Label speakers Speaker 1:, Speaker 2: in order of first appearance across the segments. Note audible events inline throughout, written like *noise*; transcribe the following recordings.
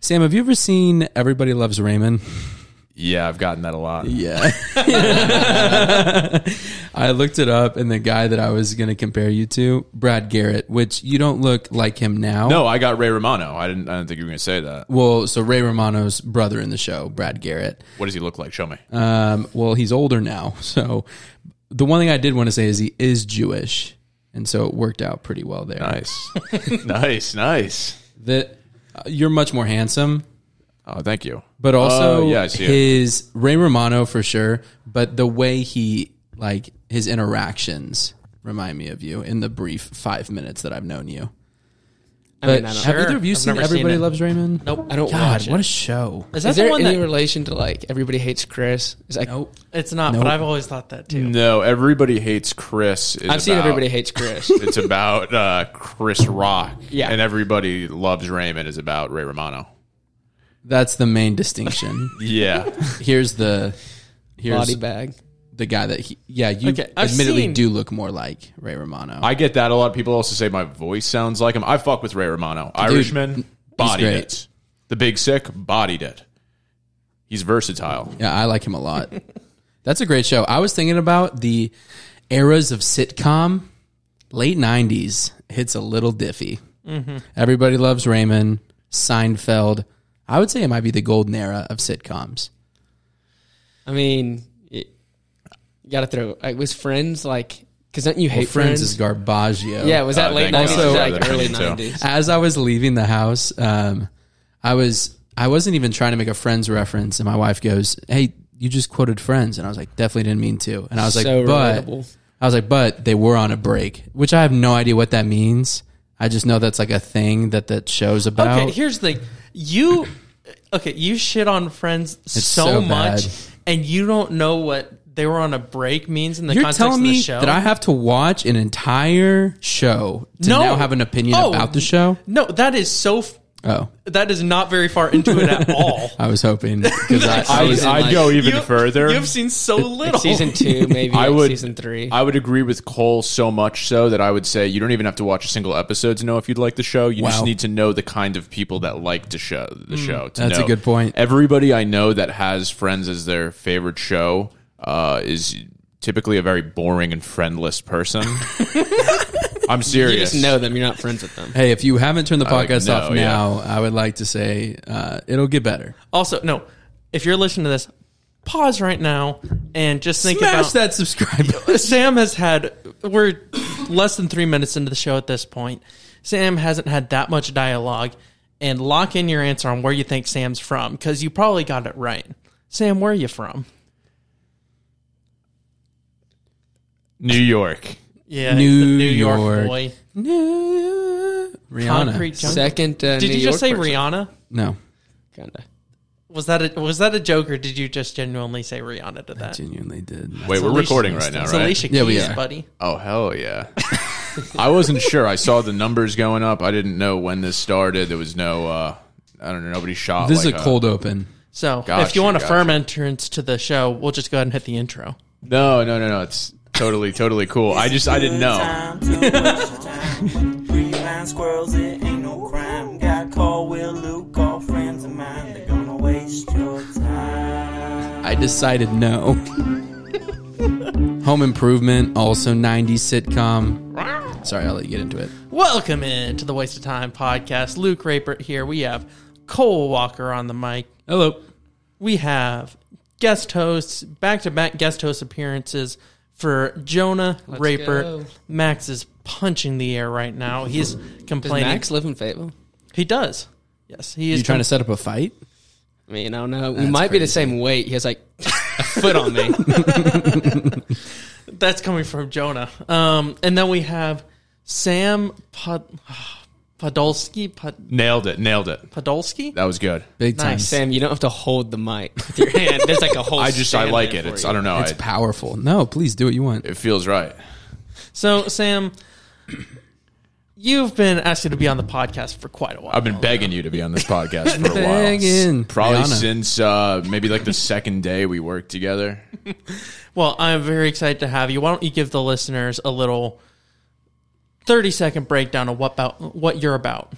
Speaker 1: Sam, have you ever seen Everybody Loves Raymond?
Speaker 2: Yeah, I've gotten that a lot.
Speaker 1: Yeah. *laughs* I looked it up, and the guy that I was going to compare you to, Brad Garrett, which you don't look like him now.
Speaker 2: No, I got Ray Romano. I didn't. I didn't think you were going to say that.
Speaker 1: Well, so Ray Romano's brother in the show, Brad Garrett.
Speaker 2: What does he look like? Show me.
Speaker 1: Um, well, he's older now. *laughs* So the one thing I did want to say is he is Jewish. And so it worked out pretty well there.
Speaker 2: nice, *laughs* nice, nice.
Speaker 1: That uh, you're much more handsome,
Speaker 2: Oh, thank you.
Speaker 1: but also
Speaker 2: Oh, yeah, I see it.
Speaker 1: his Ray Romano for sure, but the way he like his interactions remind me of you in the brief 5 minutes that I've known you.
Speaker 3: I
Speaker 1: But
Speaker 3: mean, I don't.
Speaker 1: have either of you
Speaker 4: I've
Speaker 1: seen
Speaker 4: never seen
Speaker 1: Everybody
Speaker 4: it.
Speaker 1: Loves Raymond?
Speaker 3: Nope.
Speaker 4: I don't
Speaker 1: God,
Speaker 4: watch
Speaker 1: what a
Speaker 4: it.
Speaker 1: show.
Speaker 3: Is that
Speaker 4: Is
Speaker 3: the
Speaker 4: there
Speaker 3: one
Speaker 4: any
Speaker 3: that?
Speaker 4: relation to like everybody hates Chris? Is like
Speaker 1: Nope.
Speaker 3: It's not.
Speaker 4: but
Speaker 1: Nope. Mm,
Speaker 4: I've always thought that too.
Speaker 2: No, everybody hates Chris. is
Speaker 4: I've seen
Speaker 2: about-
Speaker 4: everybody hates
Speaker 3: *laughs*
Speaker 2: *laughs*
Speaker 4: Chris.
Speaker 2: It's about uh, Chris Rock.
Speaker 4: Yeah.
Speaker 2: and everybody loves Raymond is about Ray Romano.
Speaker 1: That's the main
Speaker 3: *laughs*
Speaker 1: distinction.
Speaker 2: Yeah,
Speaker 1: here's the
Speaker 4: Body
Speaker 1: here's
Speaker 4: bag.
Speaker 1: the guy that he yeah, you
Speaker 3: Okay, I've
Speaker 1: admittedly
Speaker 3: seen-
Speaker 1: do look more like Ray Romano.
Speaker 2: *laughs* I get that a lot. People also say my voice sounds like him. I fuck with Ray Romano. Irishman, bodied
Speaker 1: great.
Speaker 2: it. The Big Sick, bodied it. He's versatile.
Speaker 1: Yeah, I like him a lot. *laughs* That's a great show. I was thinking about the eras of sitcom. Late '90s hits a little diffy. Everybody loves Raymond, Seinfeld. I would say it might be the golden era of sitcoms.
Speaker 4: I mean, it, you gotta throw. Like, was Friends like? Because don't you hate
Speaker 1: Well, Friends
Speaker 4: Friends?
Speaker 1: is Garbaggio.
Speaker 4: yeah, was that
Speaker 2: Uh,
Speaker 4: late
Speaker 2: thank God.
Speaker 4: nineties?
Speaker 1: Also-
Speaker 2: *laughs*
Speaker 4: Like early
Speaker 2: Too.
Speaker 4: nineties.
Speaker 1: As I was leaving the house, um, I was I wasn't even trying to make a Friends reference, and my wife goes, "Hey, you just quoted Friends," and I was like, "Definitely didn't mean to." And I was like,
Speaker 4: So
Speaker 1: "But."
Speaker 4: relatable.
Speaker 1: I was like, but they were on a break, which I have no idea what that means. I just know that's like a thing that that show's about.
Speaker 3: Okay, here's the thing. You okay? You shit on friends so,
Speaker 1: so
Speaker 3: much,
Speaker 1: bad.
Speaker 3: and you don't know what they were on a break means in the
Speaker 1: You're
Speaker 3: context
Speaker 1: telling
Speaker 3: of
Speaker 1: me
Speaker 3: the show.
Speaker 1: that I have to watch an entire show to
Speaker 3: No.
Speaker 1: now have an opinion
Speaker 3: Oh.
Speaker 1: about the show?
Speaker 3: no, that is so. f-
Speaker 1: Oh,
Speaker 3: That is not very far into
Speaker 1: *laughs*
Speaker 3: it at all.
Speaker 1: I was hoping because I,
Speaker 2: I,
Speaker 1: *laughs* I
Speaker 2: would
Speaker 1: was
Speaker 4: Season, like-
Speaker 2: go even
Speaker 3: You-
Speaker 2: further.
Speaker 3: You've seen so little.
Speaker 4: Season two, maybe.
Speaker 2: I
Speaker 4: like,
Speaker 2: would
Speaker 4: season three.
Speaker 2: I would agree with Cole so much so that I would say you don't even have to watch a single episode to know if you'd like the show. You just
Speaker 1: Wow. Hmm.
Speaker 2: need to know the kind of people that like to show the show. to
Speaker 1: that's a
Speaker 2: know.
Speaker 1: good point.
Speaker 2: Everybody I know that has Friends as their favorite show uh, is typically a very boring and friendless person.
Speaker 1: *laughs*
Speaker 2: I'm
Speaker 4: you
Speaker 2: serious.
Speaker 4: just know them. You're not friends with them.
Speaker 1: Hey, if you haven't turned the
Speaker 2: like,
Speaker 1: podcast
Speaker 2: no,
Speaker 1: off
Speaker 2: yeah.
Speaker 1: now, I would like to say uh, it'll get better.
Speaker 3: Also, no. If you're listening to this, pause right now and just think
Speaker 1: Smash
Speaker 3: about
Speaker 1: that subscribe button.
Speaker 3: Sam has had we're less than three minutes into the show at this point. Sam hasn't had that much dialogue, and lock in your answer on where you think Sam's from because you probably got it right. Sam, where are you from?
Speaker 2: New York.
Speaker 3: Yeah,
Speaker 1: New
Speaker 3: the
Speaker 1: York.
Speaker 3: boy.
Speaker 1: *laughs* Rihanna.
Speaker 3: Concrete jungle.
Speaker 4: Second, uh,
Speaker 3: Did
Speaker 4: New
Speaker 3: you just say
Speaker 4: York person.
Speaker 3: Rihanna?
Speaker 1: No,
Speaker 4: Kinda.
Speaker 3: Was that a, was that a joke, or did you just genuinely say Rihanna to
Speaker 1: I
Speaker 3: that?
Speaker 1: genuinely did.
Speaker 2: Wait, we're
Speaker 3: Alicia-
Speaker 2: recording right now,
Speaker 3: it's
Speaker 2: right?
Speaker 3: Alicia
Speaker 1: Yeah, we
Speaker 3: Keys,
Speaker 1: are.
Speaker 3: buddy.
Speaker 2: Oh hell yeah! I wasn't sure. I saw the numbers going up. I didn't know when this started. There was no. Uh, I don't know. Nobody shot.
Speaker 1: This
Speaker 2: like
Speaker 1: is a cold open.
Speaker 3: So if
Speaker 2: Gotcha,
Speaker 3: you want a firm
Speaker 2: gotcha.
Speaker 3: entrance to the show, we'll just go ahead and hit the intro.
Speaker 2: No, no, no, no. It's totally, totally cool. I just, I didn't know.
Speaker 5: Time, no waste time. Free line squirrels, it ain't no crime. Got call with Luke, all friends of mine. They're gonna waste your time.
Speaker 1: I decided *laughs* no. Home Improvement, also 90s sitcom. Sorry, I'll let you get into it.
Speaker 3: Welcome in to the Waste of Time podcast. Luke Rapert here. We have Cole Walker on the mic.
Speaker 1: Hello.
Speaker 3: We have guest hosts, back to back guest host appearances for Jonah Rapert.
Speaker 4: go.
Speaker 3: Max is punching the air right now. He's
Speaker 4: Does
Speaker 3: complaining.
Speaker 4: Max live in Fayetteville?
Speaker 3: he does. Yes, he is
Speaker 1: You trying to set up a fight?
Speaker 4: I mean, I don't know. We might be the same weight. He
Speaker 2: *laughs*
Speaker 4: has like a foot on me.
Speaker 3: That's coming from Jonah. Um, and then we have Sam Pod- *sighs* Podolsky. Pod-
Speaker 2: Nailed it. Nailed it.
Speaker 3: Podolsky?
Speaker 2: That was good.
Speaker 1: Big time.
Speaker 3: Nice.
Speaker 4: Sam, you don't have to hold the mic with your hand. There's like a whole.
Speaker 2: I just, I
Speaker 4: stand
Speaker 2: like
Speaker 4: there
Speaker 2: it.
Speaker 4: for
Speaker 2: It's,
Speaker 4: you.
Speaker 2: I don't know.
Speaker 1: It's
Speaker 2: I,
Speaker 1: powerful. No, please do what you want.
Speaker 2: it feels right.
Speaker 3: So, Sam, you've been asking to be on the podcast for quite a while.
Speaker 2: I've
Speaker 4: Oh,
Speaker 2: been begging you to be on this podcast for a while.
Speaker 1: Begging.
Speaker 2: Probably
Speaker 1: Rihanna.
Speaker 2: since uh, maybe like the second day we worked together.
Speaker 3: well, I'm very excited to have you. Why don't you give the listeners a little 30 second breakdown of what about what you're about?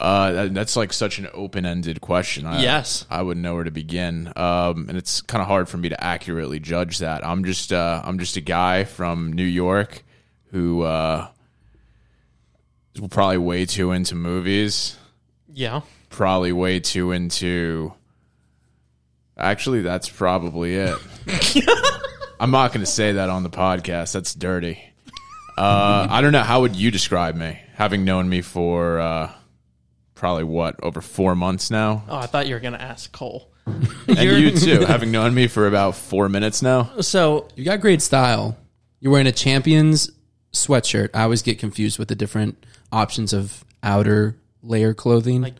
Speaker 2: Uh, that- that's like such an open-ended question. I,
Speaker 3: Yes.
Speaker 2: I wouldn't know where to begin, um, and it's kind of hard for me to accurately judge that. I'm just uh, I'm just a guy from New York who uh, is probably way too into movies.
Speaker 3: Yeah.
Speaker 2: Probably way too into. Actually, that's probably
Speaker 3: *laughs*
Speaker 2: it. I'm not going to say that on the podcast. That's dirty. Uh, I don't know. How would you describe me? Having known me for uh, probably what over four months now,
Speaker 3: Oh, I thought you were gonna ask Cole.
Speaker 2: and you too, having known me for about four minutes now.
Speaker 3: Oh. So
Speaker 1: You got great style. You're wearing a champions sweatshirt. I always get confused with the different options of outer layer clothing
Speaker 3: Like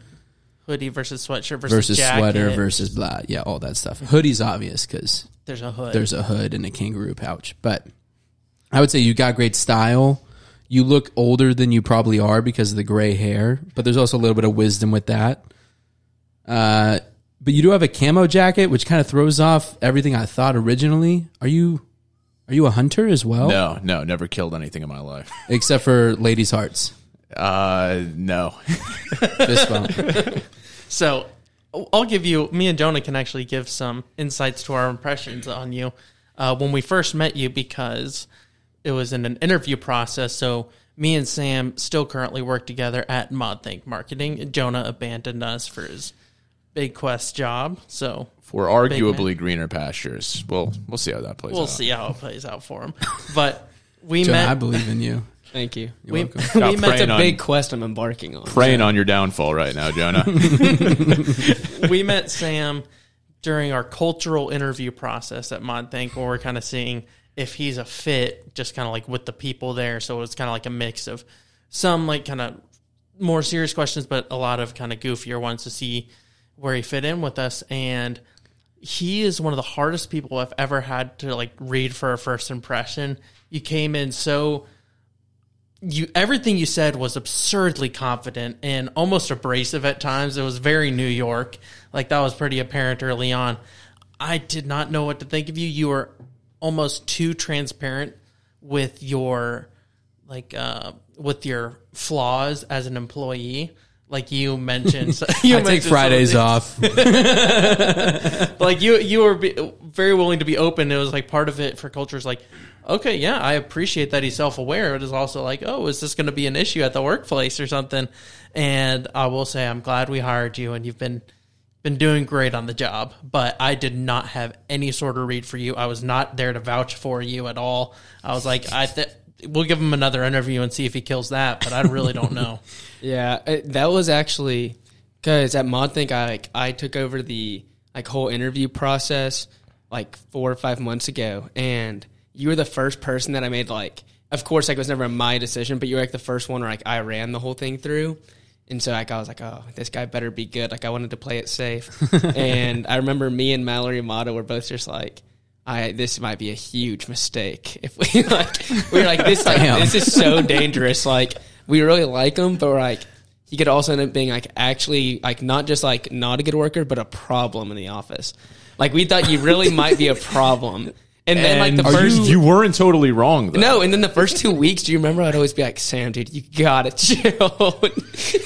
Speaker 3: hoodie versus sweatshirt versus,
Speaker 1: versus
Speaker 3: jacket.
Speaker 1: sweater versus blah. Yeah, all that stuff. Hoodie's obvious because
Speaker 3: there's a hood.
Speaker 1: there's a hood and a kangaroo pouch. But I would say you got great style. You look older than you probably are because of the gray hair, but there's also a little bit of wisdom with that. Uh, but you do have a camo jacket, which kind of throws off everything I thought originally. Are you are you a hunter as well?
Speaker 2: No, no, never killed anything in my life.
Speaker 1: Except for ladies' hearts.
Speaker 2: Uh, no,
Speaker 1: Fist bump.
Speaker 3: So I'll give you, me and Jonah can actually give some insights to our impressions on you uh, when we first met you because it was in an interview process. So me and Sam still currently work together at ModThink Marketing. Jonah abandoned us for his Big Quest job. So
Speaker 2: we're arguably greener pastures. Well, we'll see how that plays.
Speaker 3: we'll
Speaker 2: out.
Speaker 3: see how it plays out for him. But we
Speaker 1: Jonah, I
Speaker 3: met.
Speaker 1: believe in you.
Speaker 4: Thank you.
Speaker 3: *laughs* we,
Speaker 2: Stop
Speaker 4: we met
Speaker 2: preying
Speaker 4: a
Speaker 2: on-
Speaker 4: big quest I'm embarking on.
Speaker 2: Preying on your downfall right now,
Speaker 3: *laughs*
Speaker 2: Jonah.
Speaker 3: we met Sam during our cultural interview process at ModThink, where we're kind of seeing if he's a fit, just kind of like with the people there. So it's kind of like a mix of some like kind of more serious questions, but a lot of kind of goofier ones to see where he fit in with us. And he is one of the hardest people I've ever had to like read for a first impression. You came in so you everything you said was absurdly confident and almost abrasive at times. It was very New York. Like that was pretty apparent early on. I did not know what to think of you. You were almost too transparent with your like uh with your flaws as an employee. Like
Speaker 1: *laughs*
Speaker 3: you mentioned, so-
Speaker 1: I
Speaker 3: you
Speaker 1: take
Speaker 3: mentioned some
Speaker 1: Fridays
Speaker 3: of the-
Speaker 1: off.
Speaker 3: like you you were be, very willing to be open. It was like part of it for culture is like, okay, yeah, I appreciate that he's self aware. It is also like, oh, is this going to be an issue at the workplace or something? And I will say, I'm glad we hired you, and you've been been doing great on the job. But I did not have any sort of read for you. I was not there to vouch for you at all. I was like, I th- we'll give him another interview and see if he kills that. But I really don't know.
Speaker 4: Yeah, it, that was actually because at ModThink, I like I took over the like whole interview process like four or five months ago, and you were the first person that I made like. Of course, like it was never my decision, but you were like the first one where like I ran the whole thing through, and so like I was like, oh, this guy better be good. Like I wanted to play it safe, and I remember me and Mallory Amato were both just like. I, this might be a huge mistake if we *laughs* like we we're like this like
Speaker 1: Damn.
Speaker 4: this is so dangerous like we really like him but we're like he could also end up being like actually like not just like not a good worker but a problem in the office like we thought
Speaker 2: *laughs*
Speaker 4: you really might be a problem and then like the
Speaker 2: Are
Speaker 4: first
Speaker 2: you, you weren't totally wrong though.
Speaker 4: no, and then the first two weeks, do you remember? I'd always be like, "Sam, dude, you gotta *laughs* chill."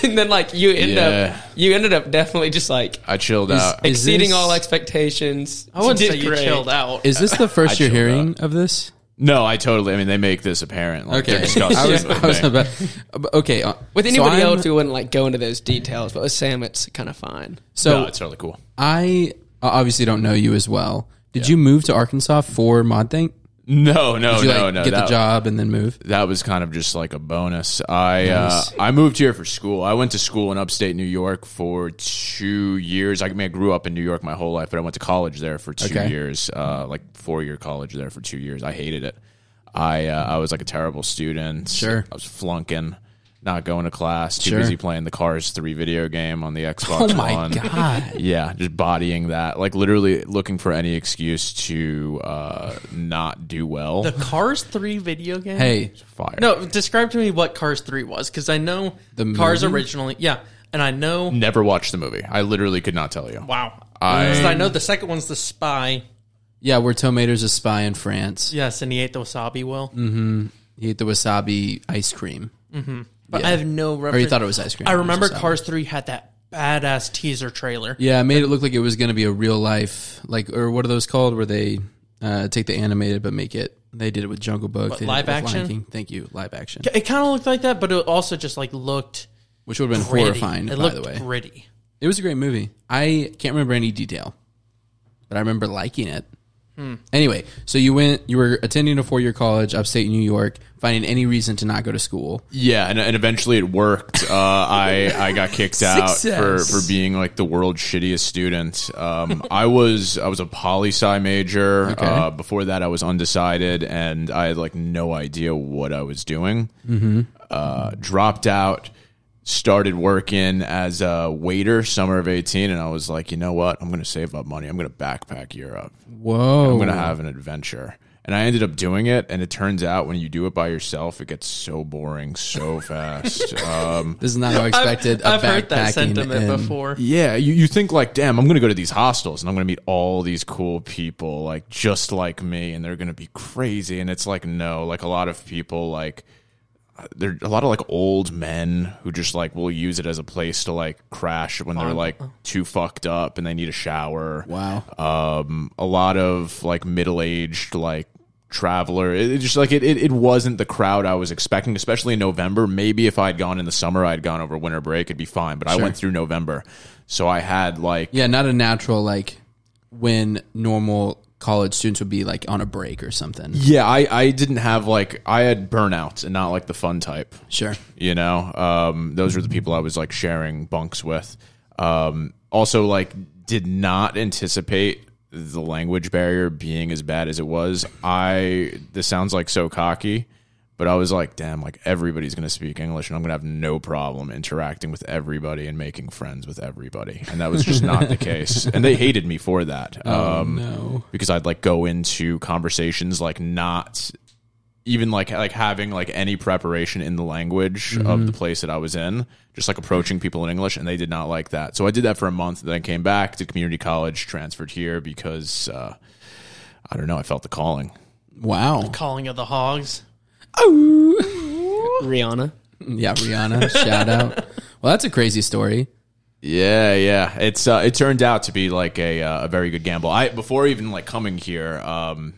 Speaker 4: and then like you end
Speaker 2: Yeah.
Speaker 4: up, you ended up definitely just like
Speaker 2: I chilled out.
Speaker 1: Is
Speaker 4: exceeding
Speaker 1: this-
Speaker 4: all expectations.
Speaker 3: I wouldn't
Speaker 4: Did
Speaker 3: say you
Speaker 4: great.
Speaker 3: chilled out.
Speaker 1: Is this the first you're
Speaker 2: chilled
Speaker 1: hearing of this?
Speaker 2: No, I totally. I mean, they make this apparent. Like, They're
Speaker 1: *laughs*
Speaker 2: disgusting.
Speaker 1: I was, I was
Speaker 2: They-
Speaker 1: about, okay. uh,
Speaker 4: With
Speaker 1: so
Speaker 4: anybody
Speaker 1: I'm-
Speaker 4: else, we wouldn't like go into those details, but with Sam, it's kind of fine.
Speaker 1: So
Speaker 2: no, it's really cool.
Speaker 1: I obviously don't know you as well. Did you move to Arkansas for Mod Think?
Speaker 2: No, no,
Speaker 1: Did you
Speaker 2: no,
Speaker 1: like,
Speaker 2: no.
Speaker 1: get
Speaker 2: that,
Speaker 1: the job and then move?
Speaker 2: that was kind of just like a bonus. I
Speaker 1: Nice.
Speaker 2: uh, I moved here for school. I went to school in upstate New York for two years. I mean, I grew up in New York my whole life, but I went to college there for two
Speaker 1: Okay.
Speaker 2: years, uh, like four year college there for two years. I hated it. I uh, I was like a terrible student.
Speaker 1: Sure.
Speaker 2: I was flunking, not going to class, too
Speaker 1: Sure.
Speaker 2: busy playing the Cars Three video game on the Xbox.
Speaker 1: Oh my
Speaker 2: One.
Speaker 1: god!
Speaker 2: *laughs* Yeah, just bodying that, like literally looking for any excuse to uh, not do well.
Speaker 3: the Cars Three video game?
Speaker 1: Hey,
Speaker 2: Fire.
Speaker 3: No, describe to me what Cars 3 was because I know
Speaker 1: The
Speaker 3: Cars
Speaker 1: movie?
Speaker 3: originally. Yeah. And I know.
Speaker 2: never watched the movie. I literally could not tell you.
Speaker 3: Wow.
Speaker 2: I-
Speaker 3: 'Cause I know the second one's The Spy.
Speaker 1: yeah, where Tomato's a spy in France. Mm.
Speaker 3: Yes. And he ate the wasabi well.
Speaker 1: He ate the wasabi ice cream.
Speaker 3: but I have no reference.
Speaker 1: Or you thought it was ice cream.
Speaker 3: I
Speaker 1: It was
Speaker 3: remember
Speaker 1: just
Speaker 3: Cars Three had that badass teaser trailer.
Speaker 1: Yeah, it made it look like it was going to be a real life, like, or what are those called where they uh, take the animated but make it? They did it with Jungle Book. they did it
Speaker 3: live
Speaker 1: with Lion
Speaker 3: action?
Speaker 1: King. Thank you, live action.
Speaker 3: It kind of looked like that, but it also just like looked
Speaker 1: Which would have been
Speaker 3: gritty.
Speaker 1: horrifying,
Speaker 3: It
Speaker 1: by
Speaker 3: looked
Speaker 1: the way.
Speaker 3: gritty.
Speaker 1: It was a great movie. I can't remember any detail, but I remember liking it.
Speaker 3: Hmm.
Speaker 1: Anyway, so you went, you were attending a four year college upstate New York, finding any reason to not go to school.
Speaker 2: Yeah, and, and eventually it worked. Uh, I I got kicked out for,
Speaker 1: Success.
Speaker 2: for being like the world's shittiest student. Um, I was I was a poli sci major. Uh, before that, I was undecided, and I had like no idea what I was doing. Uh, dropped out, started working as a waiter summer of eighteen, and I was like, you know what? I'm gonna save up money. I'm gonna backpack Europe.
Speaker 1: Whoa.
Speaker 2: I'm gonna have an adventure. And I ended up doing it, and it turns out when you do it by yourself, it gets so boring so *laughs* fast. um,
Speaker 1: This is not how I expected.
Speaker 3: I've
Speaker 1: a
Speaker 3: heard that
Speaker 1: backpacking
Speaker 3: sentiment
Speaker 1: in-
Speaker 3: before.
Speaker 2: yeah, you, you think like, damn, I'm gonna go to these hostels and I'm gonna meet all these cool people, like just like me, and they're gonna be crazy. And it's like, no, like a lot of people, like they're a lot of like old men who just like will use it as a place to like crash when they're like too fucked up and they need a shower.
Speaker 1: Wow.
Speaker 2: a lot of like middle-aged like traveler it, it just like it, it, it wasn't the crowd i was expecting especially in november maybe if i'd gone in the summer i'd gone over winter break it'd be fine but i went through november so i had like
Speaker 1: Yeah, not a natural like when normal college students would be like on a break or something.
Speaker 2: yeah i i didn't have like i had burnouts and not like the fun type
Speaker 1: Sure.
Speaker 2: you know um, those were the people i was like sharing bunks with um, also like did not anticipate the language barrier being as bad as it was i this sounds like so cocky but i was like damn like everybody's gonna speak english and i'm gonna have no problem interacting with everybody and making friends with everybody and that was just not the case and they hated me for that um,
Speaker 1: No.
Speaker 2: because I'd like go into conversations like not even like like having like any preparation in the language of the place that I was in, just like approaching people in English, and they did not like that. So I did that for a month, then I came back, did community college, transferred here because uh, I don't know, I felt the calling.
Speaker 1: Wow.
Speaker 3: Calling of the Hogs. *laughs*
Speaker 4: Rihanna.
Speaker 1: Yeah, Rihanna, shout *laughs* out. Well, that's a crazy story.
Speaker 2: Yeah, yeah. It's uh, it turned out to be like a uh, a very good gamble. I before even like coming here, um,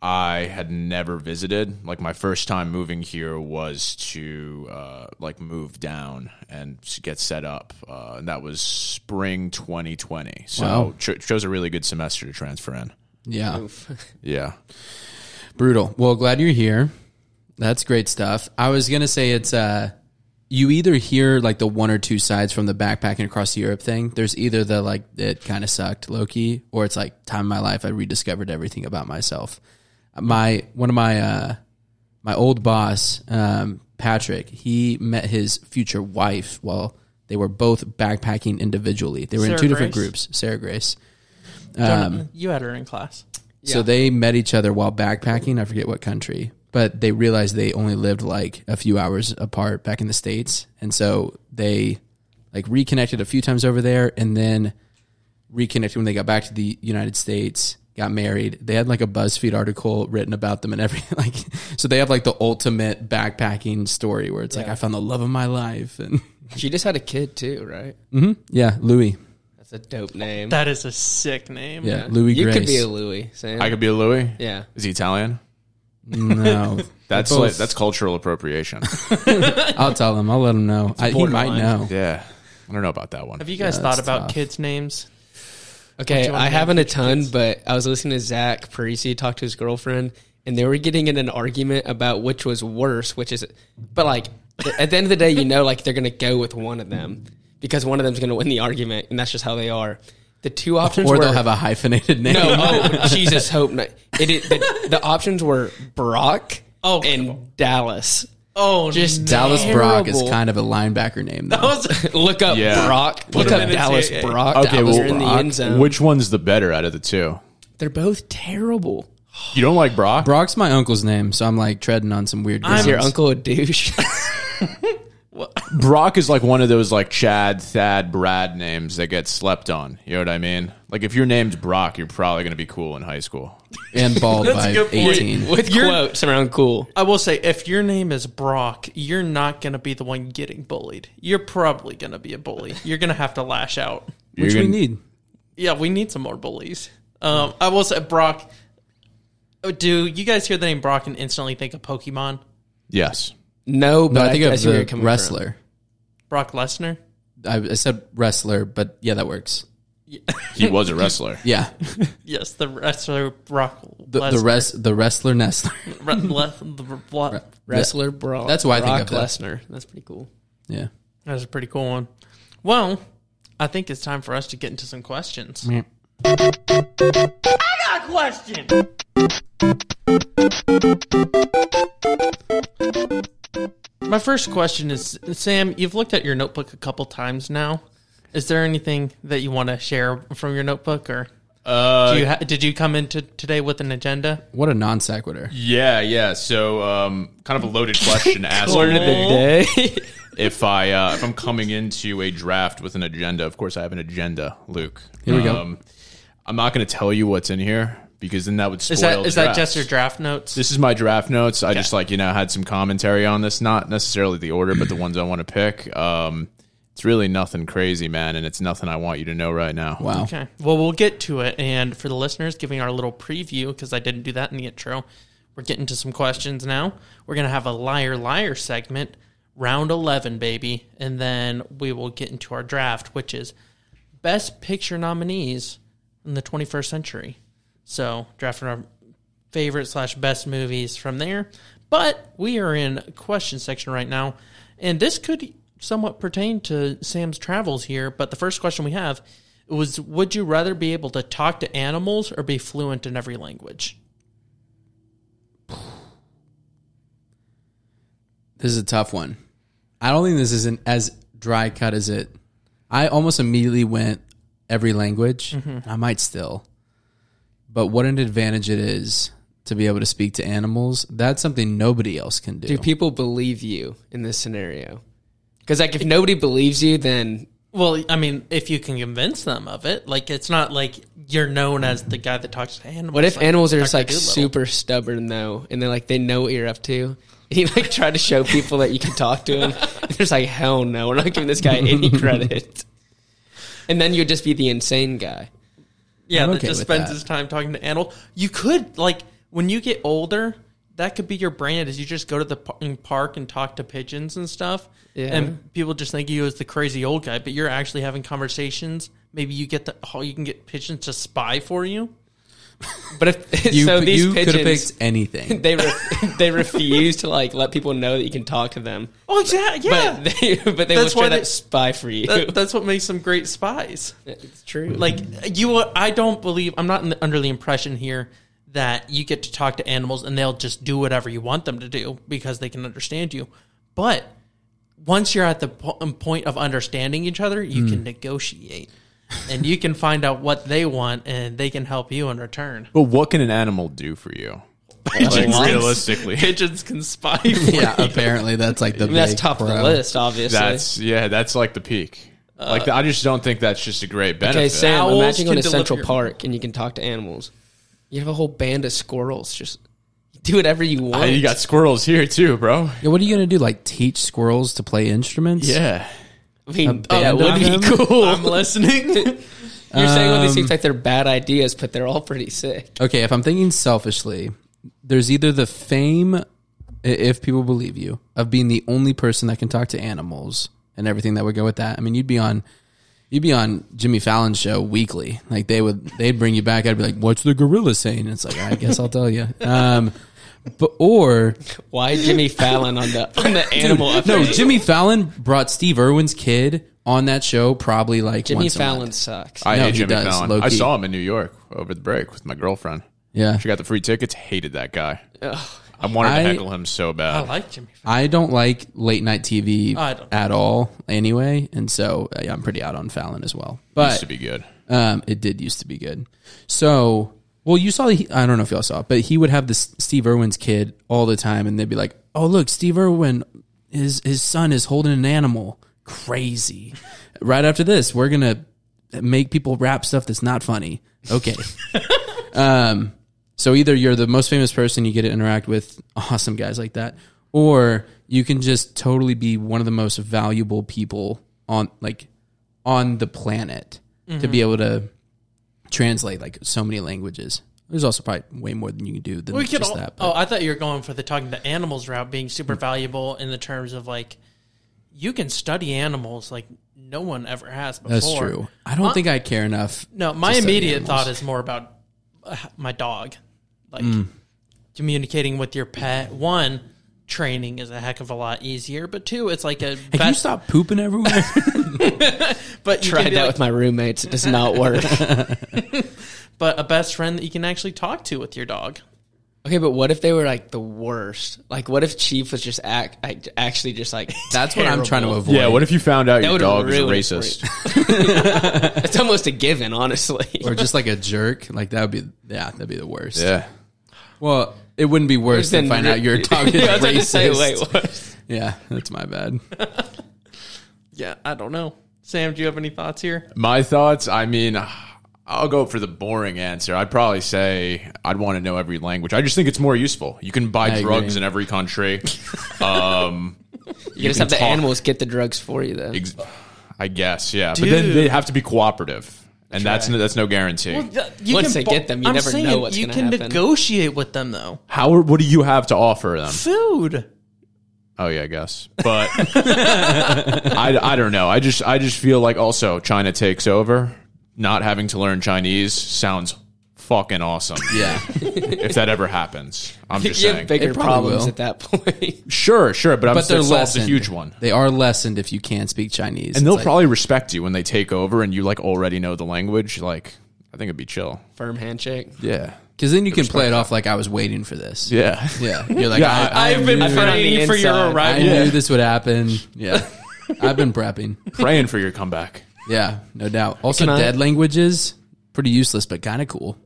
Speaker 2: I had never visited. Like my first time moving here was to uh, like move down and s- get set up, uh, and that was spring 2020. So
Speaker 1: Wow.
Speaker 2: cho- chose a really good semester to transfer in.
Speaker 1: Yeah.
Speaker 2: Yeah,
Speaker 1: Brutal. Well, glad you're here. That's great stuff. I was gonna say it's uh you either hear like the one or two sides from the backpacking across Europe thing. There's either the like it kind of sucked, low key, or it's like time of my life I rediscovered everything about myself. My one of my uh my old boss, um, Patrick, he met his future wife while they were both backpacking individually. They were in
Speaker 3: Sarah
Speaker 1: two different
Speaker 3: Grace?
Speaker 1: groups. Sarah Grace. Um,
Speaker 3: Jonathan, you had her in class.
Speaker 1: So they met each other while backpacking. I forget what country, but they realized they only lived like a few hours apart back in the states, and so they like reconnected a few times over there, and then reconnected when they got back to the United States. Got married. They had like a BuzzFeed article written about them and everything. *laughs* Like, so they have like the ultimate backpacking story where it's like I found the love of my life and *laughs*
Speaker 4: She just had a kid too, right?
Speaker 1: yeah, Louis,
Speaker 4: That's a dope name.
Speaker 3: That is a sick name.
Speaker 1: yeah, Louis.
Speaker 4: you
Speaker 1: Grace.
Speaker 4: could be a Louis. Sam.
Speaker 2: I could be a Louis.
Speaker 4: yeah.
Speaker 2: Is he Italian?
Speaker 1: no.
Speaker 2: That's
Speaker 1: both-
Speaker 2: like, that's
Speaker 1: *laughs*
Speaker 2: cultural appropriation.
Speaker 1: I'll tell him. I'll let him know. I, he might
Speaker 4: borderline.
Speaker 1: know.
Speaker 2: yeah, I don't know about that one.
Speaker 3: Have you guys
Speaker 1: Yeah,
Speaker 3: thought
Speaker 1: that's
Speaker 3: about
Speaker 1: tough.
Speaker 3: kids' names?
Speaker 4: Okay,
Speaker 3: you wanna
Speaker 4: I
Speaker 3: name
Speaker 4: haven't a ton, but I was listening to Zach Parisi talk to his girlfriend, and they were getting in an argument about which was worse, which is, but like th- at the end of the day, you know, like they're gonna go with one of them because one of them's gonna win the argument, and that's just how they are. The two options
Speaker 1: or
Speaker 4: were
Speaker 1: they'll have a hyphenated name.
Speaker 3: *laughs*
Speaker 4: *laughs* no,
Speaker 1: *laughs*
Speaker 4: oh Jesus, hope not. It, it the, the options were Brock,
Speaker 3: Oh, come
Speaker 4: and Dallas.
Speaker 3: Oh,
Speaker 4: Just
Speaker 3: no.
Speaker 1: Dallas Brock is
Speaker 4: *laughs* Terrible.
Speaker 1: kind of a linebacker name, though.
Speaker 4: Look up
Speaker 2: Yeah.
Speaker 4: Brock. Look
Speaker 3: him
Speaker 4: up
Speaker 3: in the
Speaker 4: Dallas
Speaker 3: TAA.
Speaker 4: Brock.
Speaker 2: Okay,
Speaker 4: Dallas
Speaker 2: well,
Speaker 4: are in the
Speaker 1: uh,
Speaker 2: Brock,
Speaker 4: end zone.
Speaker 2: which one's the better out of the two?
Speaker 4: They're both terrible.
Speaker 2: You don't like Brock?
Speaker 1: Brock's my uncle's name, so I'm like treading on some weird.
Speaker 3: *laughs*
Speaker 4: Is
Speaker 1: ground.
Speaker 4: your uncle a douche?
Speaker 2: Brock is like one of those like Chad, Thad, Brad names that get slept on. You know what I mean? Like if you're named Brock, you're probably going to be cool in high school.
Speaker 1: and bald
Speaker 3: That's a
Speaker 1: by
Speaker 3: good point.
Speaker 1: 18.
Speaker 4: with
Speaker 3: You're-
Speaker 4: quotes around cool.
Speaker 3: I will say, if your name is Brock, you're not going to be the one getting bullied. You're probably going to be a bully. You're going to have to lash out.
Speaker 2: You're
Speaker 1: Which we
Speaker 2: gonna-
Speaker 1: need.
Speaker 3: Yeah, we need some more bullies. Um, I will say, Brock. oh, Do you guys hear the name Brock and instantly think of Pokemon?
Speaker 2: Yes.
Speaker 4: No, but
Speaker 1: No, I think
Speaker 4: I,
Speaker 1: of
Speaker 4: see where you're
Speaker 1: the
Speaker 4: coming From.
Speaker 1: wrestler.
Speaker 3: Brock Lesnar.
Speaker 1: I, I said wrestler, but yeah, that works.
Speaker 2: He was a wrestler.
Speaker 1: Yeah, *laughs*
Speaker 3: Yes, the wrestler Brock
Speaker 1: the,
Speaker 3: Lesnar.
Speaker 1: the rest, the wrestler nestler. *laughs*
Speaker 3: Re- le- the re- blo-
Speaker 4: Wrestler Brock.
Speaker 1: That's why I think
Speaker 4: Brock
Speaker 1: of that.
Speaker 4: Lesnar. That's pretty cool.
Speaker 1: Yeah,
Speaker 3: That's a pretty cool one. Well, I think it's time for us to get into some questions. My first question is Sam, you've looked at your notebook a couple times now. Is there anything that you want to share from your notebook or
Speaker 2: Uh,
Speaker 3: do you ha- did you come into today with an agenda?
Speaker 1: what a non sequitur.
Speaker 2: *laughs* yeah, yeah. So um, kind of a loaded question asking
Speaker 4: day.
Speaker 2: *laughs* if I uh, if I'm coming into a draft with an agenda. Of course, I have an agenda, Luke. Um,
Speaker 1: Here we go.
Speaker 2: I'm not going to tell you what's in here because then that would spoil.
Speaker 3: Is that is that
Speaker 2: drafts.
Speaker 3: just your draft notes?
Speaker 2: This is my draft notes. I just like you know had some commentary on this, not necessarily the order, but the ones I want to pick. Um, it's really nothing crazy, man, and it's nothing I want you to know right now.
Speaker 1: Wow.
Speaker 3: Okay. Well, we'll get to it. And for the listeners, giving our little preview, because I didn't do that in the intro, we're getting to some questions now. We're going to have a liar, liar segment, round 11, baby. And then we will get into our draft, which is best picture nominees in the 21st century. So, drafting our favorite slash best movies from there. But we are in question section right now, and this could somewhat pertain to Sam's travels here. But the first question we have was: Would you rather be able to talk to animals or be fluent in every language?
Speaker 1: This is a tough one. I don't think this isn't as dry cut as it. I almost immediately went every language.
Speaker 4: Mm-hmm.
Speaker 1: I might still, but what an advantage it is to be able to speak to animals. That's something nobody else can do.
Speaker 4: Do people believe you in this scenario? Because like, if nobody believes you, then
Speaker 3: Well, I mean, if you can convince them of it, like it's not like you're known as the guy that talks to animals.
Speaker 4: what if
Speaker 3: like
Speaker 4: animals are just
Speaker 3: Dr.
Speaker 4: like
Speaker 3: Dolittle.
Speaker 4: super stubborn though, and they're like they know what you're up to, *laughs* and you like try to show people that you can talk to them. And they're just like, hell no, we're not giving this guy any credit. And then you'd just be the insane guy.
Speaker 3: Yeah,
Speaker 1: I'm
Speaker 3: that
Speaker 1: okay
Speaker 3: just
Speaker 1: with
Speaker 3: spends
Speaker 1: that.
Speaker 3: his time talking to animals. You could like when you get older, that could be your brand. Is you just go to the p- park and talk to pigeons and stuff,
Speaker 4: Yeah.
Speaker 3: and people just think you as the crazy old guy, but you're actually having conversations. Maybe you get the oh, you can get pigeons to spy for you.
Speaker 4: But if *laughs*
Speaker 1: You,
Speaker 4: so, these
Speaker 1: you could have
Speaker 4: pigeons
Speaker 1: picked
Speaker 4: *laughs*
Speaker 1: anything.
Speaker 4: they re- they refuse to like let people know that you can talk to them.
Speaker 3: Oh, exactly. Yeah,
Speaker 4: But *laughs* they but they
Speaker 3: That's
Speaker 4: will
Speaker 3: why
Speaker 4: try
Speaker 3: they-
Speaker 4: to spy for
Speaker 3: *laughs*
Speaker 4: you.
Speaker 3: that, that's what makes them great spies.
Speaker 4: *laughs* it's true.
Speaker 3: Like you, I don't believe I'm not in the, under the impression here that you get to talk to animals and they'll just do whatever you want them to do because they can understand you. But once you're at the po- um, point of understanding each other, you
Speaker 1: Hmm.
Speaker 3: can negotiate and you can find out what they want and they can help you in return.
Speaker 2: But what can an animal do for you? Like, realistically,
Speaker 3: Pigeons can spy. For
Speaker 1: yeah,
Speaker 3: You.
Speaker 1: apparently that's like the
Speaker 4: I mean, that's
Speaker 1: big
Speaker 4: top of the
Speaker 1: pro.
Speaker 4: list, obviously.
Speaker 2: that's yeah, that's like the peak.
Speaker 1: Uh,
Speaker 2: Like I just don't think that's just a great benefit.
Speaker 4: okay, Sam.
Speaker 3: Owls
Speaker 4: imagine going
Speaker 3: can
Speaker 4: to
Speaker 3: deliver
Speaker 4: Central
Speaker 3: your-
Speaker 4: Park and you can talk to animals. You have a whole band of squirrels. Just do whatever you want.
Speaker 2: Hey, you got squirrels here too, bro.
Speaker 1: Yeah, what are you gonna do? Like teach squirrels to play instruments?
Speaker 2: Yeah.
Speaker 4: I mean,
Speaker 1: a
Speaker 4: that
Speaker 1: band
Speaker 4: would
Speaker 1: of
Speaker 4: be cool.
Speaker 3: I'm
Speaker 4: *laughs*
Speaker 3: listening.
Speaker 4: You're saying all these
Speaker 1: Um,
Speaker 4: seems like they're bad ideas, but they're all pretty sick.
Speaker 1: Okay, if I'm thinking selfishly, there's either the fame, i- if people believe you, of being the only person that can talk to animals and everything that would go with that. I mean, you'd be on, you'd be on Jimmy Fallon's show weekly. Like they would, they'd bring you back. I'd be like, "What's the gorilla saying?" And it's like, I guess I'll tell you. Um, but or
Speaker 4: Why Jimmy Fallon on the *laughs* on the animal?
Speaker 1: no,
Speaker 4: update?
Speaker 1: Jimmy Fallon brought Steve Irwin's kid on that show probably like
Speaker 4: Jimmy
Speaker 1: once a month.
Speaker 4: Fallon sucks.
Speaker 2: I
Speaker 1: No,
Speaker 2: hate
Speaker 1: he
Speaker 2: Jimmy
Speaker 1: does,
Speaker 2: Fallon.
Speaker 1: low-key.
Speaker 2: I saw him in New York over the break with my girlfriend.
Speaker 1: Yeah,
Speaker 2: She got the free tickets. Hated that guy. I wanted
Speaker 1: I-
Speaker 2: to heckle him so
Speaker 3: I
Speaker 2: bad.
Speaker 3: like Jimmy. Fallon.
Speaker 1: I don't like late night TV
Speaker 3: I don't.
Speaker 1: at all anyway, and so uh, yeah, I'm pretty out on Fallon as well.
Speaker 2: used
Speaker 1: But
Speaker 2: to be good.
Speaker 1: um, it did used to be good. So, well, you saw, the, I don't know if y'all saw it, but he would have this Steve Irwin's kid all the time, and they'd be like, oh, look, Steve Irwin his his son is holding an animal. Crazy. *laughs* right after this, we're gonna make people rap stuff that's not funny. Okay. um. So either you're the most famous person, you get to interact with awesome guys like that, or you can just totally be one of the most valuable people on like on the planet to
Speaker 4: Mm-hmm.
Speaker 1: be able to translate like so many languages. There's also probably way more than you can do than
Speaker 3: We could
Speaker 1: just
Speaker 3: all,
Speaker 1: that. but-
Speaker 4: uh,
Speaker 3: Oh, I thought you were going for the talking to animals route being super valuable in the terms of like you can study animals like no one ever has before.
Speaker 1: That's true. I don't
Speaker 3: Uh,
Speaker 1: think I care enough.
Speaker 3: No, my
Speaker 1: study
Speaker 3: immediate
Speaker 1: animals.
Speaker 3: thought is more about uh, my dog. Like
Speaker 4: Mm.
Speaker 3: communicating with your pet. One, training is a heck of a lot easier, but two, it's like a
Speaker 1: Hey, can you stop pooping
Speaker 4: *laughs*
Speaker 1: everywhere?
Speaker 3: but you can
Speaker 4: Tried
Speaker 3: be
Speaker 4: that
Speaker 3: like-
Speaker 4: with my roommates. It does not
Speaker 1: *laughs*
Speaker 4: work.
Speaker 3: but a best friend that you can actually talk to with your dog.
Speaker 4: okay, but what if they were like the worst? Like, what if Chief was just act, act actually just like
Speaker 1: That's what I'm trying to avoid.
Speaker 2: Yeah, what if you found out your
Speaker 4: would
Speaker 2: dog is a
Speaker 4: ruin it for
Speaker 2: racist?
Speaker 4: It's almost a given, honestly.
Speaker 1: or just like a jerk? Like that would be yeah, that'd be the worst.
Speaker 2: Yeah.
Speaker 1: Well, it wouldn't be worse than
Speaker 4: Then
Speaker 1: find out
Speaker 4: *laughs*
Speaker 1: your dog is
Speaker 4: Yeah, I was about to
Speaker 1: racist.
Speaker 4: say, wait, what?
Speaker 1: Yeah, that's my bad.
Speaker 3: Yeah, I don't know. Sam, do you have any thoughts here?
Speaker 2: My thoughts, I mean, I'll go for the boring answer. I'd probably say I'd want to know every language. I just think it's more useful. You can buy
Speaker 1: agree.
Speaker 2: drugs in every country.
Speaker 4: You, just have the
Speaker 2: talk.
Speaker 4: animals get the drugs for you, though.
Speaker 2: Ex- I guess, yeah. But then they have to be cooperative. And that's no, that's no guarantee.
Speaker 3: uh,
Speaker 4: Once they get them, you never know what's
Speaker 3: You
Speaker 4: gonna
Speaker 3: can
Speaker 4: happen.
Speaker 3: negotiate with them though.
Speaker 2: How are- what do you have to offer them?
Speaker 3: Food.
Speaker 2: Oh yeah, I guess. But I, I don't know. I just I just feel like also China takes over. Not having to learn Chinese sounds fucking awesome.
Speaker 1: Yeah,
Speaker 2: if that ever happens, I'm
Speaker 4: *laughs*
Speaker 2: just
Speaker 4: *laughs* you
Speaker 2: saying.
Speaker 4: have bigger
Speaker 1: It probably
Speaker 4: problems
Speaker 1: will.
Speaker 4: at that *laughs* point.
Speaker 2: Sure, sure, but, I'm
Speaker 1: but they're
Speaker 2: it solves
Speaker 1: lessened.
Speaker 2: a huge one.
Speaker 1: They are lessened if you can't speak Chinese.
Speaker 2: And they'll
Speaker 1: It's like-
Speaker 2: probably respect you when they take over and you like already know the language. Like, I think it'd be chill.
Speaker 4: Firm handshake.
Speaker 2: Yeah.
Speaker 1: because then you can play it off like I was waiting for this.
Speaker 2: Yeah.
Speaker 1: yeah. You're like
Speaker 2: Yeah,
Speaker 1: I, I,
Speaker 3: I've been
Speaker 4: I've been on the
Speaker 3: praying for your
Speaker 4: inside.
Speaker 1: I
Speaker 3: arrival.
Speaker 1: knew this would happen.
Speaker 2: *laughs*
Speaker 1: Yeah, I've been prepping.
Speaker 2: *laughs* Praying for your comeback.
Speaker 1: Yeah, no doubt. Also,
Speaker 4: Can I-
Speaker 1: dead languages pretty useless, but kind of cool.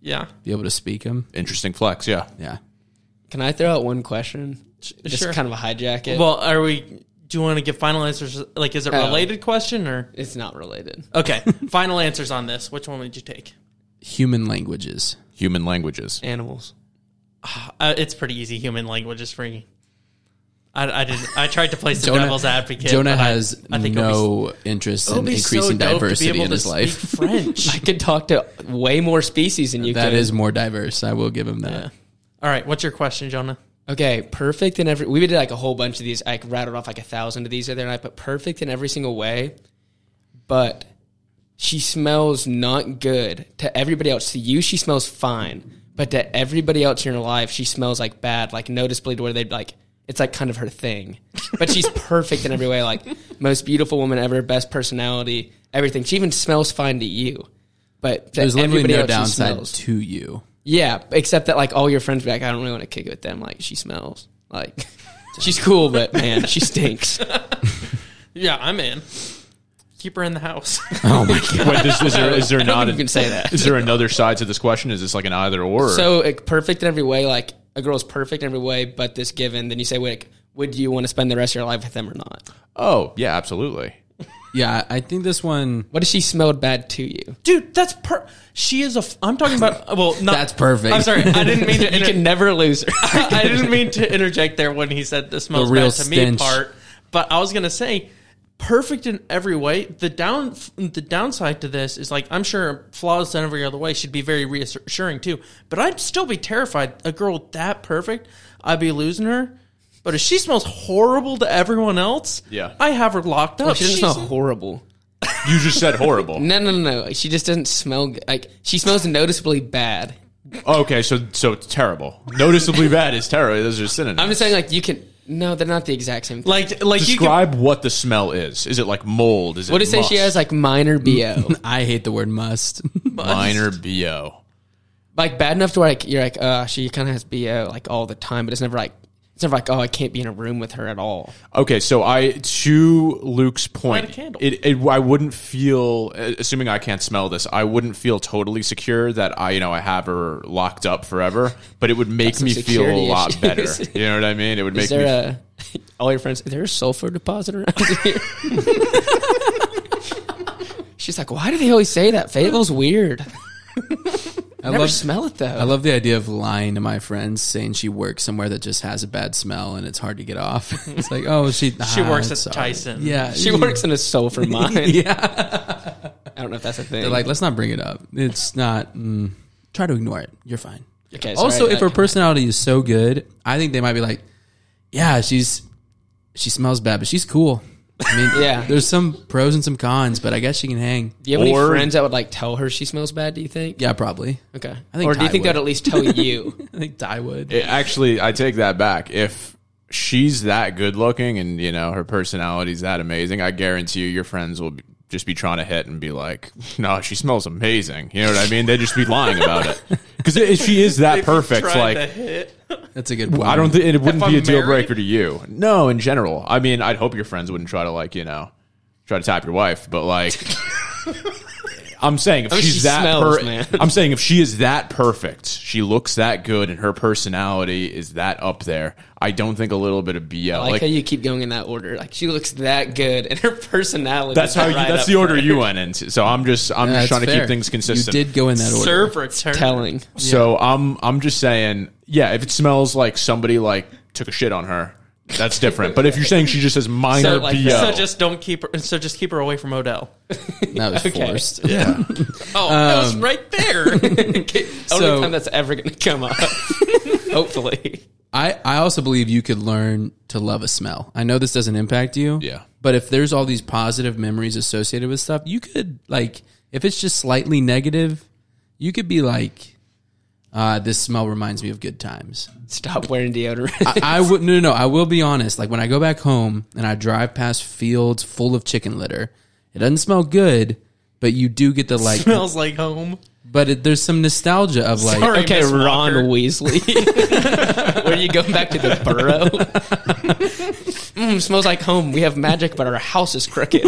Speaker 3: Yeah.
Speaker 1: Be able to speak them.
Speaker 2: Interesting flex. Yeah.
Speaker 1: Yeah.
Speaker 4: Can I throw out one question? Just
Speaker 3: sure.
Speaker 4: kind of a hijack it.
Speaker 3: Well, are we? Do you want to give final answers? Like, is it
Speaker 4: Oh.
Speaker 3: related question or?
Speaker 4: it's not related.
Speaker 3: Okay, *laughs* final answers on this. Which one would you take?
Speaker 1: Human languages.
Speaker 2: Human languages.
Speaker 4: Animals. *laughs*
Speaker 3: Uh, it's pretty easy. Human language is free. I, I did. I tried to play some
Speaker 1: Jonah-
Speaker 3: devil's advocate.
Speaker 1: Jonah
Speaker 3: but I-
Speaker 1: has
Speaker 3: I, think it'll
Speaker 1: no interest
Speaker 3: be, it'll
Speaker 1: in
Speaker 3: be so
Speaker 1: increasing
Speaker 3: dope to be
Speaker 1: diversity
Speaker 3: able
Speaker 1: in
Speaker 3: to
Speaker 1: his life.
Speaker 3: speak French.
Speaker 4: I could talk to way more species than
Speaker 1: *laughs*
Speaker 4: you
Speaker 1: That
Speaker 4: could.
Speaker 1: is more diverse. I will give him that.
Speaker 3: Yeah. All right. What's your question, Jonah?
Speaker 4: Okay, perfect in every. We did like a whole bunch of these. I rattled off like a thousand of these the other night, but perfect in every single way. But she smells not good to everybody else. To you, she smells fine, but to everybody else in your life, she smells like bad, like noticeably to where they'd like. It's like kind of her thing,
Speaker 1: *laughs*
Speaker 4: but she's perfect in every way. Like most beautiful woman ever, best personality, everything. She even smells fine to you, but to
Speaker 1: There's literally
Speaker 4: everybody
Speaker 1: no
Speaker 4: else, she
Speaker 1: downside
Speaker 4: smells-
Speaker 1: to you.
Speaker 4: yeah, except that like all your friends be like, I don't really want to kick it with them. Like she smells. Like *laughs* she's cool, but man, she *laughs* stinks.
Speaker 3: Yeah, I'm in. Keep her in the house.
Speaker 1: Oh my god.
Speaker 2: *laughs* Wait, this, is there, is there not?
Speaker 4: think you can say that.
Speaker 2: Is there another side to this question? Is this like an either or?
Speaker 4: so like, perfect in every way. Like a girl's perfect in every way, but this given. Then you say, like, would you want to spend the rest of your life with them or not?
Speaker 2: oh yeah, absolutely.
Speaker 1: *laughs* Yeah, I think this one
Speaker 4: What if she smelled bad to *laughs* you?
Speaker 3: Dude, that's per. She is a. F- I'm talking about. Well, not,
Speaker 1: That's perfect.
Speaker 3: I'm sorry. I
Speaker 1: *laughs*
Speaker 3: didn't mean to.
Speaker 4: You
Speaker 3: inter-
Speaker 4: can never lose
Speaker 3: *laughs*
Speaker 4: her. *laughs*
Speaker 3: I didn't mean to interject there when he said the smells
Speaker 1: The real
Speaker 3: bad to me
Speaker 1: stench.
Speaker 3: part, but I was gonna say perfect in every way. The down the downside to this is like I'm sure flawless in every other way should be very reassuring too, but I'd still be terrified. A girl that perfect, I'd be losing her. But if she smells horrible to everyone else,
Speaker 2: Yeah.
Speaker 3: I have her locked up.
Speaker 4: Oh, she doesn't
Speaker 3: She's-
Speaker 4: smell horrible.
Speaker 2: You just said horrible.
Speaker 4: No, no, no, no. She just doesn't smell good. like she smells noticeably bad.
Speaker 2: *laughs* okay, so so it's terrible. Noticeably bad is terrible. Those are synonyms.
Speaker 4: I'm just saying, like you can. No, they're not the exact same. Thing.
Speaker 3: like like you
Speaker 2: Describe what the smell is. Is it like mold? Is it
Speaker 4: what do you say she
Speaker 2: musk?
Speaker 4: has like minor *laughs* bo?
Speaker 1: I hate the word must. *laughs*
Speaker 4: *laughs*
Speaker 2: minor bo?
Speaker 4: uh, like bad enough to where like you're like, uh, she kind of has bo like all the time, but it's never like It's never like, oh, I can't be in a room with her at all.
Speaker 2: Okay, so I to Luke's point,
Speaker 3: Light a candle.
Speaker 2: it, it I wouldn't feel uh, assuming I can't smell this. I wouldn't feel totally secure that I you know I have her locked up forever, but it would make
Speaker 4: some
Speaker 2: me feel a
Speaker 4: security
Speaker 2: lot better.
Speaker 4: issues. *laughs*
Speaker 2: You know what I mean? It would
Speaker 4: Is
Speaker 2: make me
Speaker 4: there a *laughs* all your friends? Is there a sulfur deposit around here? *laughs* She's like, why do they always say that? Fayetteville's weird. *laughs* I never
Speaker 1: love-
Speaker 4: smell it though.
Speaker 1: I love the idea of lying to my friends, saying she works somewhere that just has a bad smell and it's hard to get off. *laughs* it's like, oh, she
Speaker 3: She
Speaker 1: ah,
Speaker 3: works
Speaker 1: it's
Speaker 3: at
Speaker 1: all right. *laughs*
Speaker 3: Tyson.
Speaker 1: Yeah,
Speaker 4: she works in a sulfur mine.
Speaker 1: *laughs* Yeah,
Speaker 4: I don't know if that's a thing.
Speaker 1: They're like let's not bring it up. It's not. Mm, try to ignore it. You're fine.
Speaker 4: okay,
Speaker 1: also,
Speaker 4: sorry,
Speaker 1: if
Speaker 4: I-
Speaker 1: her personality is so good, I think they might be like, yeah, she's she smells bad, but she's cool. I mean, *laughs*
Speaker 4: Yeah.
Speaker 1: there's some pros and some cons, but I guess she can hang.
Speaker 4: do you have
Speaker 2: or-
Speaker 4: any friends that would like tell her she smells bad? Do you think?
Speaker 1: Yeah, probably. *laughs*
Speaker 4: Okay.
Speaker 1: I think
Speaker 4: or do you
Speaker 1: Ty
Speaker 4: think
Speaker 1: would.
Speaker 4: that at least tell
Speaker 1: *laughs*
Speaker 4: you?
Speaker 1: I think Ty would.
Speaker 2: It- actually, I take that back. If she's that good looking and you know her personality's that amazing, I guarantee you your friends will be, just be trying to hit and be like, "No, she smells amazing." You know what I mean? They'd just be lying about it because if she is that perfect, like.
Speaker 1: That's a good point.
Speaker 2: I don't think it wouldn't
Speaker 3: If
Speaker 2: be a
Speaker 3: I'm
Speaker 2: deal
Speaker 3: married?
Speaker 2: breaker to you. No, in general. I mean, I'd hope your friends wouldn't try to like you know try to tap your wife, but
Speaker 4: *laughs*
Speaker 2: like. I'm saying if
Speaker 4: mean,
Speaker 2: she's
Speaker 4: she
Speaker 2: that
Speaker 4: smells,
Speaker 2: per-
Speaker 4: man.
Speaker 2: I'm saying if she is that perfect, she looks that good and her personality is that up there. I don't think a little bit of BL
Speaker 4: I like,
Speaker 2: like,
Speaker 4: how you keep going in that order. Like she looks that good, and her personality.
Speaker 2: that's
Speaker 4: is
Speaker 2: how you,
Speaker 4: right
Speaker 2: that's
Speaker 4: up
Speaker 2: the order
Speaker 4: there.
Speaker 2: you went into. So I'm just I'm
Speaker 1: Yeah,
Speaker 2: just
Speaker 1: that's
Speaker 2: trying to
Speaker 1: fair.
Speaker 2: keep things consistent.
Speaker 1: You did go in that order.
Speaker 3: Serve return.
Speaker 4: telling.
Speaker 2: So I'm I'm just saying, yeah, if it smells like somebody like took a shit on her, that's different. But if you're saying she just has minor
Speaker 4: So, like,
Speaker 2: BL,
Speaker 3: So just don't keep her. So just keep her away from Odell.
Speaker 1: That was forced.
Speaker 2: yeah. *laughs*
Speaker 4: Oh, that was right there. Okay,
Speaker 1: so-
Speaker 4: Only time that's ever going to come up. Hopefully.
Speaker 1: I, I also believe you could learn to love a smell. I know this doesn't impact you.
Speaker 2: Yeah.
Speaker 1: But if there's all these positive memories associated with stuff, you could like if it's just slightly negative, you could be like, uh, this smell reminds me of good times.
Speaker 4: Stop wearing deodorant.
Speaker 1: I would no, no no. I will be honest. Like when I go back home and I drive past fields full of chicken litter, it doesn't smell good, but you do get the like.
Speaker 3: Smells like home.
Speaker 1: But it, there's some nostalgia of like
Speaker 3: Sorry,
Speaker 4: okay,
Speaker 3: Miss
Speaker 4: Ron
Speaker 3: Walker.
Speaker 4: Weasley. Where you go back to the burrow. mm, smells like home. We have magic, but our house is crooked.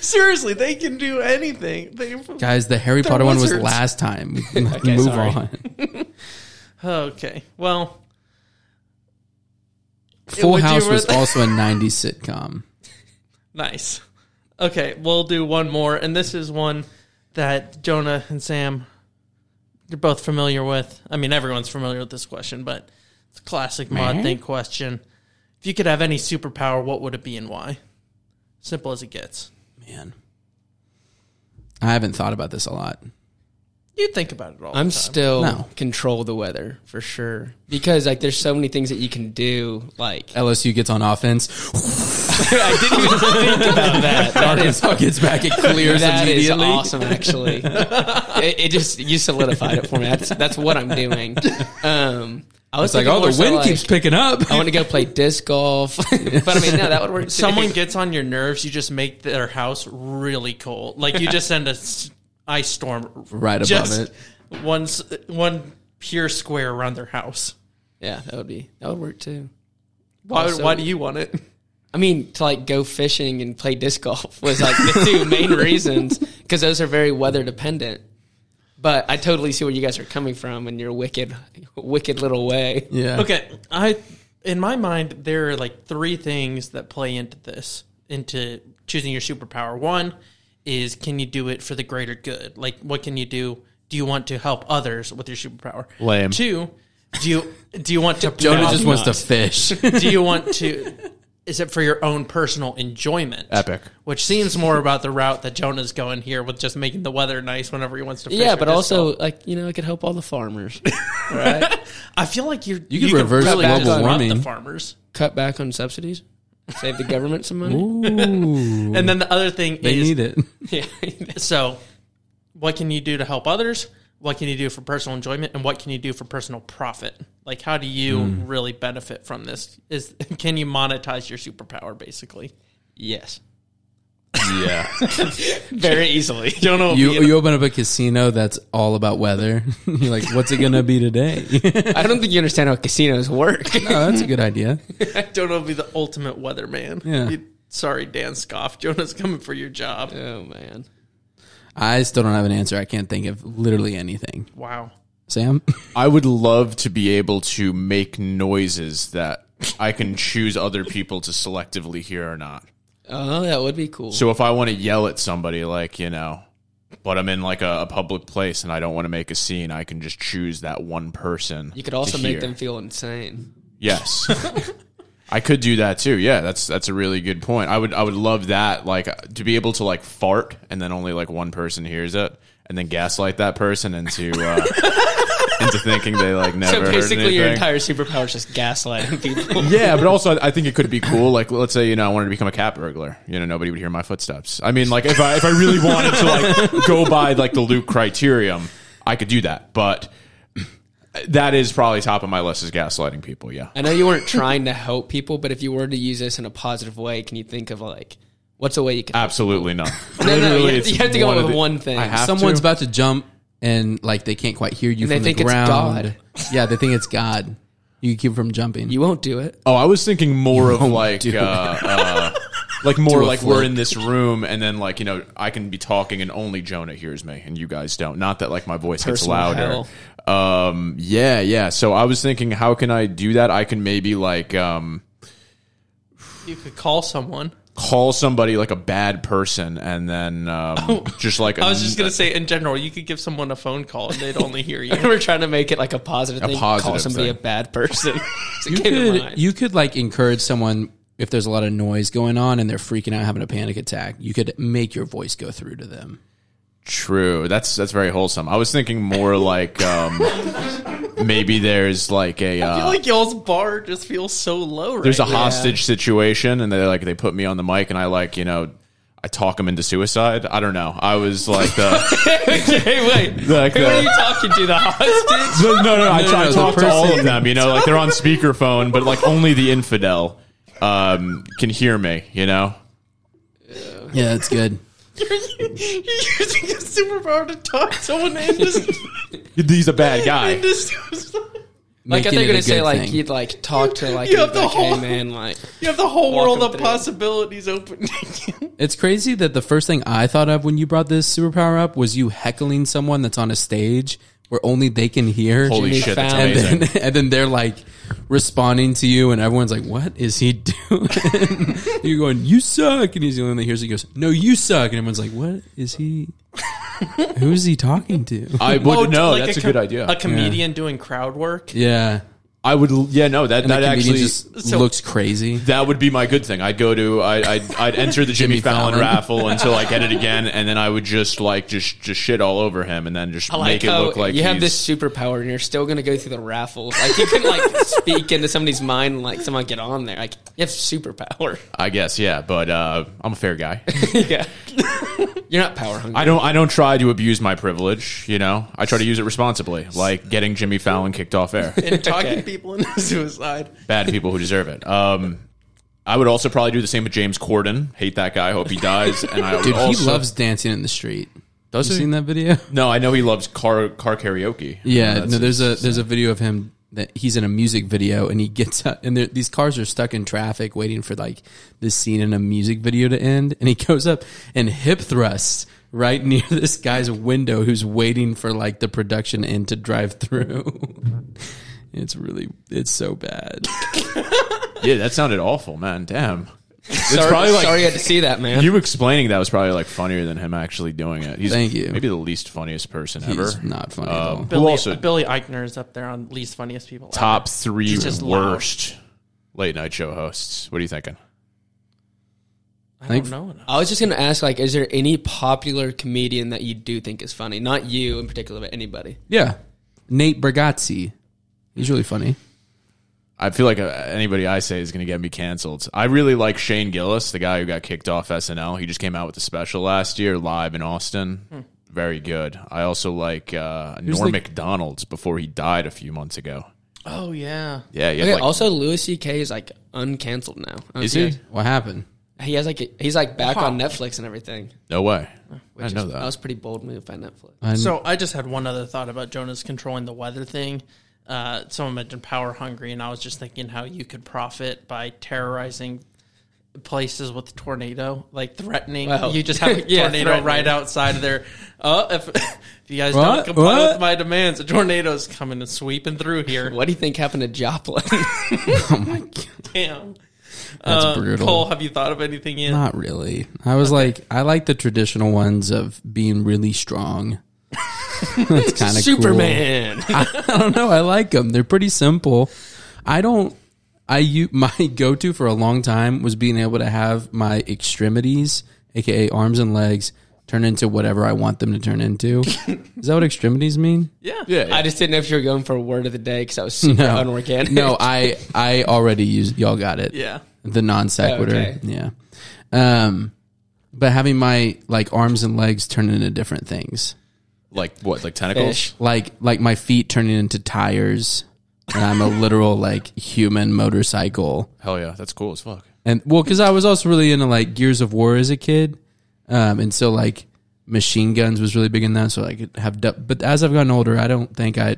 Speaker 3: Seriously, they can do anything. They,
Speaker 1: guys. The Harry Potter one was
Speaker 3: wizards.
Speaker 1: last time. Move
Speaker 4: sorry.
Speaker 1: on.
Speaker 3: okay. Well,
Speaker 1: Full
Speaker 3: Would you
Speaker 1: House was
Speaker 3: rather-
Speaker 1: also a '90s sitcom.
Speaker 3: nice. Okay, we'll do one more, and this is one that Jonah and Sam you're both familiar with. I mean, everyone's familiar with this question, but it's a classic mod thing question. If you could have any superpower, what would it be and why? Simple as it gets.
Speaker 1: Man, I haven't thought about this a lot.
Speaker 3: You think about it all.
Speaker 4: I'm
Speaker 3: the time.
Speaker 4: still
Speaker 1: No.
Speaker 4: control the weather
Speaker 3: *laughs*
Speaker 4: for sure. Because like there's so many things that you can do. Like *laughs*
Speaker 1: LSU gets on offense. *laughs*
Speaker 4: I didn't even think about that. That is
Speaker 1: Arkansas gets back. It clears
Speaker 4: That is
Speaker 1: immediately.
Speaker 4: awesome, *laughs* actually. it, it just you solidified it for me. That's, that's what I'm doing. Um, I
Speaker 1: It's
Speaker 4: was
Speaker 1: like,
Speaker 4: thinking
Speaker 1: oh,
Speaker 4: more
Speaker 1: the
Speaker 4: so
Speaker 1: wind
Speaker 4: like,
Speaker 1: keeps picking up.
Speaker 4: I want to go play disc golf, *laughs* but I mean, no, that would work.
Speaker 3: *laughs*
Speaker 4: too.
Speaker 3: someone gets on your nerves, you just make their house really cold. Like you just send a s- ice storm
Speaker 1: Right above
Speaker 3: just
Speaker 1: it.
Speaker 3: One s- one pure square around their house.
Speaker 4: *laughs* yeah, that would be that would work too.
Speaker 3: Why,
Speaker 4: Also-
Speaker 3: why do you want it?
Speaker 4: I mean, to like go fishing and play disc golf was like the two main reasons because those are very weather dependent. But I totally see where you guys are coming from in your wicked, wicked little way.
Speaker 1: Yeah.
Speaker 3: Okay, I in my mind there are like three things that play into this into choosing your superpower. One is can you do it for the greater good? Like what can you do? Do you want to help others with your superpower?
Speaker 2: Lame.
Speaker 3: Two, do you do you want to
Speaker 1: Jonah
Speaker 3: No,
Speaker 1: just
Speaker 3: do
Speaker 1: wants
Speaker 3: not.
Speaker 1: to fish.
Speaker 3: do you want to is it for your own personal enjoyment
Speaker 2: Epic.
Speaker 3: which seems more about the route that jonah's going here with just making the weather nice whenever he wants to fish
Speaker 4: Yeah,
Speaker 3: or
Speaker 4: but
Speaker 3: disc
Speaker 4: also
Speaker 3: golf.
Speaker 4: like you know, it could help all the farmers.
Speaker 3: i feel like you're
Speaker 1: You could reverse
Speaker 4: global
Speaker 3: disrupt
Speaker 1: warming.
Speaker 3: the farmers
Speaker 4: Cut back on subsidies, save the government some money.
Speaker 1: Ooh,
Speaker 3: and then the other thing
Speaker 1: they
Speaker 3: is
Speaker 1: need it.
Speaker 4: Yeah,
Speaker 3: *laughs* so what can you do to help others what can you do for personal enjoyment and what can you do for personal profit like how do you
Speaker 1: Hmm.
Speaker 3: really benefit *laughs* from this is can you monetize your superpower basically
Speaker 4: yes.
Speaker 2: yeah.
Speaker 4: very
Speaker 3: *laughs*
Speaker 4: easily.
Speaker 3: Don't know.
Speaker 1: You you open up a casino that's all about weather. *laughs* You're like, what's it gonna be today? *laughs*
Speaker 4: I don't think you understand how casinos *laughs* work.
Speaker 1: oh, that's a good idea.
Speaker 3: *laughs* I don't know. Be the ultimate weatherman.
Speaker 1: Yeah.
Speaker 3: You- sorry, Dan Scoff. Jonah's coming for your job.
Speaker 4: oh man.
Speaker 1: I still don't have an answer. I can't think of literally anything.
Speaker 3: Wow.
Speaker 1: Sam,
Speaker 2: I would love to be able to make noises that I can choose other people to selectively hear or not.
Speaker 4: Oh, that would be cool.
Speaker 2: So if I want to yell at somebody, like, you know, but I'm in like a, a public place and I don't want to make a scene, I can just choose that one person.
Speaker 4: You could also
Speaker 2: to
Speaker 4: make
Speaker 2: hear.
Speaker 4: them feel insane.
Speaker 2: Yes. *laughs* I could do that too. Yeah, that's that's a really good point. I would I would love that like to be able to like fart and then only like one person hears it and then gaslight that person into uh, *laughs* into thinking they like never
Speaker 4: So
Speaker 2: heard
Speaker 4: basically,
Speaker 2: anything.
Speaker 4: your entire superpower is just *laughs* gaslighting people.
Speaker 2: yeah, but also I I think it could be cool. Like, let's say you know I wanted to become a cat burglar. You know, nobody would hear my footsteps. I mean, like if I if I really wanted to like *laughs* go by like the Luke criterium, I could do that. But *clears throat* that is probably top of my list is gaslighting people. Yeah,
Speaker 4: I know you weren't trying to help people, but if you were to use this in a positive way, can you think of like what's a way you can?
Speaker 2: absolutely
Speaker 3: *laughs*
Speaker 2: not.
Speaker 4: no, no, you
Speaker 2: Literally,
Speaker 4: have,
Speaker 2: it's
Speaker 4: to- you have to go
Speaker 2: of
Speaker 4: with
Speaker 2: the-
Speaker 4: one thing.
Speaker 2: I have
Speaker 1: someone's
Speaker 2: to.
Speaker 1: about to jump and like they can't quite hear you
Speaker 4: And they
Speaker 1: from
Speaker 4: think
Speaker 1: the
Speaker 4: it's
Speaker 1: ground. Yeah, they think it's God. You keep from jumping.
Speaker 4: you won't do it. *laughs*
Speaker 2: Oh, I was thinking more of like uh, uh, like more
Speaker 1: Do a
Speaker 2: like we're
Speaker 1: flip.
Speaker 2: in this room, and then like you know I can be talking, and only Jonah hears me, and you guys don't. Not that like my voice gets
Speaker 4: Personal
Speaker 2: louder. Um, yeah, yeah. So I was thinking, how can I do that? I can maybe like um,
Speaker 3: You could call someone.
Speaker 2: call somebody like a bad person, and then
Speaker 3: *laughs*
Speaker 2: um, just like
Speaker 3: Oh, I was just gonna say in general, you could give someone a phone call and they'd only
Speaker 2: *laughs*
Speaker 3: hear you.
Speaker 4: We're trying to make it like a positive
Speaker 2: A
Speaker 4: thing. Call
Speaker 2: positive
Speaker 4: somebody
Speaker 2: thing.
Speaker 4: a
Speaker 2: *laughs*
Speaker 4: bad person. So
Speaker 1: You
Speaker 4: keep in
Speaker 1: could,
Speaker 4: mind.
Speaker 1: you could like encourage someone if there's a lot of noise going on and they're freaking out having a panic attack you could make your voice go through to them
Speaker 2: True. That's that's very wholesome. I was thinking more like
Speaker 3: *laughs*
Speaker 2: um, maybe there's like a.
Speaker 3: I feel
Speaker 2: Uh,
Speaker 3: like y'all's bar just feels so low. Right
Speaker 2: there's a
Speaker 3: now. *laughs*
Speaker 2: hostage situation and they like they put me on the mic and I like you know I talk them into suicide. I don't know. I was like
Speaker 1: *laughs*
Speaker 2: the
Speaker 4: hey, wait.
Speaker 2: like
Speaker 4: Who are you
Speaker 2: the.
Speaker 4: talking to? The
Speaker 2: *laughs*
Speaker 4: hostage?
Speaker 2: No, no, no, I,
Speaker 1: No, no,
Speaker 2: I
Speaker 1: no, the
Speaker 2: talked to all of
Speaker 1: person-
Speaker 2: them. You know, like they're on speakerphone, but like only the infidel um, can hear me. You know,
Speaker 1: yeah that's good
Speaker 3: *laughs* You're using a superpower to talk someone into
Speaker 2: he's a bad guy.
Speaker 3: into suicide.
Speaker 4: *laughs* Like
Speaker 1: Making
Speaker 4: I
Speaker 1: it
Speaker 4: think you're
Speaker 1: a
Speaker 4: gonna say
Speaker 1: good
Speaker 4: like
Speaker 1: thing.
Speaker 4: you'd like talk to like
Speaker 3: You
Speaker 4: you'd
Speaker 3: have
Speaker 4: be
Speaker 3: the
Speaker 4: like, hey
Speaker 3: whole-
Speaker 4: man like
Speaker 3: You have the whole
Speaker 4: Walk
Speaker 3: world
Speaker 4: them
Speaker 3: of
Speaker 4: through.
Speaker 3: possibilities open.
Speaker 1: it's crazy that the first thing i thought of when you brought this superpower up was you heckling someone that's on a stage where only they can hear
Speaker 2: Holy
Speaker 4: Jimmy
Speaker 2: shit, that's
Speaker 4: Fallon.
Speaker 1: and
Speaker 2: amazing.
Speaker 1: then, *laughs* and then they're like responding to you and everyone's like what is he *laughs* doing you're going you suck and he's the only one that hears it he goes no you suck and everyone's like what is
Speaker 2: *laughs*
Speaker 1: he who's he talking to
Speaker 2: I would know.
Speaker 3: Oh, like
Speaker 2: that's a,
Speaker 3: com-
Speaker 2: good idea.
Speaker 3: A comedian doing crowd work.
Speaker 1: yeah
Speaker 2: I would. Yeah, no, that
Speaker 1: and
Speaker 2: that
Speaker 1: the comedian
Speaker 2: actually
Speaker 1: just
Speaker 3: so-
Speaker 1: looks crazy.
Speaker 2: That would be my good thing. I'd go to I, I'd I'd enter the Jimmy,
Speaker 1: Jimmy
Speaker 2: Fallon,
Speaker 1: Fallon.
Speaker 2: raffle until I get it again, and then I would just like just just shit all over him, and then just
Speaker 4: I like
Speaker 2: make it
Speaker 4: how
Speaker 2: look like
Speaker 4: you have
Speaker 2: he's-
Speaker 4: this superpower and you're still gonna go through the raffles. Like you
Speaker 2: *laughs*
Speaker 4: can like speak into somebody's mind and like someone get on there. Like you have superpower. *laughs*
Speaker 2: I guess yeah, but uh, I'm a fair guy.
Speaker 4: yeah. *laughs* You're not power hungry.
Speaker 2: I don't I don't try to abuse my privilege. You know, I try to use it responsibly, like getting Jimmy Fallon kicked off air.
Speaker 3: And talking people into *laughs* suicide.
Speaker 2: Bad people who deserve it. Um, I would also probably do the same with James Corden. Hate that guy. Hope he dies. And I would
Speaker 1: Dude,
Speaker 2: also,
Speaker 1: he loves dancing in the street.
Speaker 2: Does
Speaker 1: You
Speaker 2: he?
Speaker 1: seen that video?
Speaker 2: No, I know he loves car car karaoke.
Speaker 1: Yeah,
Speaker 2: Oh, That's
Speaker 1: no. There's a there's a video of him that he's in a music video and he gets *laughs* up and there, these cars are stuck in traffic waiting for like this scene in a music video to end and he *laughs* goes up and hip thrusts right near *laughs* this guy's window who's waiting for like the production end to drive through. *laughs* it's really it's so bad.
Speaker 2: Yeah, that sounded awful, man. Damn. It's
Speaker 4: *laughs* sorry,
Speaker 2: probably like
Speaker 4: sorry you had to see that, man.
Speaker 2: you explaining that was probably like funnier than him actually doing it. He's
Speaker 1: Thank you.
Speaker 2: Maybe the least funniest person ever.
Speaker 1: He's not funny at all.
Speaker 2: Um, who
Speaker 3: Billy,
Speaker 2: also
Speaker 3: Billy Eichner is up there on least funniest people. ever.
Speaker 2: top three
Speaker 3: He's just loud.
Speaker 2: worst late night show hosts. What are you thinking?
Speaker 3: I
Speaker 1: Thank-
Speaker 3: don't know. enough.
Speaker 4: I was just gonna ask, like, is there any popular comedian that you do think is funny? Not you in particular, but anybody.
Speaker 1: Yeah, Nate Bargatze. He's really funny.
Speaker 2: I feel like uh, anybody I say is going to get me canceled. I really like Shane Gillis, the guy who got kicked off SNL. He just came out with a special last year live in Austin. Very good. I also like uh, Norm
Speaker 1: the-
Speaker 2: McDonald's before he died a few months ago.
Speaker 3: Oh yeah.
Speaker 2: Yeah, yeah.
Speaker 4: Okay,
Speaker 2: like,
Speaker 4: also Louis C.K. is like uncanceled now. I don't
Speaker 2: Is
Speaker 4: see
Speaker 2: he?
Speaker 4: it.
Speaker 1: What happened?
Speaker 4: He has like a, he's like back on Netflix and everything.
Speaker 2: No way. I
Speaker 4: which
Speaker 2: know
Speaker 4: is-
Speaker 2: that.
Speaker 4: That was a pretty bold move by Netflix.
Speaker 3: So I just had one other thought about Jonah's controlling the weather thing. Uh, someone mentioned power hungry, and I was just thinking how you could profit by terrorizing places with tornado, like threatening.
Speaker 4: Well,
Speaker 3: you just have a
Speaker 4: yeah,
Speaker 3: tornado
Speaker 4: threatening.
Speaker 3: right outside of there. Oh, if, *laughs* if you guys
Speaker 1: What?
Speaker 3: don't comply
Speaker 1: What?
Speaker 3: with my demands, a tornado's coming and sweeping through here.
Speaker 4: What do you think happened to Joplin? *laughs*
Speaker 1: oh my god,
Speaker 3: Damn.
Speaker 1: that's
Speaker 3: Uh,
Speaker 1: brutal.
Speaker 3: Cole, have you thought of anything yet?
Speaker 1: Not really. I was like, I like the traditional ones of being really strong. That's kind of
Speaker 4: Superman.
Speaker 1: I don't know. I like them. They're pretty simple. I don't. I u- *laughs* my go to for a long time was being able to have my extremities, aka arms and legs, turn into whatever I want them to turn into. Is that what extremities mean?
Speaker 3: yeah.
Speaker 2: yeah, yeah.
Speaker 4: I just didn't know if you were going for word of the day because that was super unorganic. *laughs*
Speaker 1: No, I I already used. Y'all got it.
Speaker 3: Yeah.
Speaker 1: the non sequitur.
Speaker 4: Okay.
Speaker 1: Yeah. Um, but having my like arms and legs turn into different things,
Speaker 2: like what? Like tentacles?
Speaker 4: Fish.
Speaker 1: like like my feet turning into tires, and I'm a literal like human motorcycle.
Speaker 2: Hell yeah, that's cool as fuck.
Speaker 1: And well, because I was also really into like Gears of War as a kid, um, and so like machine guns was really big in that. So I could have, du- but as I've gotten older, I don't think I.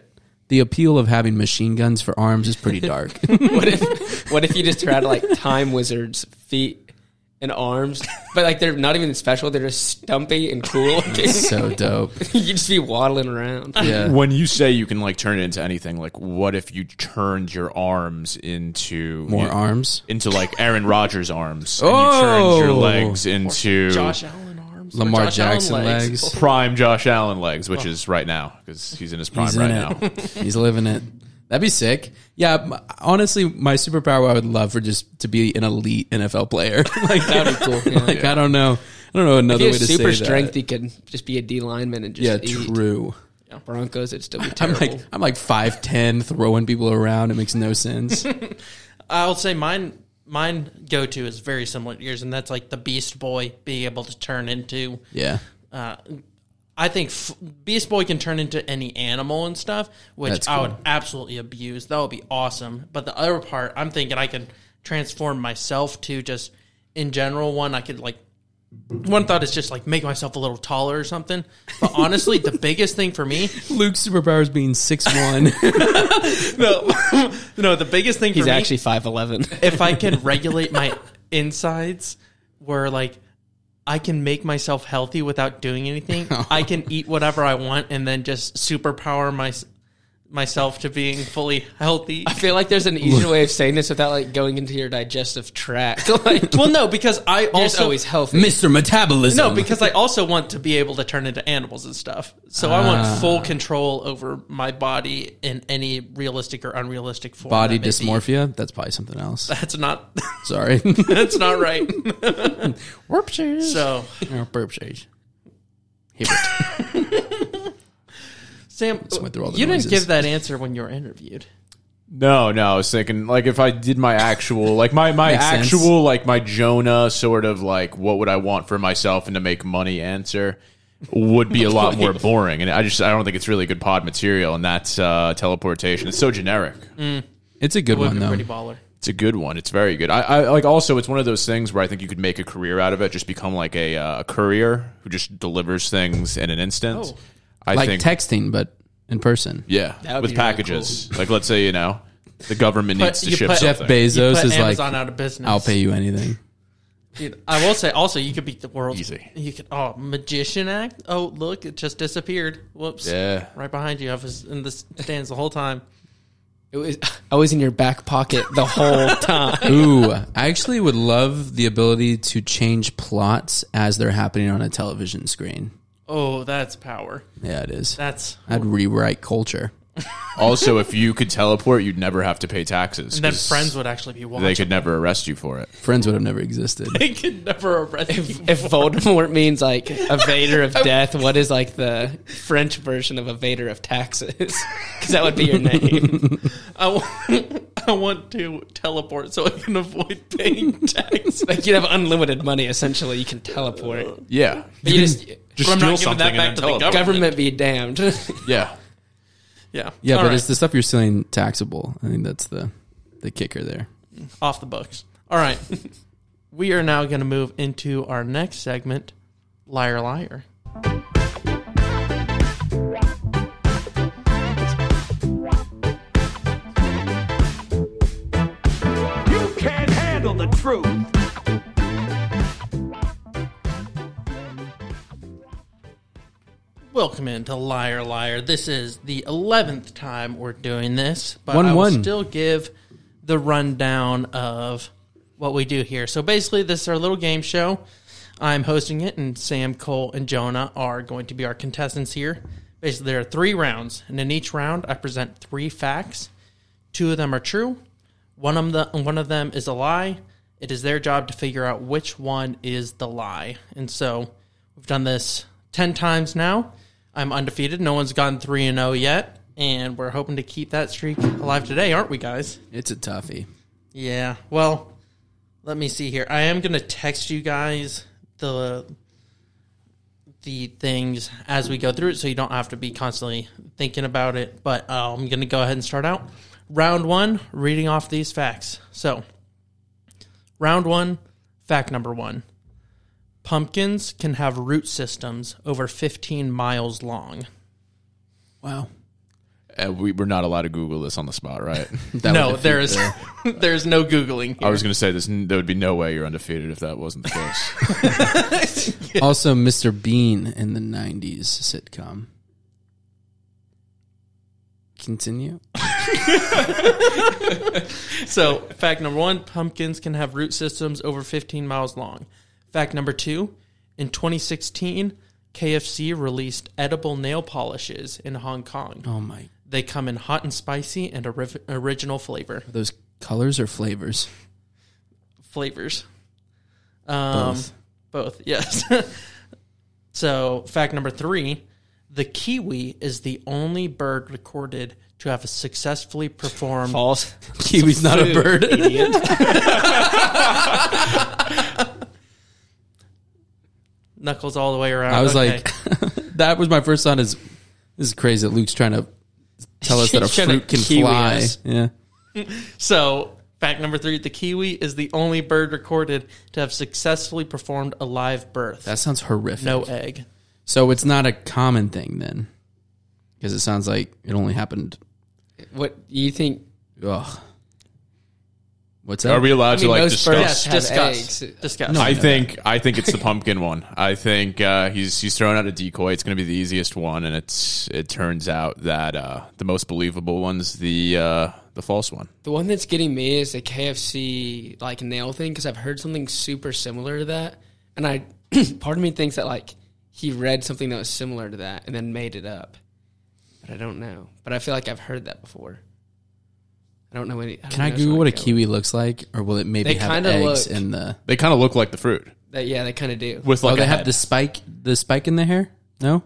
Speaker 1: The appeal of having machine guns for arms is pretty dark.
Speaker 4: What if what if you just try to like time wizards feet and arms, but like they're not even special. They're just stumpy and cool.
Speaker 1: *laughs*
Speaker 4: *laughs*
Speaker 1: so dope.
Speaker 4: you just be waddling around.
Speaker 1: Yeah.
Speaker 2: When you say you can like turn it into anything, like what if you turned your arms into
Speaker 1: More
Speaker 2: you-
Speaker 1: arms.
Speaker 2: into like Aaron Rodgers arms? and you turned your
Speaker 1: Oh!
Speaker 2: legs into
Speaker 3: Josh Allen arms.
Speaker 1: Lamar
Speaker 3: Josh Allen
Speaker 1: Jackson legs.
Speaker 2: prime Josh Allen legs, which is right now because he's in his prime
Speaker 1: Oh. He's
Speaker 2: right
Speaker 1: in
Speaker 2: now.
Speaker 1: it. *laughs* He's living it. That'd be sick. Yeah, m- honestly, my superpower I would love for just to be an elite NFL player. *laughs*
Speaker 4: *laughs*
Speaker 1: like that'd be cool. *laughs* like I don't know, I don't know
Speaker 4: If
Speaker 1: another
Speaker 4: you
Speaker 1: way
Speaker 4: have
Speaker 1: to
Speaker 4: super
Speaker 1: say
Speaker 4: strength,
Speaker 1: that.
Speaker 4: you can just be a D lineman and just
Speaker 1: Yeah,
Speaker 4: eat
Speaker 1: true.
Speaker 4: Broncos. It'd still be
Speaker 1: *laughs* I'm
Speaker 4: terrible.
Speaker 1: like I'm like five ten, throwing people around. It makes no sense.
Speaker 3: I'll say mine. Mine go to is very similar to yours, and that's like the Beast Boy being able to turn into.
Speaker 1: Yeah,
Speaker 3: Uh, I think f- Beast Boy can turn into any animal and stuff, which
Speaker 1: That's
Speaker 3: I would
Speaker 1: cool.
Speaker 3: absolutely abuse. That would be awesome. But the other part, I'm thinking I could transform myself to just in general one. I could like one thought is just like make myself a little taller or something. But honestly, the *laughs* biggest thing for me,
Speaker 1: Luke's superpower is being six one.
Speaker 3: no, no, the biggest thing
Speaker 4: He's
Speaker 3: for me,
Speaker 4: actually
Speaker 1: *laughs*
Speaker 4: five eleven.
Speaker 3: if I can regulate my insides, where like I can make myself healthy without doing anything,
Speaker 1: *laughs*
Speaker 3: I can eat whatever I want and then just superpower my myself to being fully healthy.
Speaker 4: I feel like there's an easier way of saying this without like going into your digestive tract. *laughs* Like
Speaker 3: well, no, because I
Speaker 4: there's
Speaker 3: also
Speaker 4: always healthy.
Speaker 1: Mister Metabolism.
Speaker 3: no, because I also want to be able to turn into animals and stuff. So I
Speaker 1: Ah.
Speaker 3: want full control over my body in any realistic or unrealistic form.
Speaker 1: body
Speaker 3: that may be.
Speaker 1: dysmorphia. That's probably something else.
Speaker 3: *laughs* That's not.
Speaker 1: *laughs*
Speaker 3: *laughs*
Speaker 1: Sorry.
Speaker 3: That's not right. So,
Speaker 1: *laughs* Burpshires.
Speaker 3: Sam,
Speaker 1: went through all the
Speaker 3: you
Speaker 1: noises.
Speaker 3: didn't give that answer when you were interviewed.
Speaker 2: No, no, I was thinking like if I did my actual like my my
Speaker 1: Makes sense.
Speaker 2: actual like my Jonah sort of like what would I want for myself and to make money answer would be a lot more boring and I just I don't think it's really good pod material and that's uh teleportation. It's so generic.
Speaker 1: It's a good
Speaker 3: Would
Speaker 1: one
Speaker 3: be
Speaker 1: though.
Speaker 3: pretty baller.
Speaker 2: It's a good one. It's very good. I, I like also it's one of those things where I think you could make a career out of it. Just become like a, uh, a courier who just delivers things in an instant.
Speaker 3: Oh.
Speaker 2: I
Speaker 1: Like
Speaker 2: think
Speaker 1: texting, but in person.
Speaker 2: yeah,
Speaker 4: would
Speaker 2: with
Speaker 4: be really
Speaker 2: packages. Like let's say you know the government needs to
Speaker 3: you
Speaker 2: ship
Speaker 3: put-
Speaker 1: Jeff
Speaker 2: something.
Speaker 3: You
Speaker 1: Bezos
Speaker 3: put
Speaker 1: is
Speaker 3: Amazon
Speaker 1: like,
Speaker 3: out of business.
Speaker 1: I'll pay you
Speaker 3: *laughs*
Speaker 1: anything.
Speaker 3: Dude, I will say also, you could beat the world.
Speaker 2: Easy.
Speaker 3: You could. Oh, magician act. Oh, look, it just disappeared. Whoops.
Speaker 2: Yeah.
Speaker 3: Right behind you. I was in the stands the whole time.
Speaker 4: It was, I was in your back pocket the whole time.
Speaker 1: Ooh, I actually would love the ability to change plots as they're happening on a television screen.
Speaker 3: Oh, that's power.
Speaker 1: Yeah, it is.
Speaker 3: That's
Speaker 1: I'd rewrite culture.
Speaker 2: Also, if you could teleport, you'd never have to pay taxes.
Speaker 3: and then
Speaker 2: 'cause
Speaker 3: friends would actually be watching. *laughs*
Speaker 2: They could never arrest you for it.
Speaker 1: Friends would have never existed.
Speaker 3: They could never arrest you.
Speaker 4: If Voldemort means like evader of death, what is like the French version of evader of taxes? *laughs* Because that would be your name.
Speaker 3: I want, *laughs* I want to teleport so I can avoid paying *laughs* tax.
Speaker 4: Like you'd have unlimited money essentially. You can teleport.
Speaker 2: Yeah,
Speaker 4: You just
Speaker 2: just
Speaker 3: I'm not
Speaker 2: steal something
Speaker 3: giving that
Speaker 2: and
Speaker 3: back
Speaker 2: then
Speaker 3: to the
Speaker 2: teleport.
Speaker 3: government.
Speaker 4: government be damned. *laughs*
Speaker 2: Yeah,
Speaker 3: Yeah.
Speaker 1: Yeah,
Speaker 3: All
Speaker 1: but
Speaker 3: right.
Speaker 1: it's the stuff you're selling taxable. I think that's the the kicker there.
Speaker 3: off the books. All right. *laughs* we are now going to move into our next segment, Liar Liar.
Speaker 6: You can't handle the truth.
Speaker 3: Welcome into Liar Liar. This is the eleventh time we're doing this, but
Speaker 1: One,
Speaker 3: I will
Speaker 1: one.
Speaker 3: still give the rundown of what we do here. So basically, this is our little game show. I'm hosting it, and Sam, Cole, and Jonah are going to be our contestants here. Basically, there are three rounds, and in each round, I present three facts. Two of them are true. One of them, one of them is a lie. It is their job to figure out which one is the lie. And so we've done this ten times now. I'm undefeated. No one's gone three and zero yet, and we're hoping to keep that streak alive today, aren't we, guys?
Speaker 1: It's a toughie.
Speaker 3: Yeah. Well, let me see here. I am gonna text you guys the the things as we go through it, so you don't have to be constantly thinking about it. But uh, I'm gonna go ahead and start out round one, reading off these facts. So, round one, fact number one: pumpkins can have root systems over 15 miles long.
Speaker 1: Wow.
Speaker 2: Uh, we, we're not allowed to Google this on the spot, right?
Speaker 1: That
Speaker 3: no,
Speaker 1: would defeat
Speaker 3: there is
Speaker 1: the-
Speaker 3: *laughs* there is no googling.
Speaker 2: I
Speaker 3: Here.
Speaker 2: was going to say this. There would be no way you're undefeated if that wasn't the
Speaker 4: *laughs*
Speaker 2: case.
Speaker 1: *laughs* also Mr. Bean in the 90s sitcom. Continue.
Speaker 3: So, fact number one pumpkins can have root systems over 15 miles long. Fact number two in 2016, KFC released edible nail polishes in Hong Kong.
Speaker 1: Oh my.
Speaker 3: They come in hot and spicy and ori- original flavor.
Speaker 1: Those colors or flavors?
Speaker 3: Flavors. Um,
Speaker 1: Both.
Speaker 3: Both, *laughs* yes. so, fact number three the kiwi is the only bird recorded to have successfully performed
Speaker 4: False.
Speaker 1: Kiwi's not a bird.
Speaker 3: knuckles all the way around.
Speaker 1: I was
Speaker 3: Okay.
Speaker 1: like, *laughs* that was my first thought. Is this is crazy that Luke's trying to tell
Speaker 4: *laughs*
Speaker 1: us that a
Speaker 4: He's trying to
Speaker 1: fruit can
Speaker 4: kiwi
Speaker 1: fly?
Speaker 4: us.
Speaker 1: Yeah.
Speaker 3: So, fact number three the kiwi is the only bird recorded to have successfully performed a live birth.
Speaker 1: That sounds horrific.
Speaker 3: no egg.
Speaker 1: So it's not a common thing then, because it sounds like it only happened.
Speaker 4: What you think?
Speaker 1: Ugh. What's
Speaker 2: Are
Speaker 1: that?
Speaker 2: we allowed
Speaker 4: I
Speaker 2: to
Speaker 4: mean,
Speaker 2: like
Speaker 4: most
Speaker 2: discuss?
Speaker 4: birds-
Speaker 3: Yes,
Speaker 4: have
Speaker 3: discuss.
Speaker 4: eggs.
Speaker 3: Discuss.
Speaker 2: I think I think it's the pumpkin one. I think uh, he's he's throwing out a decoy. It's going to be the easiest one, and it's it turns out that uh, the most believable one's the uh, the false one.
Speaker 4: The one that's getting me is the KFC like nail thing because I've heard something super similar to that, and I *clears throat* part of me thinks that like he read something that was similar to that and then made it up, but I don't know. But I feel like I've heard that before. I don't know any. don't
Speaker 1: Can I
Speaker 4: know someone
Speaker 1: Google what a
Speaker 4: to go with.
Speaker 1: kiwi looks like, or will it maybe
Speaker 4: They
Speaker 1: have
Speaker 4: kinda
Speaker 1: eggs
Speaker 4: look-
Speaker 1: in the?
Speaker 2: They kind of look like the fruit
Speaker 4: That, yeah, they kind of do.
Speaker 2: with
Speaker 1: oh,
Speaker 2: like a
Speaker 1: they have
Speaker 2: head.
Speaker 1: the spike, the spike in the hair. No,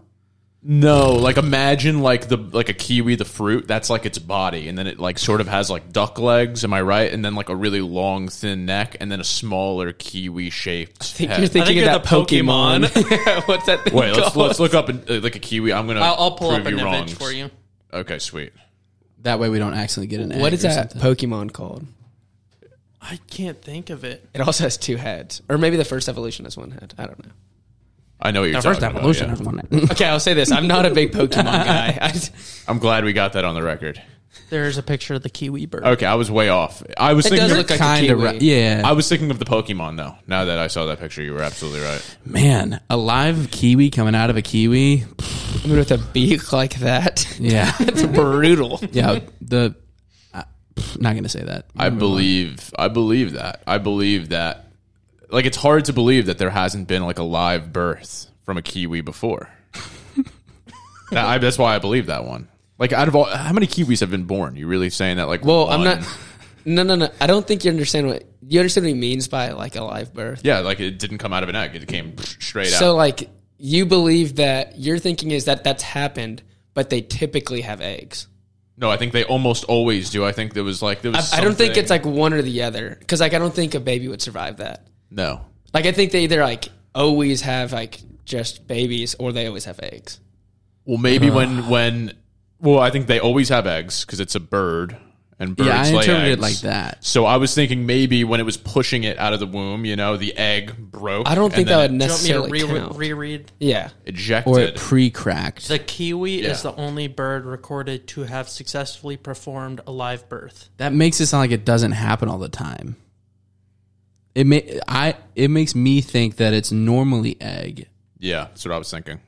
Speaker 2: No, like imagine like the like a kiwi, the fruit that's like its body, and then it like sort of has like duck legs. Am I right? And then like a really long, thin neck, and then a smaller kiwi shaped. I
Speaker 4: think you're thinking
Speaker 3: you're
Speaker 4: of
Speaker 3: the
Speaker 4: that Pokemon.
Speaker 3: *laughs*
Speaker 4: What's that thing
Speaker 2: Wait, let's
Speaker 4: called?
Speaker 2: let's look up an, uh, like a kiwi. I'm gonna.
Speaker 3: I'll, I'll pull
Speaker 2: prove
Speaker 3: up an
Speaker 2: you wrong.
Speaker 3: image for you.
Speaker 2: Okay, sweet.
Speaker 1: that way we don't accidentally get an egg.
Speaker 4: *laughs* What is
Speaker 1: or
Speaker 4: that
Speaker 1: something.
Speaker 4: Pokemon called?
Speaker 3: I can't think of it.
Speaker 4: It also has two heads, or maybe the first evolution has one head. I don't know.
Speaker 2: I know what you're
Speaker 1: The
Speaker 2: talking
Speaker 1: first
Speaker 2: about,
Speaker 1: evolution.
Speaker 2: yeah.
Speaker 1: of one-
Speaker 4: Okay, I'll say this: I'm not a big
Speaker 1: *laughs*
Speaker 4: Pokemon guy. I just-
Speaker 2: I'm glad we got that on the record.
Speaker 3: There's a picture of the kiwi bird.
Speaker 2: Okay, I was way off. I was
Speaker 4: It
Speaker 2: thinking.
Speaker 4: does look like
Speaker 1: Kinda
Speaker 4: a kiwi.
Speaker 1: right. Yeah.
Speaker 2: I was thinking of the Pokemon though. Now that I saw that picture, you were absolutely right.
Speaker 1: Man, a live kiwi coming out of a kiwi.
Speaker 4: I mean, with a beak like that,
Speaker 1: Yeah.
Speaker 4: it's brutal.
Speaker 1: *laughs* yeah. The. I- pff, Not gonna say that.
Speaker 2: I believe. I believe that. I believe that. Like it's hard to believe that there hasn't been like a live birth from a kiwi
Speaker 4: *laughs*
Speaker 2: before. That- I, that's why I believe that one. Like out of all, how many kiwis have been born? You really saying that? Like,
Speaker 4: Well, I'm
Speaker 2: one-
Speaker 4: not. No, no, no. I don't think you understand what you understand what he means by like a live birth.
Speaker 2: Yeah, like it didn't come out of an egg; it came straight
Speaker 4: So,
Speaker 2: out.
Speaker 4: like, you believe that your thinking is that that's happened, but they typically have eggs.
Speaker 2: No, I think they almost always do. I think there was like there was.
Speaker 4: I don't think
Speaker 2: something-
Speaker 4: it's like one or the other because like I don't think a baby would survive that.
Speaker 2: no.
Speaker 4: Like, I think they either like always have like just babies or they always have eggs.
Speaker 2: Well, maybe when when well, I think they always have eggs because it's a bird, and birds
Speaker 1: Yeah, I
Speaker 2: lay
Speaker 1: interpreted it
Speaker 2: eggs.
Speaker 1: like that.
Speaker 2: So I was thinking maybe when it was pushing it out of the womb, you know, the egg broke.
Speaker 4: I don't
Speaker 2: and
Speaker 4: think
Speaker 2: then
Speaker 4: that would
Speaker 2: it
Speaker 3: Do you want
Speaker 4: necessarily
Speaker 3: me to re-
Speaker 4: count.
Speaker 3: reread?
Speaker 4: yeah,
Speaker 2: ejected.
Speaker 1: Or it pre cracked.
Speaker 3: The kiwi
Speaker 2: Yeah.
Speaker 3: is the only bird recorded to have successfully performed a live birth.
Speaker 1: That makes it sound like it doesn't happen all the time. It may I it makes me think that it's normally egg.
Speaker 2: yeah, that's what I was thinking.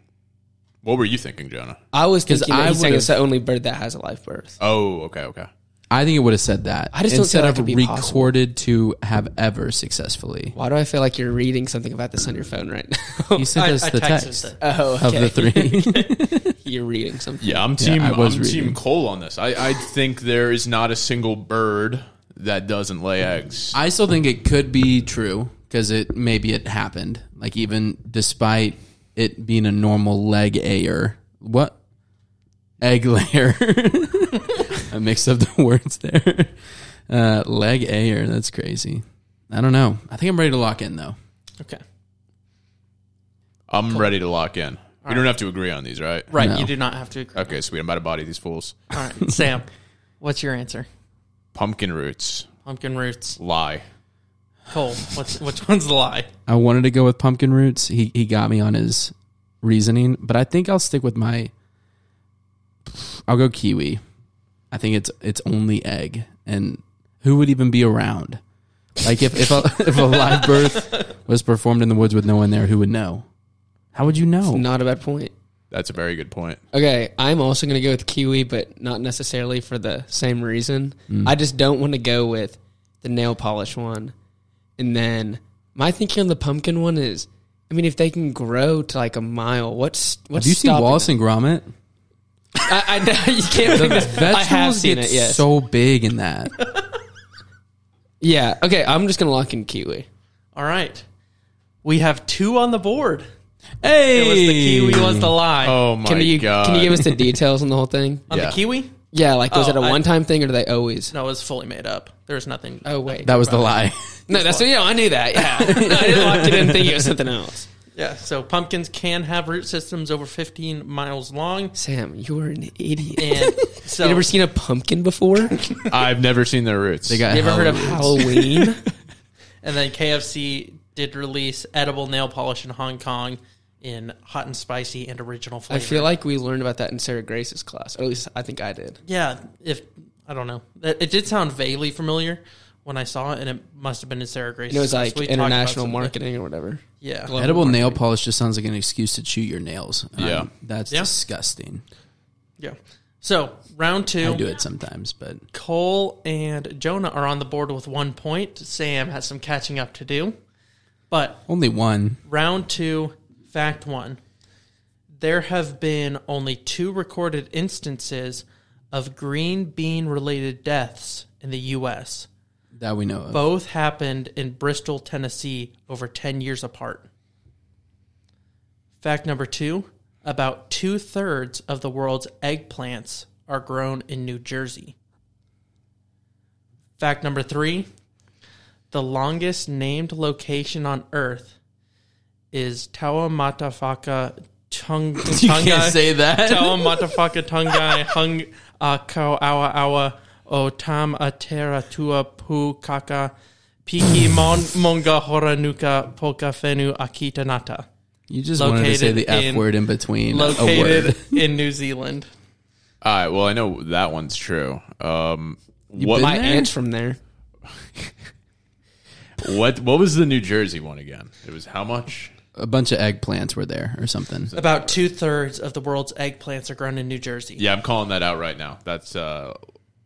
Speaker 2: What were you thinking, Jonah?
Speaker 4: I was thinking
Speaker 1: I
Speaker 4: that he's saying
Speaker 1: would've-
Speaker 4: it's the only bird that has a live birth.
Speaker 2: Oh, okay, okay.
Speaker 1: I think it would have said that.
Speaker 4: I just don't see
Speaker 1: instead
Speaker 4: how that
Speaker 1: of
Speaker 4: could be
Speaker 1: recorded to have ever successfully.
Speaker 4: Why do I feel like you're reading something about this on your phone right
Speaker 3: *laughs*
Speaker 4: now? *laughs*
Speaker 1: You sent
Speaker 3: I-
Speaker 1: us
Speaker 3: I
Speaker 1: the
Speaker 3: texted
Speaker 1: text
Speaker 3: it.
Speaker 4: oh,
Speaker 1: of the three.
Speaker 4: *laughs* You're reading something.
Speaker 2: Yeah, I'm team.
Speaker 1: I was
Speaker 2: I'm team
Speaker 1: reading.
Speaker 2: Cole on this. I, I think there is not a single bird that doesn't lay eggs.
Speaker 1: I still think it could be true because it maybe it happened. Like even despite it being a normal leg ayer, what egg layer? *laughs* I mixed up the *laughs* words there. Uh, leg ayer, that's crazy. I don't know. I think I'm ready to lock in though.
Speaker 3: Okay.
Speaker 2: I'm ready to lock in. We don't have to agree on these, right?
Speaker 3: Right.
Speaker 1: No.
Speaker 3: You do not have to agree.
Speaker 2: Okay, sweet. I'm about to body these fools.
Speaker 3: All right. Sam, *laughs* what's your answer?
Speaker 2: Pumpkin roots
Speaker 3: Pumpkin roots.
Speaker 2: lie.
Speaker 3: Cole, what's, which one's the lie?
Speaker 1: I wanted to go with pumpkin roots. He he got me on his reasoning, but I think I'll stick with my. I'll go kiwi. I think it's it's only egg, and who would even be around? Like if if a, *laughs* if a live birth was performed in the woods with no one there, who would know? How would you know?
Speaker 4: Not a bad point.
Speaker 2: That's a very good point.
Speaker 4: Okay, I'm also going to go with kiwi, but not necessarily for the same reason.
Speaker 1: Mm.
Speaker 4: I just don't want to go with the nail polish one. And then my thinking on the pumpkin one is, I mean, if they can grow to like a mile, what's what's
Speaker 1: Have you seen
Speaker 4: stopping
Speaker 1: Wallace
Speaker 4: them?
Speaker 1: and Gromit?
Speaker 4: *laughs* I, *laughs* I, you can't. believe this. *laughs* I have
Speaker 1: Vegetables
Speaker 4: seen
Speaker 1: get
Speaker 4: it. Yes.
Speaker 1: so big in
Speaker 4: *laughs*
Speaker 1: that.
Speaker 4: yeah. Okay. I'm just gonna lock in kiwi.
Speaker 3: All right. We have two on the board.
Speaker 1: Hey,
Speaker 3: It was the kiwi was the lie.
Speaker 2: Oh my
Speaker 4: Can you
Speaker 2: god!
Speaker 4: can you give us the details on the whole thing?
Speaker 3: on
Speaker 2: yeah.
Speaker 3: the kiwi?
Speaker 4: Yeah. Like, was
Speaker 3: Oh,
Speaker 4: it a
Speaker 3: I-
Speaker 4: one time thing or do they always?
Speaker 3: No, it was fully made up. There was nothing.
Speaker 4: Oh wait.
Speaker 1: that was the lie. *laughs*
Speaker 4: no. That's yeah. I knew that. Yeah. *laughs* no, I didn't lock it in thinking it was something else.
Speaker 3: Yeah. So pumpkins can have root systems over 15 miles
Speaker 4: *laughs*
Speaker 3: long.
Speaker 4: Sam, you were an idiot.
Speaker 3: And so
Speaker 4: you ever seen a pumpkin before? *laughs* you
Speaker 2: I've never seen their roots.
Speaker 1: They got
Speaker 4: ever heard of
Speaker 1: Halloween.
Speaker 4: *laughs* Halloween?
Speaker 3: And then KFC did release edible nail polish in Hong Kong in hot and spicy and original
Speaker 4: I
Speaker 3: flavor.
Speaker 4: feel like we learned about that in Sarah Grace's class. Or at least I think I did.
Speaker 3: yeah, if I don't know, it, it did sound vaguely familiar when I saw it, and it must have been in Sarah Grace.
Speaker 4: You know, it's like international marketing or whatever.
Speaker 3: Yeah,
Speaker 4: Global
Speaker 1: Edible
Speaker 4: marketing.
Speaker 1: nail polish just sounds like an excuse to chew your nails. Um,
Speaker 2: Yeah.
Speaker 1: that's
Speaker 3: Yeah.
Speaker 1: disgusting.
Speaker 3: yeah. So round
Speaker 1: I
Speaker 3: two,
Speaker 1: do it sometimes, but
Speaker 3: Cole and Jonah are on the board with one point. Sam has some catching up to do, but
Speaker 1: only one.
Speaker 3: round two, fact one. There have been only two recorded instances of green bean related deaths in the U.S.
Speaker 1: That we know of.
Speaker 3: Both happened in Bristol, Tennessee, over 10 years apart. Fact number two about two thirds of the world's eggplants are grown in New Jersey. Fact number three the longest named location on Earth is Tawamatafaka Tung- Tungai.
Speaker 1: that.
Speaker 3: Tawa Matafaka Tungai Hung uh, Kau Awa Awa O Tam Atera Tua Pu Kaka Piki Mon Monga Horanuka Poka Fenu Akita Nata.
Speaker 1: You just wanted to say the
Speaker 3: Located
Speaker 1: F
Speaker 3: in-
Speaker 1: word in between a
Speaker 3: Located
Speaker 1: word.
Speaker 3: in New Zealand.
Speaker 2: All right. Well, I know that one's true. Um, what
Speaker 4: My
Speaker 1: been there?
Speaker 4: aunt's from there.
Speaker 2: what what was the New Jersey one again? It was how much?
Speaker 1: A bunch of eggplants were there or something.
Speaker 3: About two thirds of the world's eggplants are grown in New Jersey.
Speaker 2: Yeah, I'm calling that out right now. That's uh,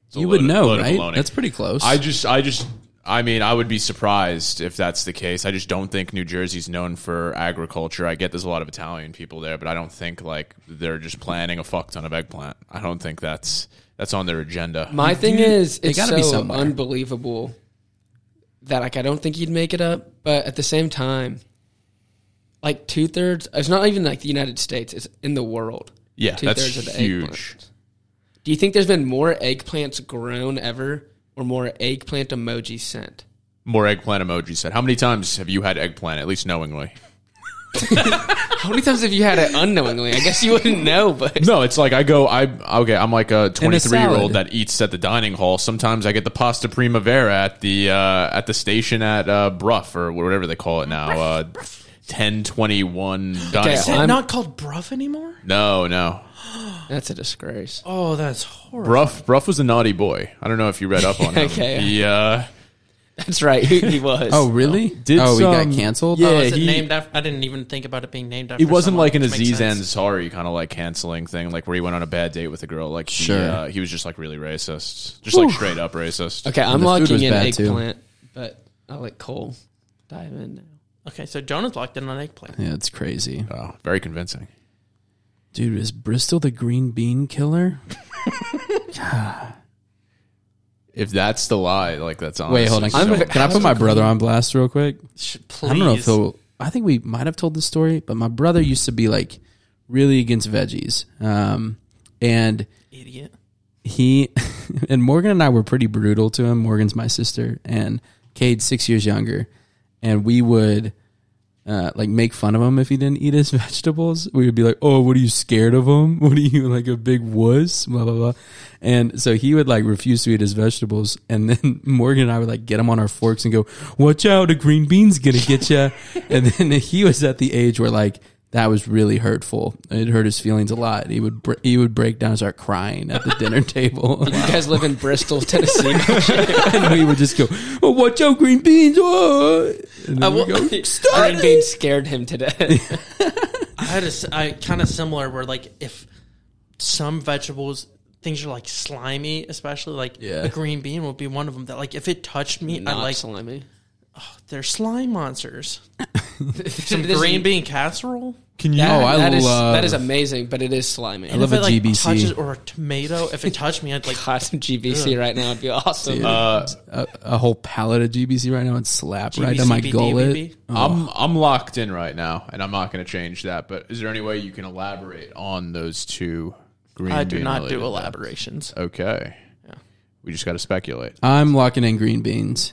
Speaker 2: it's a
Speaker 1: You would
Speaker 2: load of-
Speaker 1: know,
Speaker 2: load of
Speaker 1: right?
Speaker 2: baloney.
Speaker 1: That's pretty close.
Speaker 2: I just, I just, I mean, I would be surprised if that's the case. I just don't think New Jersey's known for agriculture. I get there's a lot of Italian people there, but I don't think like they're just planting a fuck ton of eggplant. I don't think that's that's on their agenda.
Speaker 4: My thing is, it's
Speaker 1: gotta be
Speaker 4: so
Speaker 1: somewhere.
Speaker 4: unbelievable that like I don't think you'd make it up, but at the same time, like two thirds. It's not even like the United States; it's in the world.
Speaker 2: yeah, that's
Speaker 4: two-thirds of the
Speaker 2: huge.
Speaker 4: eggplant. Do you think there's been more eggplants grown ever, or more eggplant emojis sent?
Speaker 2: More eggplant emoji said. How many times have you had eggplant? At least knowingly.
Speaker 4: How many times have you had it unknowingly? I guess you wouldn't know, but
Speaker 2: No, it's like I go. I okay. I'm like a 23 year
Speaker 1: salad.
Speaker 2: old that eats at the dining hall. Sometimes I get the pasta primavera at the uh, at the station at uh, Bruff or whatever they call it now. Uh, 1021 dining
Speaker 3: *laughs*
Speaker 4: Okay,
Speaker 2: hall.
Speaker 3: Is it
Speaker 4: I'm-
Speaker 3: not called Bruff anymore?
Speaker 2: No, no.
Speaker 4: that's a disgrace.
Speaker 3: Oh, that's horrible.
Speaker 2: Bruff Bruff was a naughty boy. I don't know if you read up on him.
Speaker 4: Okay.
Speaker 2: He, uh,
Speaker 4: That's right. He, he was.
Speaker 1: Oh, really?
Speaker 2: Did
Speaker 1: oh, he
Speaker 2: some-
Speaker 1: got canceled?
Speaker 2: Yeah,
Speaker 3: Oh, is it
Speaker 2: he-
Speaker 3: named after? I didn't even think about it being named after.
Speaker 2: it wasn't
Speaker 3: someone,
Speaker 2: like an
Speaker 3: which makes
Speaker 2: Aziz
Speaker 3: sense.
Speaker 2: Ansari kind of like canceling thing, like where he went on a bad date with a girl. Like he,
Speaker 1: Sure.
Speaker 2: uh, he was just like really racist, just like straight up racist.
Speaker 4: Okay, I'm
Speaker 1: the food
Speaker 4: locking
Speaker 1: was
Speaker 4: in
Speaker 1: bad, too.
Speaker 4: eggplant, but I'll let Cole dive in now.
Speaker 3: Okay, so Jonah's locked in on eggplant.
Speaker 2: *laughs*
Speaker 1: Yeah, it's crazy.
Speaker 2: Wow, Oh, very convincing.
Speaker 1: Dude, is Bristol the green bean killer?
Speaker 2: If that's the lie, like Oh, that's honestly.
Speaker 1: Wait, hold on.
Speaker 2: so-
Speaker 1: Can, I- can I put my brother on blast real quick?
Speaker 3: Sh- Please.
Speaker 1: I don't know if he'll. I think we might have told this story, but my brother used to be like really against veggies. Um, and
Speaker 3: idiot.
Speaker 1: he *laughs* and Morgan and I were pretty brutal to him. Morgan's my sister, and Cade's six years younger, and we would uh, like make fun of him if he didn't eat his *laughs* vegetables. We would be like, "Oh, what are you scared of him? *laughs* What are you like a big wuss?" Blah blah blah. And so he would like refuse to eat his vegetables, *laughs* and then Morgan and I would like get him on our forks and go, "Watch out, a green bean's gonna get ya." *laughs* and then he was at the age where like. That was really hurtful. It hurt his feelings a lot. He would br- he would break down and start crying at the dinner *laughs* table.
Speaker 4: You guys live in Bristol, *laughs* Tennessee.
Speaker 1: and we would just go, oh, "Watch out, green beans!" Oh. And then
Speaker 4: I
Speaker 1: we'd
Speaker 4: will,
Speaker 1: go,
Speaker 4: Green Bean scared him to death.
Speaker 3: I had a s- I kind of similar where like if some vegetables things are like slimy, especially like
Speaker 1: Yeah.
Speaker 3: a green bean would be one of them. That like if it touched me, I
Speaker 4: *laughs* Not
Speaker 3: like
Speaker 4: slimy.
Speaker 3: they're slime monsters.
Speaker 4: *laughs*
Speaker 3: Some green bean casserole.
Speaker 1: "Can you?"
Speaker 4: That-
Speaker 1: oh, I
Speaker 4: that is-
Speaker 1: love
Speaker 4: that is amazing, but it is slimy.
Speaker 1: love
Speaker 3: if it
Speaker 1: a
Speaker 3: like
Speaker 1: GBC.
Speaker 3: touches or a tomato, if it touched
Speaker 2: *laughs*
Speaker 3: me, I'd like
Speaker 4: God, GBC right now would be awesome.
Speaker 2: Uh,
Speaker 1: a, a whole pallet of GBC right now and slap right
Speaker 3: GBC,
Speaker 1: down my
Speaker 3: BD, BB.
Speaker 1: gullet.
Speaker 2: I'm I'm locked in right now, and I'm not going to change that. But is there any way you can elaborate on those two green?
Speaker 3: I do
Speaker 2: bean
Speaker 3: not
Speaker 2: related
Speaker 3: do
Speaker 2: things?
Speaker 3: elaborations.
Speaker 2: Okay, we just got to speculate.
Speaker 1: I'm locking in green beans.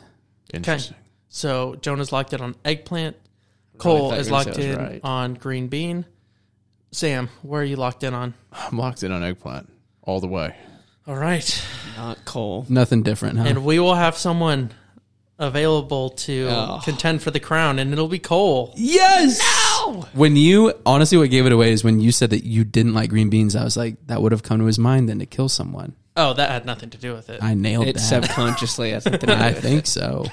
Speaker 3: Okay.
Speaker 2: Interesting.
Speaker 3: So Jonah's locked in on eggplant. Cole
Speaker 4: thought
Speaker 3: is
Speaker 4: you were gonna
Speaker 3: locked
Speaker 4: say I
Speaker 3: in
Speaker 4: was right.
Speaker 3: on green bean. Sam, where are you locked in on?
Speaker 2: I'm locked in on eggplant all the way.
Speaker 3: All right.
Speaker 4: Not Cole.
Speaker 1: Nothing different, huh?
Speaker 3: And we will have someone available to
Speaker 4: Oh.
Speaker 3: contend for the crown, and it'll be Cole.
Speaker 1: yes. When you honestly, what gave it away is when you said that you didn't like green beans. I was like, that would have come to his mind then to kill someone.
Speaker 3: Oh, that had nothing to do with it.
Speaker 1: I nailed
Speaker 4: It's
Speaker 1: that.
Speaker 4: subconsciously. I think
Speaker 1: *laughs*
Speaker 4: that
Speaker 1: I think
Speaker 4: *laughs*
Speaker 1: so.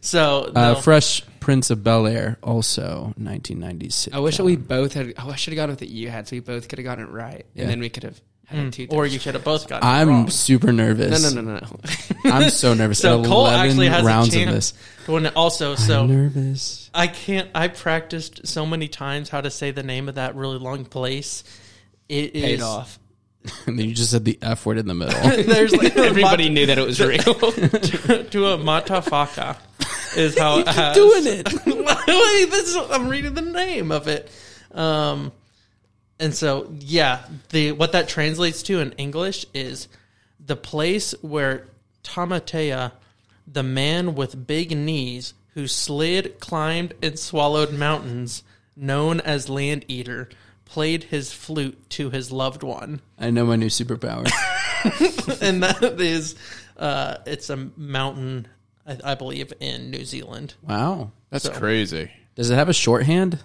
Speaker 3: So
Speaker 1: Uh,
Speaker 3: no.
Speaker 1: Fresh Prince of Bel Air, also 1996.
Speaker 4: I wish that we both had. I should have gone with what you had, so we both could have gotten it right, and then we could have had two.
Speaker 3: or you could have both gotten it
Speaker 1: I'm
Speaker 3: wrong.
Speaker 1: super
Speaker 4: no,
Speaker 1: nervous.
Speaker 4: no, no, no, no.
Speaker 1: I'm
Speaker 4: *laughs*
Speaker 1: so nervous.
Speaker 3: So Cole
Speaker 1: 11
Speaker 3: actually has
Speaker 1: rounds
Speaker 3: a chance.
Speaker 1: of this.
Speaker 3: to win it also, so
Speaker 1: nervous. *laughs*
Speaker 3: I can't. I practiced so many times how to say the name of that really long place. It is
Speaker 4: Paid off.
Speaker 1: And then you just said the F word in the middle.
Speaker 3: *laughs* There's
Speaker 1: *laughs*
Speaker 3: like
Speaker 4: *laughs* *laughs* Everybody knew that it was real.
Speaker 3: to a matafaka is how it has.
Speaker 1: doing it.
Speaker 3: *laughs* Wait, this is, I'm reading the name of it. Um, and so yeah, the what that translates to in English is the place where Tamatea, the man with big knees who slid, climbed, and swallowed mountains, known as Land Eater, played his flute to his loved one
Speaker 1: *laughs* I know my new superpower.
Speaker 3: and that is uh, it's a mountain I, I believe in new zealand
Speaker 1: Wow.
Speaker 2: That's crazy.
Speaker 1: Does it have a shorthand?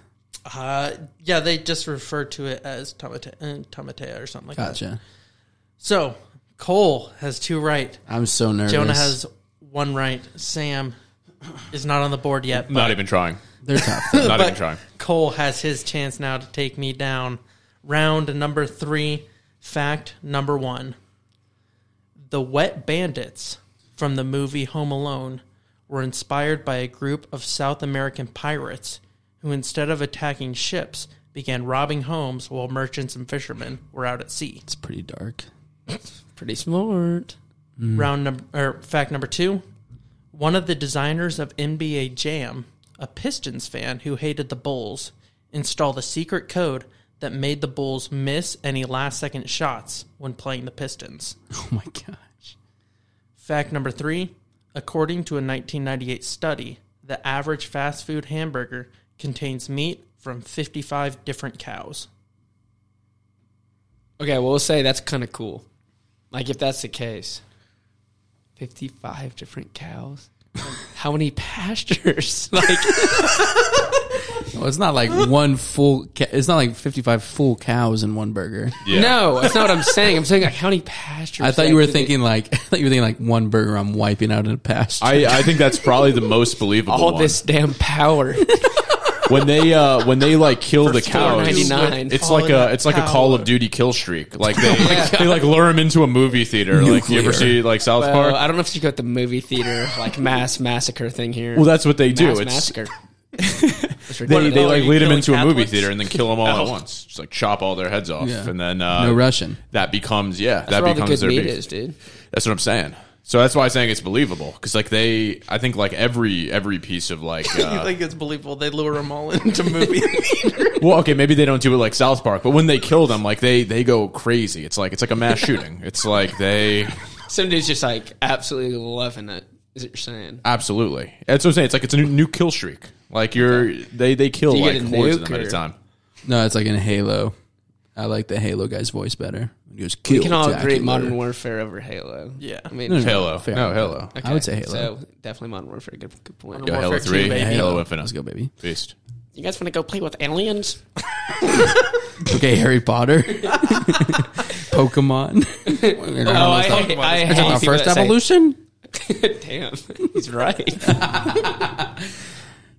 Speaker 3: uh, yeah they just refer to it as tamate uh, tamatea or something like that
Speaker 1: Gotcha.
Speaker 3: so cole has two right
Speaker 1: I'm so nervous.
Speaker 3: jonah has one right sam is not on the board yet but
Speaker 2: Not even trying.
Speaker 1: They're tough.
Speaker 2: Not even
Speaker 3: But-
Speaker 2: trying.
Speaker 3: cole has his chance now to take me down round number three fact number one the wet bandits from the movie Home Alone were inspired by a group of South American pirates who, instead of attacking ships, began robbing homes while merchants and fishermen were out at sea.
Speaker 1: it's pretty dark. *laughs*
Speaker 4: Pretty smart.
Speaker 1: Hmm.
Speaker 3: Round number, or fact number two: one of the designers of NBA Jam, a Pistons fan who hated the Bulls, installed a secret code that made the Bulls miss any last-second shots when playing the Pistons.
Speaker 1: Oh my gosh.
Speaker 3: Fact number three according to a 1998 study, the average fast food hamburger contains meat from 55 different cows.
Speaker 4: Okay, well, we'll say that's kind of cool. Like, if that's the case, 55 different cows? *laughs* How many pastures? *laughs* like,
Speaker 1: Well, it's not like one full. Ca- it's not like fifty-five full cows in one burger.
Speaker 2: *laughs* Yeah.
Speaker 4: no, that's not what I'm saying. I'm saying, like, how many pastures?
Speaker 1: I thought you were
Speaker 4: actually-
Speaker 1: thinking like *laughs* I thought you were thinking like one burger I'm wiping out in a pasture.
Speaker 2: I, I think that's probably the most believable
Speaker 4: all
Speaker 2: one.
Speaker 4: this
Speaker 2: *laughs*
Speaker 4: damn power.
Speaker 2: when they uh when they like kill the cows.
Speaker 4: 499.
Speaker 2: It's like a it's like a Call of Duty kill streak. Like
Speaker 4: *laughs*
Speaker 2: they they like lure him into a movie theater. Like you
Speaker 1: Nuclear.
Speaker 2: ever see like South
Speaker 4: Well,
Speaker 2: Park?
Speaker 4: I don't know if you got the movie theater like mass massacre thing here.
Speaker 2: well, that's what they do.
Speaker 4: mass
Speaker 2: It's *laughs*
Speaker 4: massacre.
Speaker 2: they, they
Speaker 3: oh,
Speaker 2: like
Speaker 3: you
Speaker 2: lead him
Speaker 3: killing
Speaker 2: into a movie
Speaker 3: Catholics?
Speaker 2: theater and then kill them all at once. Just like chop all their heads off,
Speaker 1: Yeah.
Speaker 2: and then uh,
Speaker 1: No Russian.
Speaker 2: That becomes yeah.
Speaker 4: That's
Speaker 2: that
Speaker 4: where all the
Speaker 2: becomes
Speaker 4: good
Speaker 2: their
Speaker 4: meat
Speaker 2: beef.
Speaker 4: is, dude.
Speaker 2: That's what I'm saying. So that's why I'm saying it's believable because like they, I think like every every piece of
Speaker 3: *laughs*
Speaker 2: like,
Speaker 3: I
Speaker 2: uh,
Speaker 3: think it's believable they lure them all into movie *laughs* theater.
Speaker 2: well, okay, maybe they don't do it like South Park, but when they kill them, like they they go crazy. It's like it's like a mass
Speaker 3: *laughs*
Speaker 2: shooting. It's like they
Speaker 4: Some dude's just like absolutely loving it. Is what you're saying?
Speaker 2: absolutely. That's what I'm saying. It's like it's a new, new kill streak. Like you're they they kill
Speaker 4: Do you
Speaker 2: like
Speaker 4: get a
Speaker 2: hordes of
Speaker 4: nuke
Speaker 2: them at a
Speaker 4: or-
Speaker 2: time.
Speaker 1: no, it's like in Halo. I like the Halo guy's voice better. He goes, "Kill."
Speaker 4: We can all agree
Speaker 1: Dracula."
Speaker 4: Modern Warfare over Halo.
Speaker 3: Yeah.
Speaker 4: I mean,
Speaker 2: Halo,
Speaker 1: fair.
Speaker 2: no Halo,
Speaker 1: I would say Halo.
Speaker 4: So definitely Modern Warfare. Good, good point.
Speaker 2: Go
Speaker 3: Warfare
Speaker 2: Halo
Speaker 3: two,
Speaker 2: Three,
Speaker 3: baby.
Speaker 2: Halo Infinite.
Speaker 1: Let's go, baby.
Speaker 2: Beast.
Speaker 4: You guys want to go play with *laughs* aliens?
Speaker 1: Okay, Harry
Speaker 4: *laughs*
Speaker 1: Potter, *laughs* Pokemon.
Speaker 4: Oh, I, hate- I hate
Speaker 1: Our
Speaker 4: people
Speaker 1: first
Speaker 4: that say-
Speaker 1: evolution.
Speaker 4: *laughs* Damn, he's right.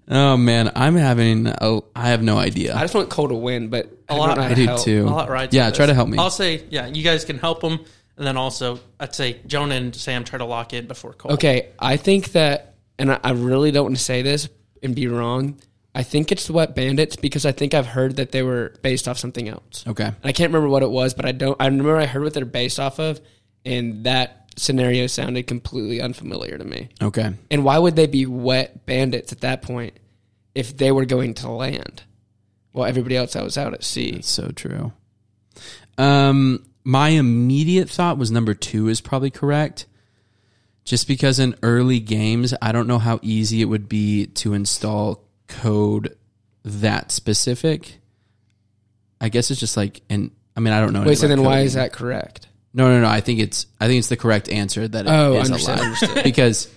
Speaker 1: Oh man, I'm having. A, I have no idea.
Speaker 4: *laughs* I just want Cole to win, but a
Speaker 3: lot-
Speaker 4: lot.
Speaker 3: I
Speaker 1: I do too.
Speaker 3: I'll let Ryan
Speaker 1: yeah,
Speaker 3: do
Speaker 1: try
Speaker 3: this.
Speaker 1: to help me.
Speaker 3: I'll say, yeah, you guys can help them. And then also, I'd say Jonah and Sam try to lock in before Cole.
Speaker 4: Okay, I think that, and I, I really don't want to say this and be wrong. I think it's the Wet Bandits because I think I've heard that they were based off something else.
Speaker 1: okay.
Speaker 4: And I can't remember what it was, but I don't. I remember I heard what they're based off of, and that scenario sounded completely unfamiliar to me.
Speaker 1: Okay.
Speaker 4: And why would they be wet bandits at that point if they were going to land? Well, everybody else that was out at sea.
Speaker 1: So true. Um, my immediate thought was number two is probably correct. Just because in early games, I don't know how easy it would be to install code that specific. I guess it's just like an. I mean, I don't know.
Speaker 4: Wait,
Speaker 1: anything
Speaker 4: so
Speaker 1: about
Speaker 4: then why
Speaker 1: coding.
Speaker 4: is that correct?
Speaker 1: No, no, no. I think it's. I think it's the correct answer that it
Speaker 4: Oh,
Speaker 1: is
Speaker 4: understood,
Speaker 1: a lie. *laughs* because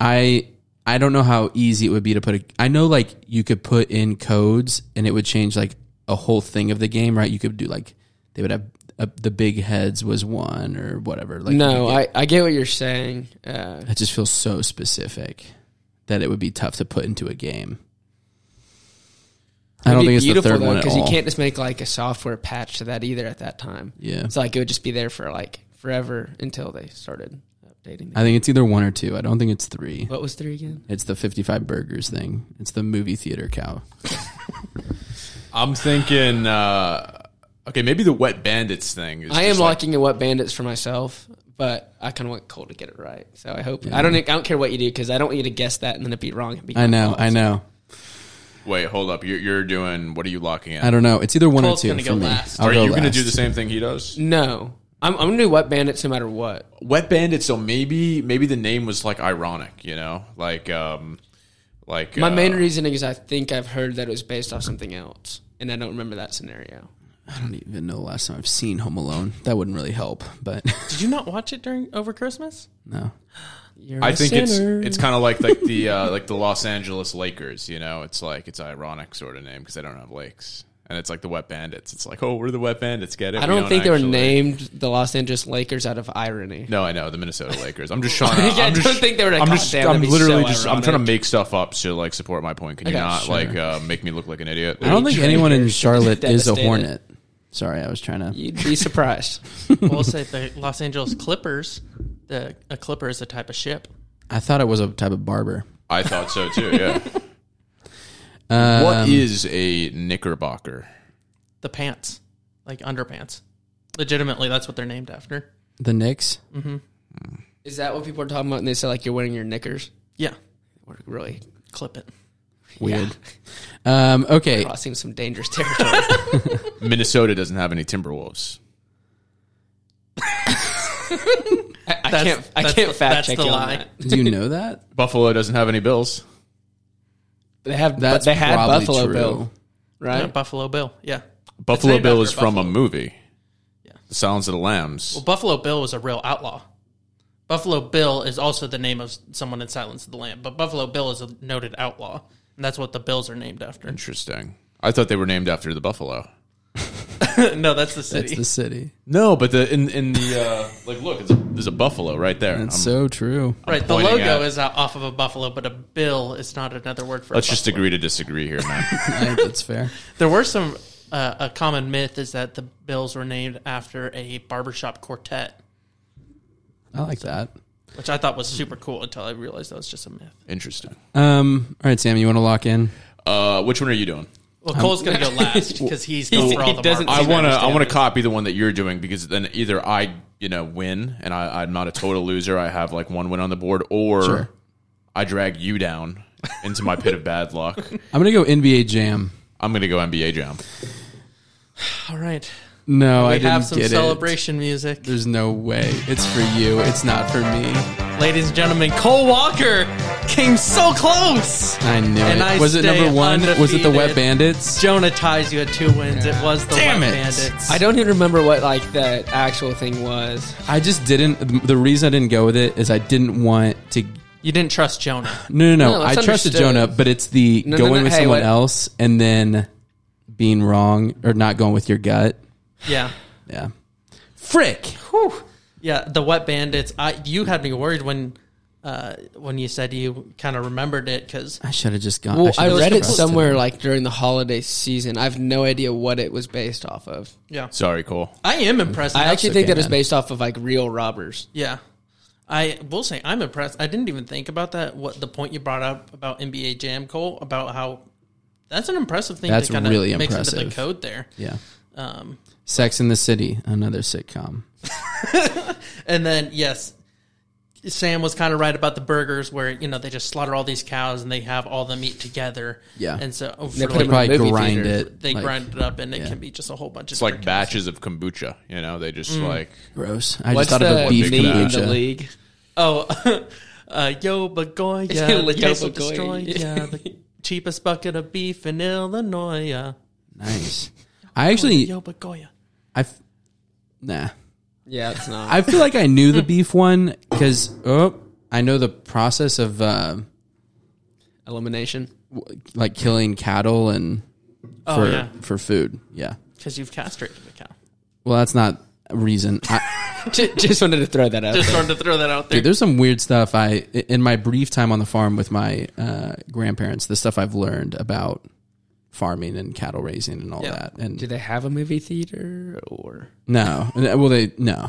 Speaker 1: I. I don't know how easy it would be to put a. I know like you could put in codes and it would change like a whole thing of the game, right? You could do like they would have uh the big heads was one or whatever. Like
Speaker 4: No,
Speaker 1: you could
Speaker 4: I, I get what you're saying. Uh,
Speaker 1: get- it just feels so specific that it would be tough to put into a game. I don't
Speaker 4: it'd be
Speaker 1: think it's the
Speaker 4: beautiful,
Speaker 1: third
Speaker 4: though,
Speaker 1: one at all.
Speaker 4: you can't just make like a software patch to that either at that time.
Speaker 1: Yeah.
Speaker 4: so like it would just be there for like forever until they started updating.
Speaker 1: I think it's either one or two. I don't think it's three.
Speaker 4: what was three again?
Speaker 1: It's the fifty-five burgers thing. It's the movie theater cow.
Speaker 2: I'm thinking. uh Okay, maybe the wet bandits thing. Is
Speaker 4: I am
Speaker 2: just, like,
Speaker 4: locking in what bandits for myself, but I kind of want Cole to get it right. So I hope I don't. I don't care what you do because I don't want you to guess that and then it be wrong. and be
Speaker 1: I know. I
Speaker 4: false.
Speaker 1: know.
Speaker 2: Wait, hold up. You're, you're doing. What are you locking in?
Speaker 1: I don't know. It's either one
Speaker 3: Cole's
Speaker 1: or two
Speaker 3: gonna
Speaker 1: for
Speaker 3: go
Speaker 1: me.
Speaker 3: last.
Speaker 1: I'll
Speaker 2: Are
Speaker 1: go
Speaker 2: you going to
Speaker 1: last.
Speaker 2: do the same thing he does?
Speaker 4: No, I'm, I'm gonna do wet bandits no matter what.
Speaker 2: Wet Bandits. So maybe maybe the name was like ironic, you know, like um, like
Speaker 4: My
Speaker 2: uh,
Speaker 4: main reasoning is I think I've heard that it was based off something else, and I don't remember that scenario.
Speaker 1: I don't even know the last time I've seen Home Alone. That wouldn't really help, but *laughs*
Speaker 3: Did you not watch it during over Christmas?
Speaker 1: no.
Speaker 4: You're
Speaker 2: I
Speaker 4: a
Speaker 2: think it's
Speaker 4: sinner.
Speaker 2: it's kind of like like the uh, like the Los Angeles Lakers, you know. It's like it's ironic sort of name because they don't have lakes, and it's like the Wet Bandits. It's like oh, we're the Wet Bandits. Get it?
Speaker 4: I
Speaker 2: We
Speaker 4: don't think they were
Speaker 2: actually-
Speaker 4: named the Los Angeles Lakers out of irony. *laughs*
Speaker 2: No, I know the Minnesota Lakers. I'm just trying. To,
Speaker 4: Yeah, I
Speaker 2: I'm
Speaker 4: don't
Speaker 2: just,
Speaker 4: think they were like,
Speaker 2: I'm
Speaker 4: "God
Speaker 2: just.
Speaker 4: damn,
Speaker 2: I'm
Speaker 4: that'd be
Speaker 2: literally
Speaker 4: so
Speaker 2: just. I'm
Speaker 4: ironic."
Speaker 2: trying to make stuff up to like support my point. Can you
Speaker 4: Okay,
Speaker 2: not
Speaker 4: sure.
Speaker 2: like uh, make me look like an idiot?
Speaker 1: I don't think anyone in Charlotte is a
Speaker 4: Devastated.
Speaker 1: hornet. Sorry, I was trying to.
Speaker 2: *laughs*
Speaker 4: You'd be surprised.
Speaker 3: We'll say the Los Angeles Clippers. The a Clipper is a type of ship.
Speaker 1: I thought it was a type of barber.
Speaker 2: I thought so too. Yeah.
Speaker 1: Um,
Speaker 2: what is a knickerbocker?
Speaker 3: The pants, like underpants. Legitimately, that's what they're named after.
Speaker 1: the Knicks?
Speaker 4: Is that what people are talking about? And they say like you're wearing your knickers.
Speaker 3: Yeah,
Speaker 4: We're really
Speaker 3: clip it.
Speaker 1: Weird. Um, okay,
Speaker 4: crossing some dangerous territory. *laughs*
Speaker 2: Minnesota doesn't have any Timberwolves.
Speaker 4: I, I
Speaker 3: That's-
Speaker 4: can't. I
Speaker 3: that's
Speaker 4: can't
Speaker 3: the-
Speaker 4: fact
Speaker 3: that's
Speaker 4: check
Speaker 3: the
Speaker 4: you
Speaker 2: *laughs*
Speaker 4: on
Speaker 3: lie.
Speaker 4: that.
Speaker 1: do you know that?
Speaker 2: Buffalo doesn't have any Bills.
Speaker 4: They have
Speaker 1: That's
Speaker 4: they had
Speaker 1: probably
Speaker 4: Buffalo
Speaker 1: true.
Speaker 3: Yeah,
Speaker 4: Bill, right?
Speaker 3: Buffalo Bill. Yeah.
Speaker 2: Buffalo
Speaker 3: named
Speaker 2: Bill
Speaker 3: after
Speaker 2: is
Speaker 3: a
Speaker 2: from a
Speaker 3: buffalo.
Speaker 2: movie.
Speaker 3: Yeah.
Speaker 2: The Silence of the Lambs.
Speaker 3: Well, Buffalo Bill was a real outlaw. Buffalo Bill is also the name of someone in Silence of the Lamb, but Buffalo Bill is a noted outlaw, and that's what the Bills are named after.
Speaker 2: Interesting. I thought they were named after the buffalo.
Speaker 3: *laughs* no, that's the city.
Speaker 1: That's the city.
Speaker 2: No, but the in in the uh, like look, it's a, there's a buffalo right there.
Speaker 1: That's so
Speaker 2: I'm- *laughs*
Speaker 1: true.
Speaker 3: right, the
Speaker 2: pointing
Speaker 3: logo
Speaker 2: at-
Speaker 3: is out- off of a buffalo, but a bill is not another word for. a
Speaker 2: let's just
Speaker 3: buffalo.
Speaker 2: agree to disagree here, *laughs* man.
Speaker 1: I think that's fair.
Speaker 3: There were some. Uh, a common myth is that the Bills were named after a barbershop quartet,
Speaker 1: I like that.
Speaker 3: which I thought was
Speaker 4: Hmm.
Speaker 3: super cool until I realized that was just a myth.
Speaker 2: Interesting.
Speaker 1: Um, all right, Sam, you want to lock in?
Speaker 2: Uh, which one are you doing?
Speaker 3: Well, Cole's
Speaker 4: *laughs*
Speaker 3: gonna go last because he's going for all
Speaker 4: Um, he
Speaker 3: the
Speaker 4: doesn't-
Speaker 2: I
Speaker 3: barbers.
Speaker 2: want to. I want to copy the one that you're doing because then either I, you know, win and I, I'm not a total loser. I have like one win on the board, or
Speaker 1: Sure.
Speaker 2: I drag you down into my pit of bad
Speaker 4: *laughs*
Speaker 2: luck.
Speaker 1: I'm going to go NBA Jam.
Speaker 2: I'm gonna go NBA Jam.
Speaker 3: All right,
Speaker 1: No, I
Speaker 3: we
Speaker 1: didn't
Speaker 3: have some
Speaker 1: get it.
Speaker 3: celebration music.
Speaker 1: There's no way. It's for you. It's not for me.
Speaker 3: Ladies and gentlemen, Cole Walker came so close.
Speaker 1: I knew
Speaker 3: And
Speaker 1: it.
Speaker 3: I
Speaker 1: was it
Speaker 3: stay
Speaker 1: number one? Was it the Wet
Speaker 3: undefeated.
Speaker 1: Bandits?
Speaker 3: Jonah ties you at two wins. It was the
Speaker 1: Damn
Speaker 3: Wet
Speaker 1: it.
Speaker 3: Bandits.
Speaker 4: I don't even remember what like the actual thing was.
Speaker 1: I just didn't. The reason I didn't go with it is I didn't want to.
Speaker 3: You didn't trust Jonah.
Speaker 1: No, no, no.
Speaker 4: No,
Speaker 1: I
Speaker 4: that's
Speaker 1: trusted
Speaker 4: understood.
Speaker 1: Jonah, but it's the
Speaker 4: No, no,
Speaker 1: going
Speaker 4: no.
Speaker 1: with
Speaker 4: Hey,
Speaker 1: someone
Speaker 4: what-
Speaker 1: else and then being wrong or not going with your gut.
Speaker 3: Yeah.
Speaker 1: Yeah. Frick.
Speaker 3: Whew. Yeah, the Wet Bandits. I you had me worried when uh, when you said you kind of remembered it because
Speaker 1: I should have just gone.
Speaker 4: Well, I,
Speaker 1: should've
Speaker 4: read
Speaker 1: just
Speaker 4: it
Speaker 1: trusted
Speaker 4: somewhere
Speaker 1: him.
Speaker 4: like during the holiday season. I have no idea what it was based off of.
Speaker 3: yeah,
Speaker 2: Sorry, Cole.
Speaker 3: I am impressed.
Speaker 4: I
Speaker 3: now.
Speaker 4: actually think
Speaker 1: okay,
Speaker 4: that it's
Speaker 1: man.
Speaker 4: based off of like real robbers.
Speaker 3: yeah. I will say I'm impressed. I didn't even think about that. What the point you brought up about NBA Jam Cole about how that's an impressive thing.
Speaker 1: That's
Speaker 3: to kinda
Speaker 1: really
Speaker 3: mix Into
Speaker 1: impressive.
Speaker 3: the code there.
Speaker 1: Yeah.
Speaker 4: Um,
Speaker 1: Sex in the City, another sitcom.
Speaker 3: And then yes, Sam was kind of right about the burgers, where you know they just slaughter all these cows and they have all the meat together.
Speaker 1: Yeah.
Speaker 3: and so for
Speaker 4: They put
Speaker 3: like-
Speaker 4: them in
Speaker 1: Probably
Speaker 4: movie
Speaker 1: grind
Speaker 4: theater.
Speaker 1: it.
Speaker 3: they
Speaker 1: like,
Speaker 3: grind it up, and it
Speaker 1: yeah.
Speaker 3: can be just a whole bunch of.
Speaker 2: It's like
Speaker 3: different
Speaker 2: batches of kombucha. You know, they
Speaker 4: Mm.
Speaker 2: just like
Speaker 1: Gross. I
Speaker 4: What's
Speaker 1: just thought
Speaker 4: the
Speaker 1: of a beef
Speaker 4: meat in the
Speaker 1: kombucha.
Speaker 4: league?
Speaker 3: Oh, *laughs* uh, yo, Bagoya,
Speaker 4: Yo,
Speaker 3: yes,
Speaker 4: Bagoya.
Speaker 3: destroy, yeah, the cheapest bucket of beef in Illinois, yeah.
Speaker 1: Nice. I actually,
Speaker 3: yo, Bagoya.
Speaker 1: I, f- nah.
Speaker 4: Yeah, it's not.
Speaker 1: I feel like I knew
Speaker 3: *laughs*
Speaker 1: the beef one because oh, I know the process of uh,
Speaker 4: Elimination. *laughs*
Speaker 1: w- like killing cattle and
Speaker 3: Oh
Speaker 1: for
Speaker 3: yeah,
Speaker 1: for food. Yeah.
Speaker 3: because you've castrated the cow.
Speaker 1: Well, that's not a reason. I,
Speaker 4: Ju- Just wanted to throw that
Speaker 3: *laughs*
Speaker 4: out.
Speaker 3: Just
Speaker 4: there.
Speaker 3: started to throw that out there.
Speaker 1: dude, there's some weird stuff I in my brief time on the farm with my uh, grandparents. The stuff I've learned about farming and cattle raising and all
Speaker 3: Yeah.
Speaker 1: that. And
Speaker 4: *laughs* Do they have a movie theater or
Speaker 1: no, uh, well they no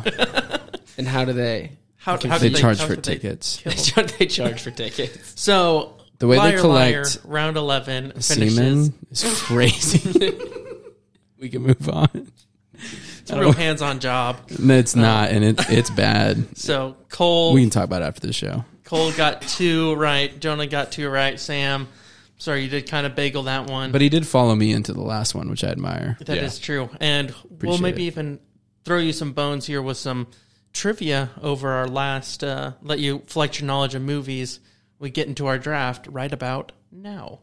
Speaker 4: and how do they
Speaker 3: how, how
Speaker 1: they
Speaker 3: did
Speaker 1: charge
Speaker 3: how
Speaker 1: for
Speaker 3: did they-
Speaker 1: tickets.
Speaker 4: they charge for tickets?
Speaker 3: So
Speaker 1: The way they
Speaker 3: liar, liar,
Speaker 1: collect
Speaker 3: round eleven finishes.
Speaker 1: Semen is crazy. *laughs* we can move on.
Speaker 3: It's a real hands-on job.
Speaker 1: No, it's not, and it, it's
Speaker 4: *laughs*
Speaker 1: bad.
Speaker 3: So Cole,
Speaker 1: We can talk about it after the show.
Speaker 3: Cole got two right. Jonah got two right. Sam, sorry, you did kind of bagel that one,
Speaker 1: But he did follow me into the last one, which I admire.
Speaker 3: That is
Speaker 2: Yeah.
Speaker 3: true. And we'll
Speaker 1: Appreciate
Speaker 3: maybe
Speaker 1: it.
Speaker 3: even throw you some bones here with some trivia over our last, uh, let you flex your knowledge of movies. We get into our draft right about now.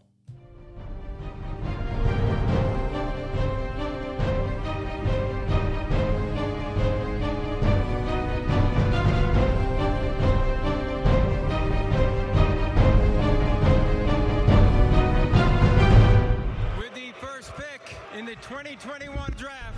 Speaker 7: with the first pick in the 2021 draft.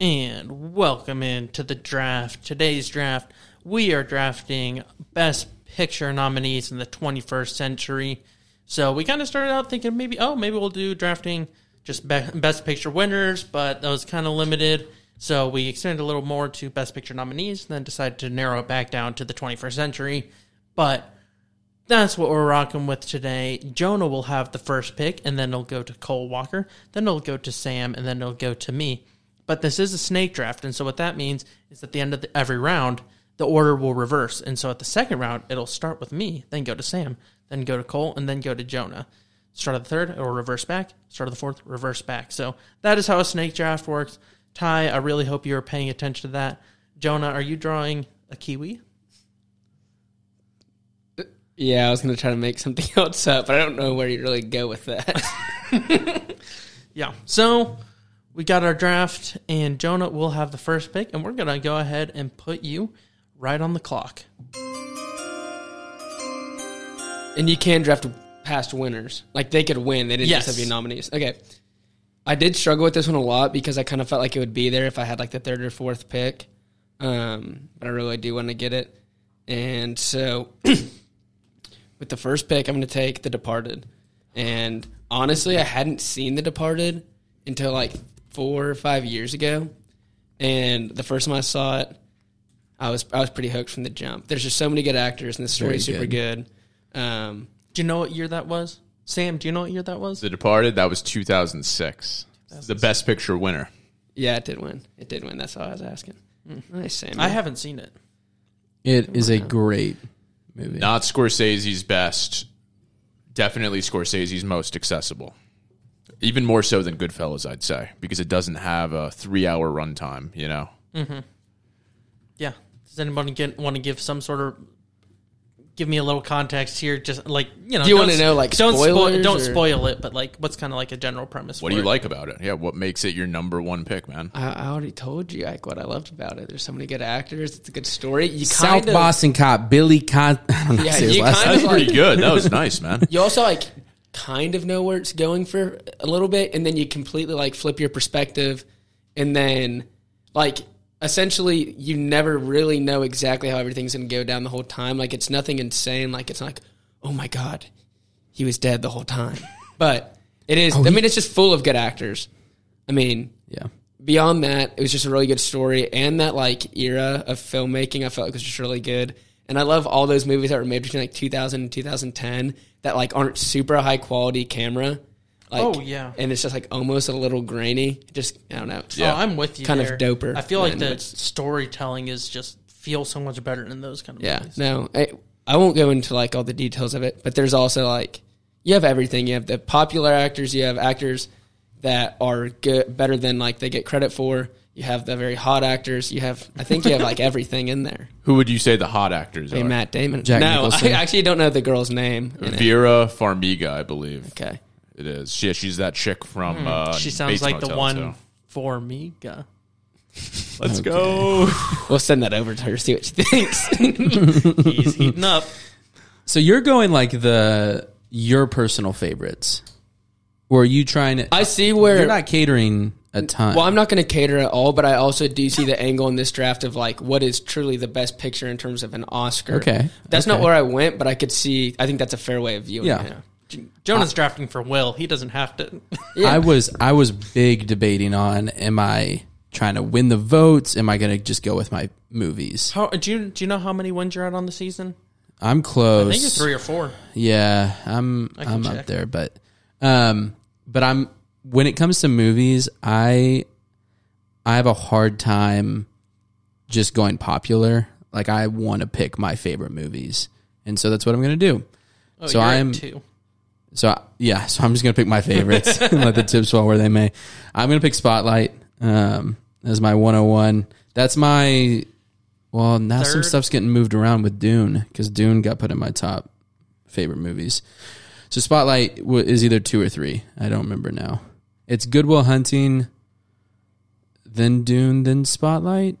Speaker 3: And welcome into the draft. Today's draft, we are drafting Best Picture nominees in the 21st century. So we kind of started out thinking maybe, oh, maybe we'll do drafting just be- Best Picture winners, but that was kind of limited. So we extended a little more to Best Picture nominees, then decided to narrow it back down to the 21st century. But that's what we're rocking with today. Jonah will have the first pick, and then it'll go to Cole Walker, then it'll go to Sam, and then it'll go to me. But this is a snake draft, and so what that means is at the end of the, every round, the order will reverse. And so at the second round, it'll start with me, then go to Sam, then go to Cole, and then go to Jonah. Start of the third, it'll reverse back. Start of the fourth, reverse back. So that is how a snake draft works. Ty, I really hope you are paying attention to that. Jonah, are you drawing a kiwi?
Speaker 4: Yeah, I was gonna try to make something *laughs* else up, but I don't know where you really go with that.
Speaker 3: Yeah. So we got our draft, and Jonah will have the first pick, and we're going to go ahead and put you right on the clock.
Speaker 4: and you can draft past winners. Like they could win. They didn't
Speaker 3: Yes.
Speaker 4: just have your nominees. Okay. I did struggle with this one a lot because I kind of felt like it would be there if I had like the third or fourth pick. Um, but I really do want to get it. And so with the first pick, I'm going to take The Departed. And honestly, I hadn't seen The Departed until like four or five years ago. And the first time I saw it, I was I was pretty hooked from the jump. There's just so many good actors, and the story's
Speaker 1: Very
Speaker 4: super good. Um,
Speaker 3: Do you know what year that was? Sam, do you know what year that was?
Speaker 2: The Departed, that was 2006. The Best Picture winner.
Speaker 4: yeah, it did win. It did win. That's all I was asking. Nice, Sam.
Speaker 3: I haven't seen it.
Speaker 1: It is a great movie.
Speaker 2: Not Scorsese's best. Definitely Scorsese's most accessible. Even more so than Goodfellas, I'd say, because it doesn't have a three hour runtime, you know?
Speaker 3: Yeah. Does anybody get, want to give some sort of give me a little context here? Just like you know,
Speaker 4: Do you
Speaker 3: don't
Speaker 4: wanna
Speaker 3: s-
Speaker 4: know, like,
Speaker 3: don't spoil
Speaker 4: spoilers
Speaker 3: don't
Speaker 4: or-
Speaker 3: spoil it, but like what's kind of like a general premise?
Speaker 2: What
Speaker 3: for
Speaker 2: do you
Speaker 3: it?
Speaker 2: like about it? Yeah, what makes it your number one pick, man?
Speaker 4: *laughs* I, I already told you like what I loved about it. There's so many good actors. It's a good story. You
Speaker 1: South
Speaker 4: kind of,
Speaker 1: Boston cop Billy Con. *laughs* I don't know how to
Speaker 4: Yeah,
Speaker 1: say his
Speaker 4: you
Speaker 1: last
Speaker 4: kind
Speaker 1: name.
Speaker 2: That's pretty good. That was nice, man.
Speaker 4: You also like kind of know where it's going for a little bit, and then you completely like flip your perspective, and then like essentially you never really know exactly how everything's gonna go down the whole time. Like it's nothing insane. Like it's not like oh my god, he was dead the
Speaker 1: *laughs*
Speaker 4: whole time. But it is.
Speaker 1: Oh,
Speaker 4: I mean, it's just full of good actors. I mean,
Speaker 1: Yeah.
Speaker 4: beyond that, it was just a really good story, and that like era of filmmaking, I felt like was just really good. And I love all those movies that were made between like 2000 and 2010 that like aren't super high quality camera. Like,
Speaker 3: Oh, yeah.
Speaker 4: and it's just like almost a little grainy. Just I don't know. It's-
Speaker 3: Oh, I'm with you.
Speaker 4: Kind of
Speaker 3: there.
Speaker 4: doper
Speaker 3: I feel like
Speaker 4: than
Speaker 3: the
Speaker 4: what's-
Speaker 3: storytelling is just feels so much better in those kind of
Speaker 4: Yeah.
Speaker 3: movies.
Speaker 4: No, I, I won't go into like all the details of it, but there's also like you have everything. You have the popular actors. You have actors that are good, better than like they get credit for. You have the very hot actors. You have I think you have
Speaker 3: *laughs*
Speaker 4: like everything in there.
Speaker 2: Who would you say the hot actors
Speaker 4: Hey,
Speaker 2: are?
Speaker 4: Matt Damon.
Speaker 1: Jack
Speaker 4: no,
Speaker 1: Nicholson.
Speaker 4: I actually don't know the girl's name. in it.
Speaker 2: Vera Farmiga, I believe.
Speaker 4: Okay. Hmm.
Speaker 2: It is. She, she's that chick from. Uh,
Speaker 3: She sounds
Speaker 2: Bates
Speaker 3: like the
Speaker 2: Motel,
Speaker 3: one
Speaker 2: so.
Speaker 3: for me. guy.
Speaker 2: Let's go.
Speaker 4: We'll send that over to her, see what she *laughs*
Speaker 1: *laughs*
Speaker 4: thinks.
Speaker 2: *laughs*
Speaker 3: *laughs* He's heating up.
Speaker 1: So you're going like the your personal favorites, or are you trying to?
Speaker 4: I see where
Speaker 1: you're not catering a ton.
Speaker 4: Well, I'm not going to cater at all, but I also do see the angle in this draft of like what is truly the best picture in terms of an Oscar.
Speaker 1: Okay,
Speaker 4: that's not
Speaker 1: okay.
Speaker 4: where I went, but I could see. I think that's a fair way of viewing
Speaker 1: Yeah.
Speaker 4: it.
Speaker 3: Jonah's drafting for Will. He doesn't have to.
Speaker 1: I was I was big debating on am I trying to win the votes? Am I going to just go with my movies?
Speaker 3: *laughs* How, do you do you know how many wins you're at on the season?
Speaker 1: I'm
Speaker 3: I
Speaker 1: close.
Speaker 3: think it's three or four.
Speaker 1: Yeah, I'm
Speaker 3: can
Speaker 1: I'm
Speaker 3: check.
Speaker 1: up there, but um, but I'm when it comes to movies, I I have a hard time just going popular. Like I want to pick my favorite movies, and so that's what I'm gonna do.
Speaker 3: Oh,
Speaker 1: So
Speaker 3: you're at
Speaker 1: I'm-
Speaker 3: two.
Speaker 1: So I- yeah, so I'm just gonna pick my favorites *laughs* and let the tips fall where they may. I'm gonna pick Spotlight um, as my 101. That's my well now some
Speaker 3: Third?
Speaker 1: stuff's getting moved around with Dune because Dune got put in my top favorite movies. So Spotlight w- is either two or three. I don't remember now. It's Goodwill Hunting, then Dune, then Spotlight,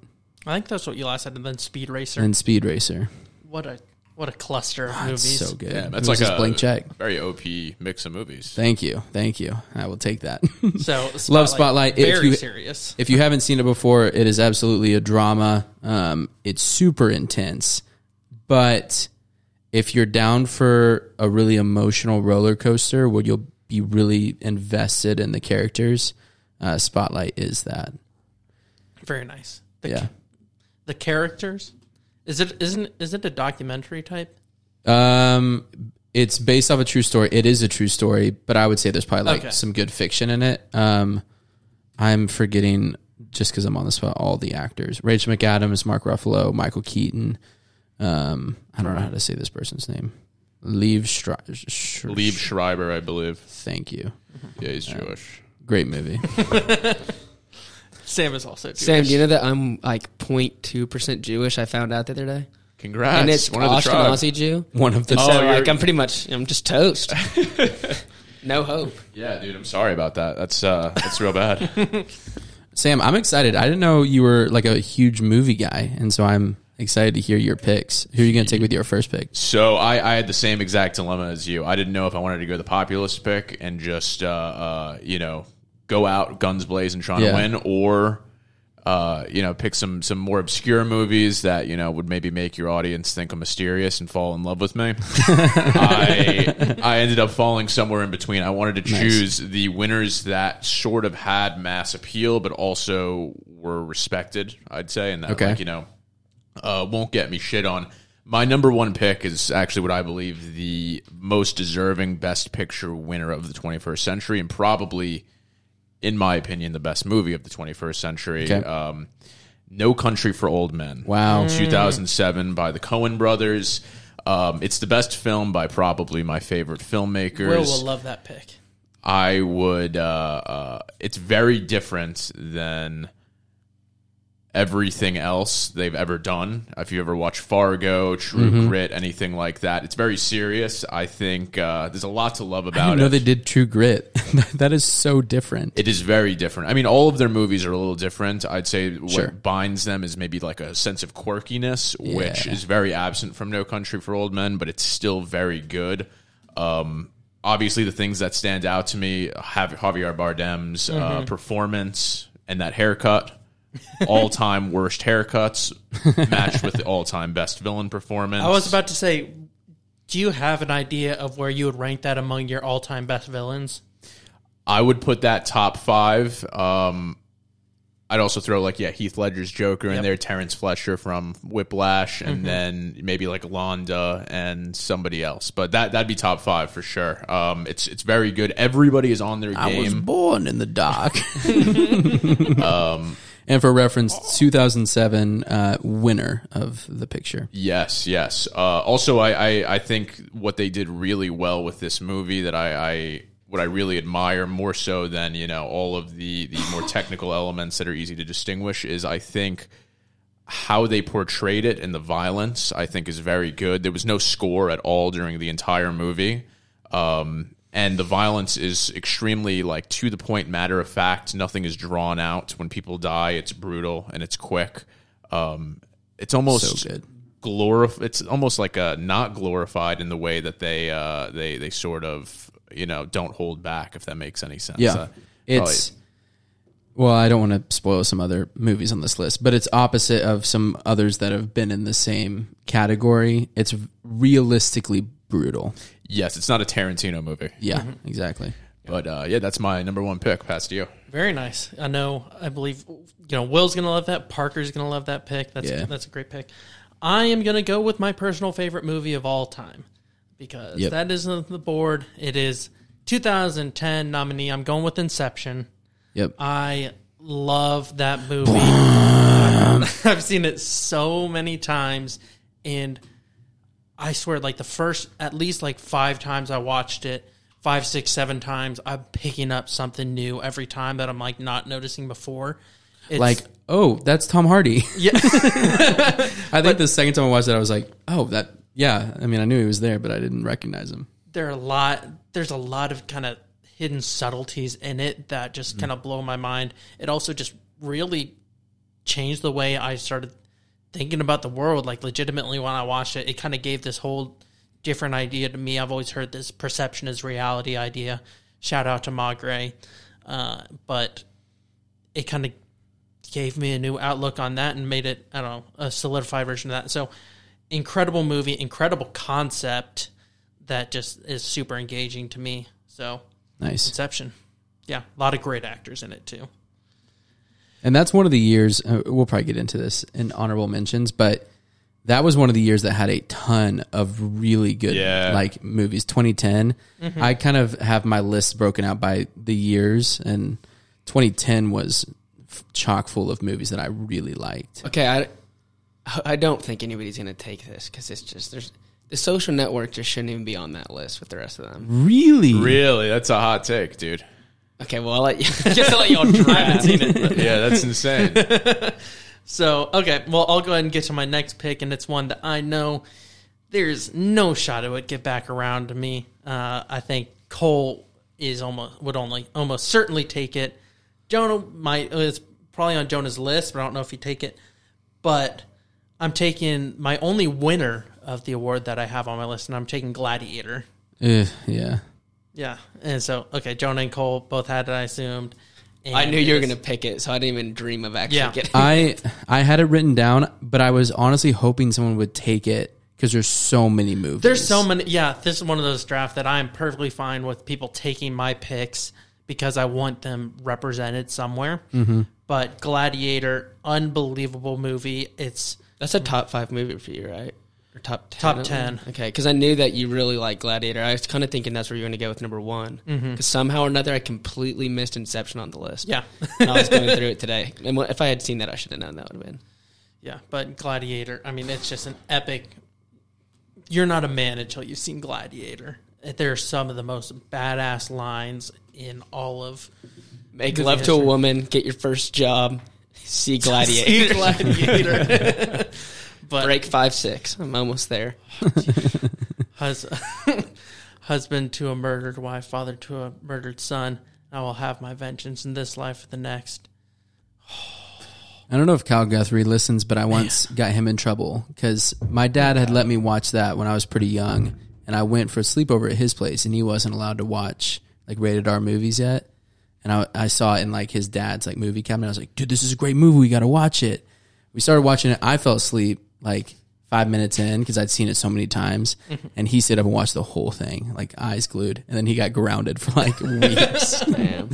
Speaker 3: I think that's what you last said, and Ah, then Speed Racer.
Speaker 1: and Speed Racer.
Speaker 3: what a what a cluster of
Speaker 1: It's
Speaker 3: movies.
Speaker 1: so good.
Speaker 2: Yeah, that's
Speaker 1: It was
Speaker 2: like
Speaker 1: just
Speaker 2: a
Speaker 1: blank check.
Speaker 2: Very OP mix of movies.
Speaker 1: Thank you, thank you. I will take that. *laughs*
Speaker 3: So
Speaker 1: Love Spotlight. If
Speaker 3: Very
Speaker 1: you-
Speaker 3: serious.
Speaker 1: If you haven't seen it before, it is absolutely a drama. Um, it's super intense, but if you're down for a really emotional roller coaster where you'll be really invested in the characters, uh, Spotlight is that.
Speaker 3: Very nice. The,
Speaker 1: Yeah.
Speaker 3: the characters. Is it isn't is it a documentary type?
Speaker 1: Um, it's based off a true story. It is a true story, but I would say there's probably like
Speaker 3: Okay.
Speaker 1: some good fiction in it. Um, I'm forgetting just because I'm on the spot all the actors: Rachel McAdams, Mark Ruffalo, Michael Keaton. Um, I don't know how to say this person's name. Liev Schreiber. Sh-
Speaker 2: Lieb Schreiber, I believe.
Speaker 1: Thank you.
Speaker 2: Yeah, he's Jewish.
Speaker 1: Great movie. *laughs*
Speaker 3: Sam is also Jewish.
Speaker 4: Sam, do you know that I'm like 02 percent Jewish? I found out the other day.
Speaker 2: Congrats.
Speaker 4: and it's
Speaker 2: One of the
Speaker 4: Austin
Speaker 2: tribe.
Speaker 4: Aussie Jew.
Speaker 1: One of the
Speaker 4: So
Speaker 2: you're-
Speaker 4: like I'm pretty much I'm
Speaker 1: *laughs*
Speaker 4: just toast. no hope.
Speaker 2: Yeah, dude, I'm sorry about that. That's uh that's real bad.
Speaker 1: *laughs* Sam, I'm excited. I didn't know you were like a huge movie guy, and so I'm excited to hear your picks. Who are you going to take with your first pick?
Speaker 2: So I, I had the same exact dilemma as you. I didn't know if I wanted to go the populist pick and just uh, uh, you know go out guns blazing trying
Speaker 1: Yeah.
Speaker 2: to win, or uh, you know pick some some more obscure movies that you know would maybe make your audience think I'm mysterious and fall in love with
Speaker 1: *laughs*
Speaker 2: me. I I ended up falling somewhere in between. I wanted to choose the winners that sort of had mass appeal, but also were respected. I'd say, and that
Speaker 1: Okay.
Speaker 2: like you know uh, won't get me shit on. My number one pick is actually what I believe the most deserving Best Picture winner of the 21st century, and probably, in my opinion, the best movie of the 21st century.
Speaker 1: Okay.
Speaker 2: Um, no Country for Old Men.
Speaker 1: Wow.
Speaker 2: 2007 by the Coen brothers. Um, it's the best film by probably my favorite filmmakers.
Speaker 3: Will will love that pick.
Speaker 2: I would. Uh, uh, it's very different than everything else they've ever done. If you ever watch Fargo, True
Speaker 1: Mm-hmm.
Speaker 2: Grit, anything like that, it's very serious. I think uh, there's a lot to love
Speaker 1: I
Speaker 2: about
Speaker 1: didn't know
Speaker 2: it.
Speaker 1: they did True Grit. *laughs* that is so different.
Speaker 2: it is very different. I mean, all of their movies are a little different. I'd say what
Speaker 1: Sure.
Speaker 2: binds them is maybe like a sense of quirkiness, which
Speaker 1: Yeah.
Speaker 2: is very absent from No Country for Old Men, but it's still very good. Um, obviously, the things that stand out to me have Javier Bardem's
Speaker 1: Mm-hmm.
Speaker 2: uh, performance and that haircut. all time worst haircuts matched with the all time best villain performance.
Speaker 3: I was about to say, do you have an idea of where you would rank that among your all-time best villains?
Speaker 2: I would put that top five. Um, I'd also throw like yeah Heath Ledger's Joker in there, Terrence Fletcher from Whiplash,
Speaker 1: Mm-hmm.
Speaker 2: and then maybe like Londa and somebody else. But that that'd be top five for sure. Um, it's it's very good. Everybody is on their
Speaker 1: I was
Speaker 2: game.
Speaker 1: born in the
Speaker 2: *laughs*
Speaker 1: dark.
Speaker 2: Um,
Speaker 1: and for reference, 2007 uh, winner of the picture.
Speaker 2: Yes, yes. Uh, also, I, I I think what they did really well with this movie that I. I what I really admire more so than you know all of the the
Speaker 1: *laughs*
Speaker 2: more technical elements that are easy to distinguish is I think how they portrayed it and the violence I think is very good. There was no score at all during the entire movie. Um, and the violence is extremely like to the point, matter of fact. Nothing is drawn out. When people die, it's brutal and it's quick. Um, it's almost
Speaker 1: So good.
Speaker 2: glorif- It's almost like a not glorified in the way that they uh, they they sort of you know don't hold back if that makes any sense.
Speaker 1: Yeah.
Speaker 2: Uh,
Speaker 1: it's well, I don't want to spoil some other movies on this list, but it's opposite of some others that have been in the same category. It's realistically brutal.
Speaker 2: yes, it's not a Tarantino movie,
Speaker 1: Yeah,
Speaker 2: Mm-hmm.
Speaker 1: exactly.
Speaker 2: but uh, yeah, that's my number one pick. Pass to you.
Speaker 3: Very nice. I know. I believe you know Will's gonna love that. Parker's gonna love that pick. That's
Speaker 1: Yeah.
Speaker 3: that's a great pick. I am gonna go with my personal favorite movie of all time because
Speaker 1: Yep.
Speaker 3: that is on the board. It is 2010 nominee. I'm going with Inception.
Speaker 1: Yep.
Speaker 3: I love that movie. I've seen it so many times, and I swear, like the first at least like five times I watched it, five, six, seven times, I'm picking up something new every time that I'm like not noticing before. It's,
Speaker 1: like, oh, that's Tom Hardy.
Speaker 3: yeah,
Speaker 1: *laughs* I think the second time I watched it, I was like, oh, that, yeah. I mean, I knew he was there, but I didn't recognize him.
Speaker 3: there are a lot. There's a lot of kind of hidden subtleties in it that just kind of blow my mind. It also just really changed the way I started thinking about the world. Like legitimately, when I watched it, it kind of gave this whole different idea to me. I've always heard this perception is reality idea. Shout out to Ma Gray, uh, but it kind of gave me a new outlook on that and made it I don't know a solidified version of that. So incredible movie, incredible concept that just is super engaging to me. So
Speaker 1: Nice.
Speaker 3: Inception, yeah, a lot of great actors in it too.
Speaker 1: And that's one of the years, uh, we'll probably get into this in honorable mentions, but that was one of the years that had a ton of really good
Speaker 2: Yeah.
Speaker 1: like movies. 2010, I kind of have my list broken out by the years, and 2010 was f- chock full of movies that I really liked.
Speaker 4: Okay, I, *laughs* I don't think anybody's gonna take this because it's just there's the social network just shouldn't even be on that list with the rest of them.
Speaker 1: Really?
Speaker 2: Really, that's a hot take, dude.
Speaker 4: *laughs*
Speaker 3: *laughs*
Speaker 4: Okay, well I'll let you just to let y'all try.
Speaker 2: Yeah, that's insane.
Speaker 3: So, okay, well, I'll go ahead and get to my next pick, and it's one that I know there's no shot it would get back around to me. Uh, I think Cole is almost would only almost certainly take it. Jonah might uh, it's probably on Jonah's list, but I don't know if he take it. But I'm taking my only winner of the award that I have on my list, and I'm taking Gladiator.
Speaker 1: Ugh, yeah.
Speaker 3: Yeah, and so okay, Jonah and Cole both had it. I assumed. And
Speaker 4: *laughs* I knew you were
Speaker 3: it's-
Speaker 4: gonna pick it, so I didn't even dream of actually
Speaker 3: Yeah. *laughs*
Speaker 4: getting. *laughs*
Speaker 1: I I had it written down, but I was honestly hoping someone would take it because there's so many movies.
Speaker 3: There's so many. Yeah, this is one of those drafts that I'm perfectly fine with people taking my picks because I want them represented somewhere. But Gladiator, unbelievable movie. It's
Speaker 4: That's a top five movie for you, right? Or top 10,
Speaker 3: Top
Speaker 4: at
Speaker 3: 10.
Speaker 4: least? Okay, because I knew that you really like Gladiator. I was kind of thinking that's where you're going to go with number one. Because somehow or another, I completely missed Inception on the list.
Speaker 3: Mm-hmm. yeah,
Speaker 4: and I
Speaker 3: *laughs*
Speaker 4: was going through it today. And wh- if I had seen that, I should have known that would have been.
Speaker 3: yeah. But Gladiator. I mean, it's just an epic. You're not a man until you've seen Gladiator. There are some of the most badass lines in all of
Speaker 4: Make
Speaker 3: Movie
Speaker 4: love to
Speaker 3: history.
Speaker 4: a woman, get your first job, *laughs* see Gladiator,
Speaker 3: *laughs* Gladiator.
Speaker 4: *laughs*
Speaker 3: but
Speaker 4: break five six. I'm almost there.
Speaker 3: Hus- *laughs* husband to a murdered wife, father to a murdered son. I will have my vengeance in this life or the next.
Speaker 1: I don't know if Kyle Guthrie listens, but I once got him in trouble because my dad had let me watch that when I was pretty young, and I went for a sleepover at his place, and he wasn't allowed to watch like rated R movies yet. And I, I saw it in like his dad's like movie cabinet. I was like, dude, this is a great movie. We got to watch it. We started watching it. I fell asleep like five minutes in because I'd seen it so many times, and he stayed up and watched the whole thing, like eyes glued. And then he got grounded for like *laughs* weeks. it
Speaker 4: Damn.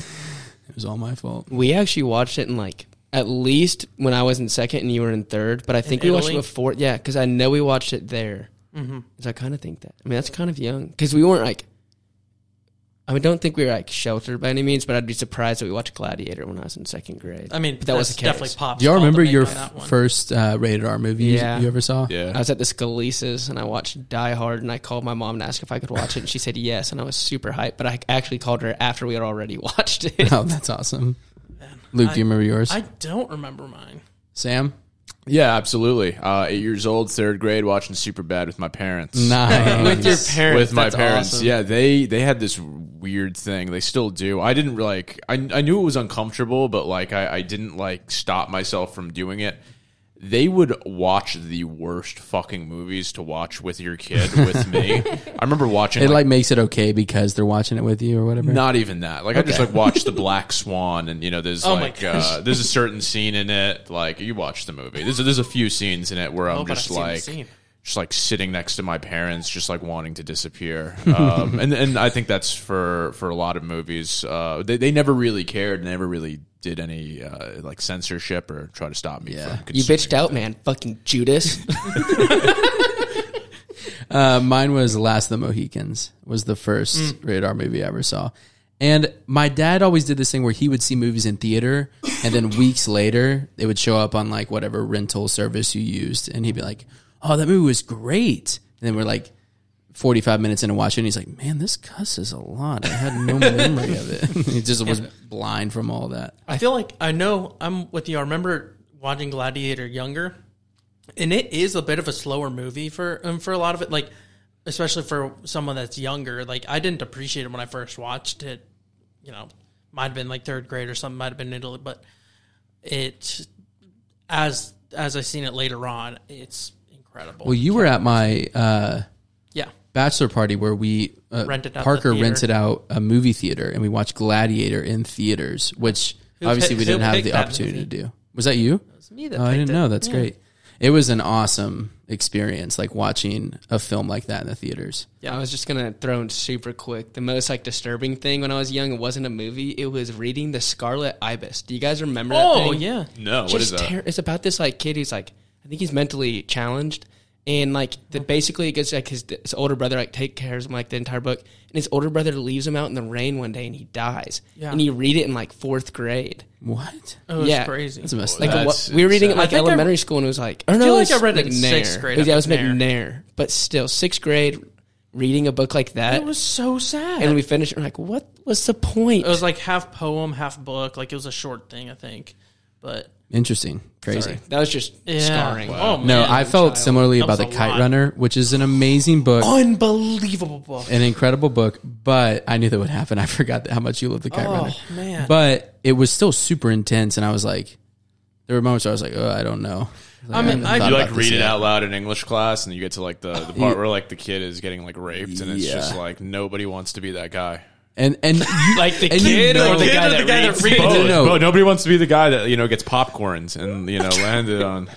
Speaker 1: was all my fault.
Speaker 4: *laughs* We actually watched it in like at least when I was in second and you were in third, but I think we watched it
Speaker 3: Italy?
Speaker 4: before. Yeah, because I know we watched it there. Mm-hmm. So I kind of think that. I mean, that's kind of young because we weren't like. I mean, don't think we were like sheltered by any means, but I'd be surprised that we watched Gladiator when I was in second grade.
Speaker 3: I mean,
Speaker 4: But
Speaker 3: that
Speaker 4: was
Speaker 3: was
Speaker 4: the case.
Speaker 3: definitely pop.
Speaker 1: Do y'all remember your first uh, rated R movie you-
Speaker 4: Yeah.
Speaker 1: you ever saw?
Speaker 2: Yeah.
Speaker 4: I was at the Scalises and I watched Die Hard and I called my mom to ask if I could watch it and she said yes and I was super hyped, but I actually called her after we had already *laughs* watched it.
Speaker 1: Oh, that's awesome. Luke, do you remember yours?
Speaker 3: I don't remember mine.
Speaker 1: Sam?
Speaker 2: Yeah, absolutely. Uh, eight years old, third grade, watching Super Bad with my parents.
Speaker 1: Nice.
Speaker 4: With your parents,
Speaker 2: with my
Speaker 4: that's
Speaker 2: parents.
Speaker 4: awesome.
Speaker 2: Yeah, they they had this weird thing. They still do. I didn't like. I I knew it was uncomfortable, but like I I didn't like stop myself from doing it. They would watch the worst fucking movies to watch with your kid with me. I remember watching
Speaker 1: It
Speaker 2: like,
Speaker 1: like makes it okay because they're watching it with you or whatever.
Speaker 2: *laughs* not even that. Like I just like watched the Black Swan, and you know there's
Speaker 3: Oh my
Speaker 2: like
Speaker 3: gosh.
Speaker 2: uh, there's a certain scene in it. Like you watch the movie. There's there's a few scenes in it where I'm
Speaker 3: Oh, but I've
Speaker 2: just
Speaker 3: seen the
Speaker 2: like
Speaker 3: scene.
Speaker 2: just like sitting next to my parents, just like wanting to disappear. *laughs* Um, and and I think that's for for a lot of movies. Uh, they they never really cared, never really did any uh, like censorship or try to stop me.
Speaker 1: Yeah.
Speaker 2: from
Speaker 4: You
Speaker 2: consuming.
Speaker 4: bitched out, man. Fucking Judas. *laughs*
Speaker 1: Uh, mine was Last of the Mohicans was the first rated R movie I ever saw. And my dad always did this thing where he would see movies in theater and then weeks later they would show up on like whatever rental service you used and he'd be like, Oh, that movie was great. And then we're like 45 minutes into watching, and he's like, Man, this cusses a lot. I had no memory of it. *laughs* he just was blind from all that.
Speaker 3: I feel like I know I'm with you. I remember watching Gladiator younger, and it is a bit of a slower movie for um, for a lot of it. Like especially for someone that's younger. Like I didn't appreciate it when I first watched it. You know, might have been like third grade or something. Might have been Italy, but it as as I seen it later on, it's incredible.
Speaker 1: Well, you were at my uh,
Speaker 3: yeah,
Speaker 1: bachelor party where we uh,
Speaker 3: Rented out the
Speaker 1: Parker
Speaker 3: theater.
Speaker 1: rented out a movie theater and we watched Gladiator in theaters, which
Speaker 3: Who
Speaker 1: obviously
Speaker 3: pi-
Speaker 1: we
Speaker 3: who
Speaker 1: didn't have
Speaker 3: picked
Speaker 1: the
Speaker 3: that
Speaker 1: opportunity
Speaker 3: movie?
Speaker 1: to do. Was that you?
Speaker 3: me that
Speaker 1: oh, I
Speaker 3: picked
Speaker 1: didn't
Speaker 3: it.
Speaker 1: know. That's
Speaker 3: Yeah.
Speaker 1: great. It was an awesome experience, like watching a film like that in the theaters.
Speaker 4: I was just gonna throw in super quick. The most like disturbing thing when I was young, it wasn't a movie. It was reading the Scarlet Ibis. Do you guys remember? that
Speaker 3: Oh
Speaker 4: thing?
Speaker 3: yeah,
Speaker 2: No, what is
Speaker 4: Just
Speaker 2: that?
Speaker 4: ter- it's about this like kid who's like I think he's mentally challenged, and like the, basically it gets like his, his older brother like take cares of him like the entire book, and his older brother leaves him out in the rain one day and he dies.
Speaker 3: Yeah.
Speaker 4: and you read it in like fourth grade.
Speaker 1: What?
Speaker 3: it was
Speaker 4: Yeah.
Speaker 3: crazy.
Speaker 1: That's a mess.
Speaker 4: Like
Speaker 1: up.
Speaker 4: a,
Speaker 2: That's
Speaker 4: what, we were reading it
Speaker 2: insane.
Speaker 4: like
Speaker 3: I think I-
Speaker 4: elementary school, and it was like I don't
Speaker 3: feel
Speaker 4: know.
Speaker 3: like
Speaker 4: was
Speaker 3: I read it in
Speaker 4: McNair.
Speaker 3: sixth grade. I
Speaker 4: Yeah, it was
Speaker 3: think Nair.
Speaker 4: McNair, but still sixth grade reading a book like that.
Speaker 3: It was so sad.
Speaker 4: and we finished. And we're like, what was the point?
Speaker 3: It was like half poem, half book. Like it was a short thing, I think. But
Speaker 1: Interesting. Crazy.
Speaker 4: Sorry. That was just
Speaker 3: Yeah.
Speaker 4: scarring.
Speaker 3: Oh,
Speaker 1: No,
Speaker 3: man.
Speaker 1: I felt similarly
Speaker 3: That
Speaker 1: about The
Speaker 3: was a
Speaker 1: Kite
Speaker 3: lot. Oh,
Speaker 1: Runner, which is an amazing book,
Speaker 3: unbelievable book.
Speaker 1: an incredible book, but I knew that would happen. I *laughs* forgot that- how much you love The Kite
Speaker 3: Oh.
Speaker 1: Runner.
Speaker 3: man.
Speaker 1: But it was still super intense, and I was like, there were moments where I was like, oh, I don't know.
Speaker 3: I mean, I-
Speaker 1: thought
Speaker 2: You like
Speaker 1: about this
Speaker 2: read it
Speaker 1: yet.
Speaker 2: out loud in English class, and you get to like the, the part where like the kid is getting like raped, and it's
Speaker 1: Yeah.
Speaker 2: just like nobody wants to be that guy.
Speaker 1: And, and you,
Speaker 4: Like the
Speaker 1: And you
Speaker 4: kid
Speaker 1: know-
Speaker 4: or the
Speaker 1: Kid
Speaker 4: guy
Speaker 3: or
Speaker 4: that
Speaker 3: the guy that
Speaker 4: reads?
Speaker 3: reads?
Speaker 1: No, no, no.
Speaker 2: But nobody wants to be the guy that you know gets popcorns and you know landed on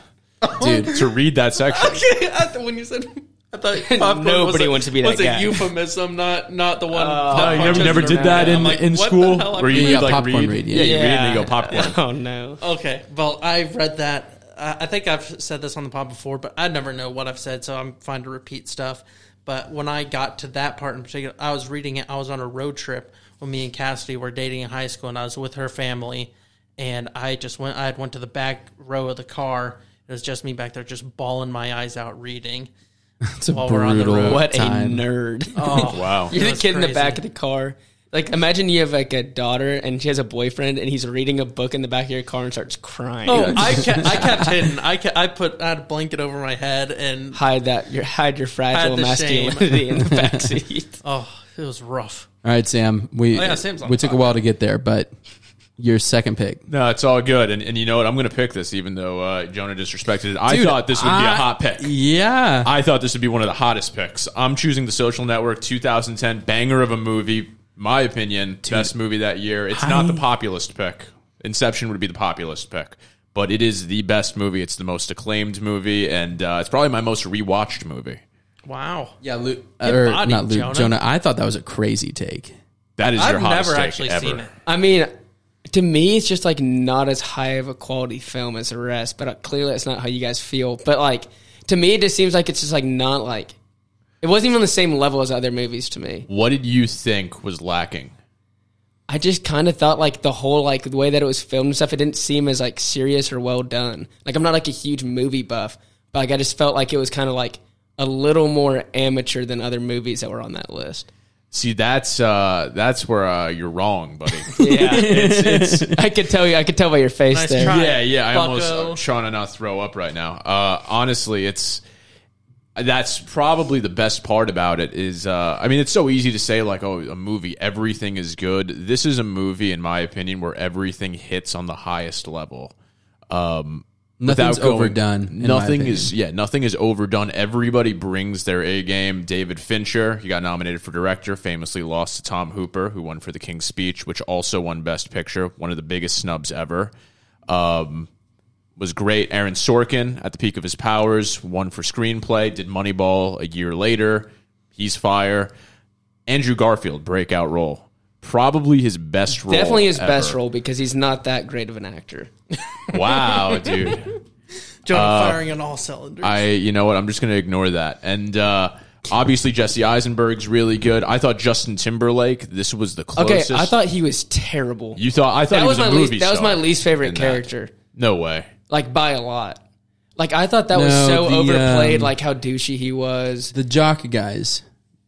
Speaker 1: dude,
Speaker 2: to read that section.
Speaker 3: *laughs* Okay, I th- when you said. I thought popcorn was
Speaker 4: Nobody
Speaker 3: a,
Speaker 4: wants to be that
Speaker 3: was a
Speaker 4: guy.
Speaker 3: euphemism, not not the one.
Speaker 2: Oh,
Speaker 3: popcorn
Speaker 2: you never,
Speaker 3: chosen
Speaker 2: never did
Speaker 3: around.
Speaker 2: that in,
Speaker 3: I'm like,
Speaker 2: in
Speaker 3: what the
Speaker 2: school
Speaker 3: hell?
Speaker 2: where you
Speaker 1: Yeah,
Speaker 2: would, like
Speaker 1: popcorn
Speaker 2: read,
Speaker 1: read, yeah.
Speaker 2: you read and you go popcorn.
Speaker 3: *laughs*
Speaker 4: Oh no.
Speaker 3: Okay, well, I read that. Uh, I think I've said this on the pod before, but I never know what I've said, so I'm fine to repeat stuff. But when I got to that part in particular, I was reading it. I was on a road trip when me and Cassidy were dating in high school, and I was with her family. And I just went. I had went to the back row of the car. It was just me back there, just bawling my eyes out reading.
Speaker 1: it's a
Speaker 3: While we're on the
Speaker 1: brutal
Speaker 3: road.
Speaker 4: What
Speaker 1: time.
Speaker 4: a nerd.
Speaker 3: Oh,
Speaker 2: Oh, Wow.
Speaker 4: You're the
Speaker 3: That's
Speaker 4: kid in the
Speaker 3: crazy.
Speaker 4: back of the car. Like imagine you have like a daughter and she has a boyfriend and he's reading a book in the back of your car and starts
Speaker 3: *laughs*
Speaker 4: crying.
Speaker 3: Oh, I kept, I kept hidden. I kept, I put I had a blanket over my head, and
Speaker 4: hide that your hide your fragile
Speaker 3: the shame.
Speaker 4: masculinity in
Speaker 3: *laughs*
Speaker 4: the backseat.
Speaker 3: oh, it was rough.
Speaker 1: All right, Sam. We
Speaker 3: Oh, yeah, Sam's on
Speaker 1: we took a
Speaker 3: fire.
Speaker 1: while to get there, but your second pick.
Speaker 2: No, it's all good. And, and you know what? I'm going to pick this, even though uh, Jonah disrespected it. I
Speaker 1: Dude,
Speaker 2: thought this would be a
Speaker 1: I-
Speaker 2: hot pick.
Speaker 1: Yeah.
Speaker 2: I thought this would be one of the hottest picks. I'm choosing The Social Network 2010 banger of a movie. My opinion, best movie that year. It's not the populist pick. Inception would be the populist pick, but it is the best movie. It's the most acclaimed movie, and uh, it's probably my most rewatched movie.
Speaker 3: Wow.
Speaker 1: yeah, Luke. Or
Speaker 3: bodied,
Speaker 1: not Luke. Jonah.
Speaker 3: Jonah.
Speaker 1: I thought that was a crazy take.
Speaker 2: That is your
Speaker 3: I've
Speaker 2: hottest
Speaker 3: never
Speaker 2: take
Speaker 3: actually
Speaker 2: ever.
Speaker 3: seen it.
Speaker 4: I mean, to me, it's just like not as high of a quality film as the rest. But uh, clearly, it's not how you guys feel. But like to me, it just seems like it's just like not like it wasn't even on the same level as other movies to me.
Speaker 2: What did you think was lacking?
Speaker 4: I just kind of thought like the whole like the way that it was filmed and stuff. It didn't seem as like serious or well done. Like I'm not like a huge movie buff, but like I just felt like it was kind of like a little more amateur than other movies that were on
Speaker 1: *laughs*
Speaker 4: that list.
Speaker 2: See, that's uh, that's where uh, you're wrong,
Speaker 3: *laughs*
Speaker 2: buddy.
Speaker 4: Yeah,
Speaker 2: it's, it's,
Speaker 4: I could tell you. I could tell by your face
Speaker 3: Nice
Speaker 4: there.
Speaker 3: try.
Speaker 2: yeah, yeah. I almost
Speaker 3: Bucko.
Speaker 2: I'm trying to not throw up right now. Uh, honestly, it's that's probably the best part about it is uh, I mean it's so easy to say like oh a movie everything is good. This is a movie in my opinion where everything hits on the highest level.
Speaker 1: Nothing's
Speaker 2: without going-
Speaker 1: overdone. in my
Speaker 2: Nothing
Speaker 1: opinion.
Speaker 2: is yeah, nothing is overdone. Everybody brings their A game. David Fincher, he got nominated for director, famously lost to Tom Hooper, who won for The King's Speech, which also won Best Picture, one of the biggest snubs ever. Um, was great. Aaron Sorkin at the peak of his powers, won for screenplay, did Moneyball a year later. He's fire. Andrew Garfield breakout role. Probably his best role.
Speaker 4: Definitely his best
Speaker 2: ever.
Speaker 4: role because he's not that great of an actor.
Speaker 2: Wow, dude.
Speaker 4: *laughs*
Speaker 3: Jonah
Speaker 1: Uh,
Speaker 3: firing on all cylinders.
Speaker 2: I, you know what? I'm just going to ignore that. And uh, obviously, Jesse Eisenberg's really good. I thought Justin Timberlake. This was the
Speaker 4: Okay,
Speaker 2: closest.
Speaker 4: I thought he was terrible.
Speaker 2: you thought. I thought
Speaker 4: that
Speaker 2: he
Speaker 4: was,
Speaker 2: was, a
Speaker 4: my
Speaker 2: movie
Speaker 4: least. That was
Speaker 2: star
Speaker 4: my least favorite
Speaker 2: in that.
Speaker 4: character,
Speaker 2: No way.
Speaker 4: like by a lot. Like I thought that was
Speaker 1: No,
Speaker 4: so
Speaker 1: the,
Speaker 4: overplayed.
Speaker 1: um,
Speaker 4: like how douchey he was.
Speaker 1: the jock guys.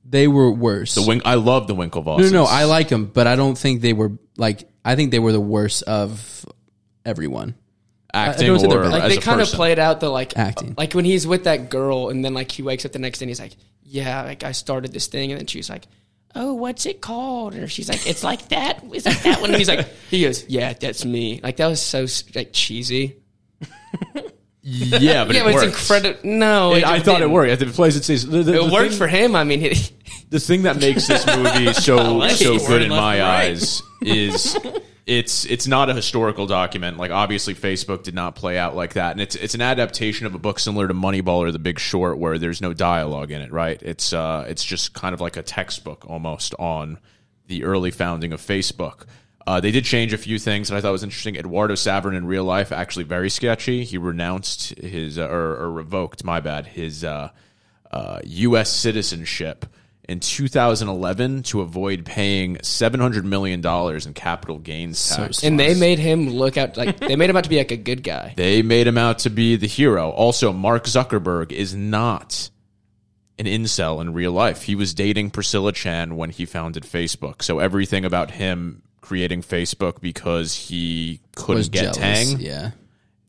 Speaker 1: They were worse.
Speaker 2: The Wink. I love the Winklevoss.
Speaker 1: no, no, no, I like them, but I don't think they were like. I think they were the worst of everyone. I
Speaker 2: acting
Speaker 1: don't say they're
Speaker 2: or
Speaker 1: bad.
Speaker 4: Like
Speaker 2: as
Speaker 4: they
Speaker 2: a
Speaker 4: kind of
Speaker 2: person.
Speaker 4: played out the like
Speaker 1: Acting.
Speaker 4: Like when he's with that girl, and then like he wakes up the next day, and he's like, "Yeah, like I started this thing," and then she's like. Oh, what's it called? Or she's like, it's like that. It's like that one. And he's like, he goes, yeah, that's me. Like that was so like cheesy.
Speaker 2: Yeah, but
Speaker 4: *laughs* Yeah,
Speaker 2: it
Speaker 4: but it's
Speaker 2: works.
Speaker 4: incredible. No,
Speaker 2: I
Speaker 4: just
Speaker 2: thought it
Speaker 4: didn't.
Speaker 2: worked. If It plays. It says the, the,
Speaker 4: It
Speaker 2: the
Speaker 4: worked
Speaker 2: thing-
Speaker 4: for him. I
Speaker 2: *laughs*
Speaker 4: mean, it,
Speaker 2: the thing that makes this movie
Speaker 3: *laughs*
Speaker 2: so so
Speaker 3: Story
Speaker 2: good in
Speaker 3: left
Speaker 2: my
Speaker 3: and right.
Speaker 2: eyes is it's it's not a historical document. Like obviously Facebook did not play out like that, and it's it's an adaptation of a book similar to Moneyball or The Big Short, where there's no dialogue in it. Right? It's uh it's just kind of like a textbook almost on the early founding of Facebook. Uh, they did change a few things that I thought was interesting. Eduardo Saverin in real life actually very sketchy. He renounced his uh, or, or revoked, my bad, his uh, uh, U.S. citizenship in 2011 to avoid paying 700 million dollars in capital gains tax.
Speaker 4: and they made him look out like they made him out to be like a good guy.
Speaker 2: they made him out to be the hero. Also, Mark Zuckerberg is not an incel in real life. He was dating Priscilla Chan when he founded Facebook. So everything about him creating Facebook because he couldn't
Speaker 1: Was
Speaker 2: get
Speaker 1: jealous.
Speaker 2: Tang
Speaker 1: Yeah.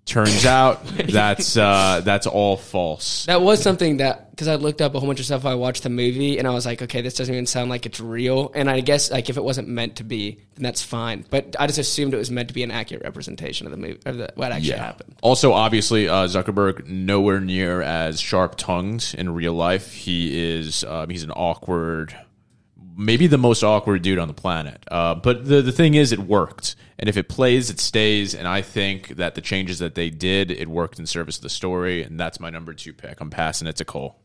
Speaker 2: Turns out *laughs* that's uh, that's all false.
Speaker 4: That was something that because I looked up a whole bunch of stuff. I watched the movie and I was like, okay, this doesn't even sound like it's real. And I guess like if it wasn't meant to be, then that's fine. But I just assumed it was meant to be an accurate representation of the movie of the, what actually happened.
Speaker 2: Also, obviously, uh, Zuckerberg nowhere near as sharp tongued in real life. He is. Um, he's an awkward, maybe the most awkward dude on the planet. Uh, but the the thing is, it worked, and if it plays, it stays. And I think that the changes that they did, it worked in service of the story, and that's my number two pick. I'm passing it to Cole.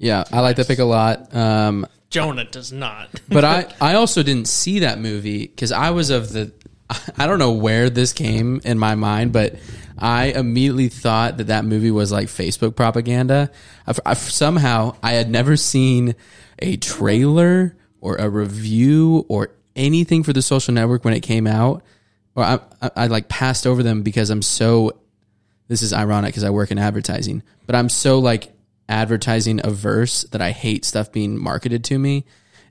Speaker 1: Yeah, I like that pick a lot. Um,
Speaker 3: Jonah does not.
Speaker 1: but I, *laughs* I also didn't see that movie because I was of the *laughs* I don't know where this came in my mind, but I immediately thought that that movie was like Facebook propaganda. I, I, somehow I had never seen a trailer or a review or anything for the social network when it came out. Or I, I, I like passed over them because I'm so. This is ironic because I work in advertising, but I'm so like advertising averse that I hate stuff being marketed to me.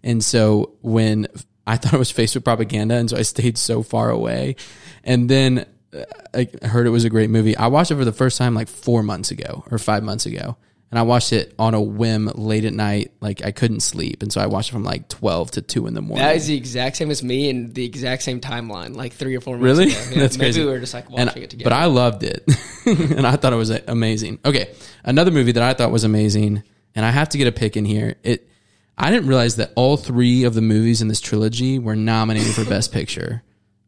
Speaker 1: And so when *laughs* I thought it was Facebook propaganda, and so I stayed so far away. And then uh, I heard it was a great movie. I watched it for the first time like four months ago or five months ago. And I watched it on a whim late at night. Like I couldn't sleep. And so I watched it from like 12 to 2 in the morning.
Speaker 4: That is the exact same as me and the exact same timeline, like three or four months
Speaker 1: Really?
Speaker 4: ago.
Speaker 1: *laughs*
Speaker 4: Yeah,
Speaker 1: That's
Speaker 4: maybe
Speaker 1: crazy.
Speaker 4: we were just like
Speaker 1: And-
Speaker 4: watching it together.
Speaker 1: But I loved it, and I thought it *laughs* was uh, amazing. Okay, another movie that I thought was amazing, and I have to get a pick in here. It, I didn't realize that all three of the movies in this trilogy were nominated for Best Picture.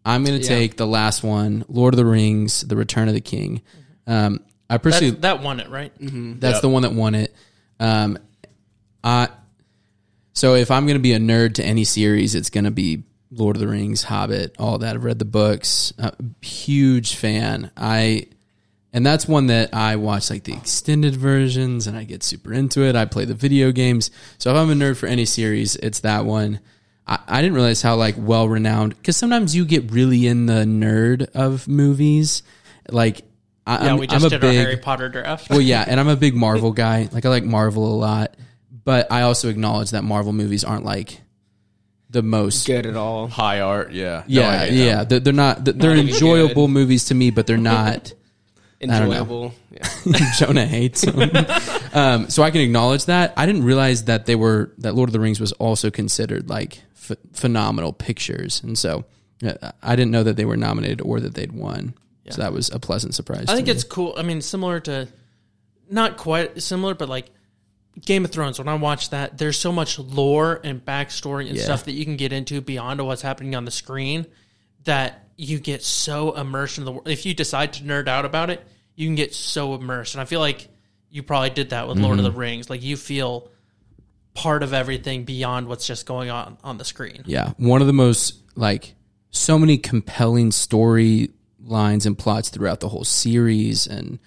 Speaker 1: I'm going to take the last one, Lord of the Rings: The Return of the King. Um, I appreciate
Speaker 3: That, that won it, right?
Speaker 1: that's the one that won it. Um, I so if I'm gonna be a nerd to any series, it's gonna be Lord of the Rings, Hobbit, all that. I've read the books. Uh, huge fan. I and that's one that I watch like the extended versions, and I get super into it. I play the video games. So if I'm a nerd for any series, it's that one. I, I didn't realize how like well renowned because sometimes you get really in the nerd of movies. Like I,
Speaker 3: Yeah,
Speaker 1: I'm,
Speaker 3: we just
Speaker 1: I'm a
Speaker 3: did
Speaker 1: big
Speaker 3: our Harry Potter draft.
Speaker 1: well, yeah, and I'm a big Marvel guy. Like I like Marvel a lot, but I also acknowledge that Marvel movies aren't like the most.
Speaker 4: good at all.
Speaker 2: High art, yeah, No, I
Speaker 1: Yeah,
Speaker 2: hate that.
Speaker 1: yeah, they're, they're not. They're, they're
Speaker 4: even
Speaker 1: enjoyable movies to me, but they're
Speaker 2: *laughs*
Speaker 1: not. don't know.
Speaker 4: Enjoyable. Yeah.
Speaker 1: Jonah hates them. um, so I can acknowledge that. I didn't realize that they were that Lord of the Rings was also considered like ph phenomenal pictures, and so uh, I didn't know that they were nominated or that they'd won. So that was a pleasant surprise.
Speaker 3: I
Speaker 1: to
Speaker 3: think
Speaker 1: me.
Speaker 3: it's cool. I mean, similar to, not quite similar, but like Game of Thrones. When I watch that, there's so much lore and backstory and
Speaker 1: Yeah.
Speaker 3: stuff that you can get into beyond what's happening on the screen that you get so immersed in the world. If you decide to nerd out about it, you can get so immersed. And I feel like you probably did that with Lord of the
Speaker 1: Mm-hmm.
Speaker 3: Rings. Like you feel part of everything beyond what's just going on on the screen.
Speaker 1: Yeah, one of the most like so many compelling story lines and plots throughout the whole series, and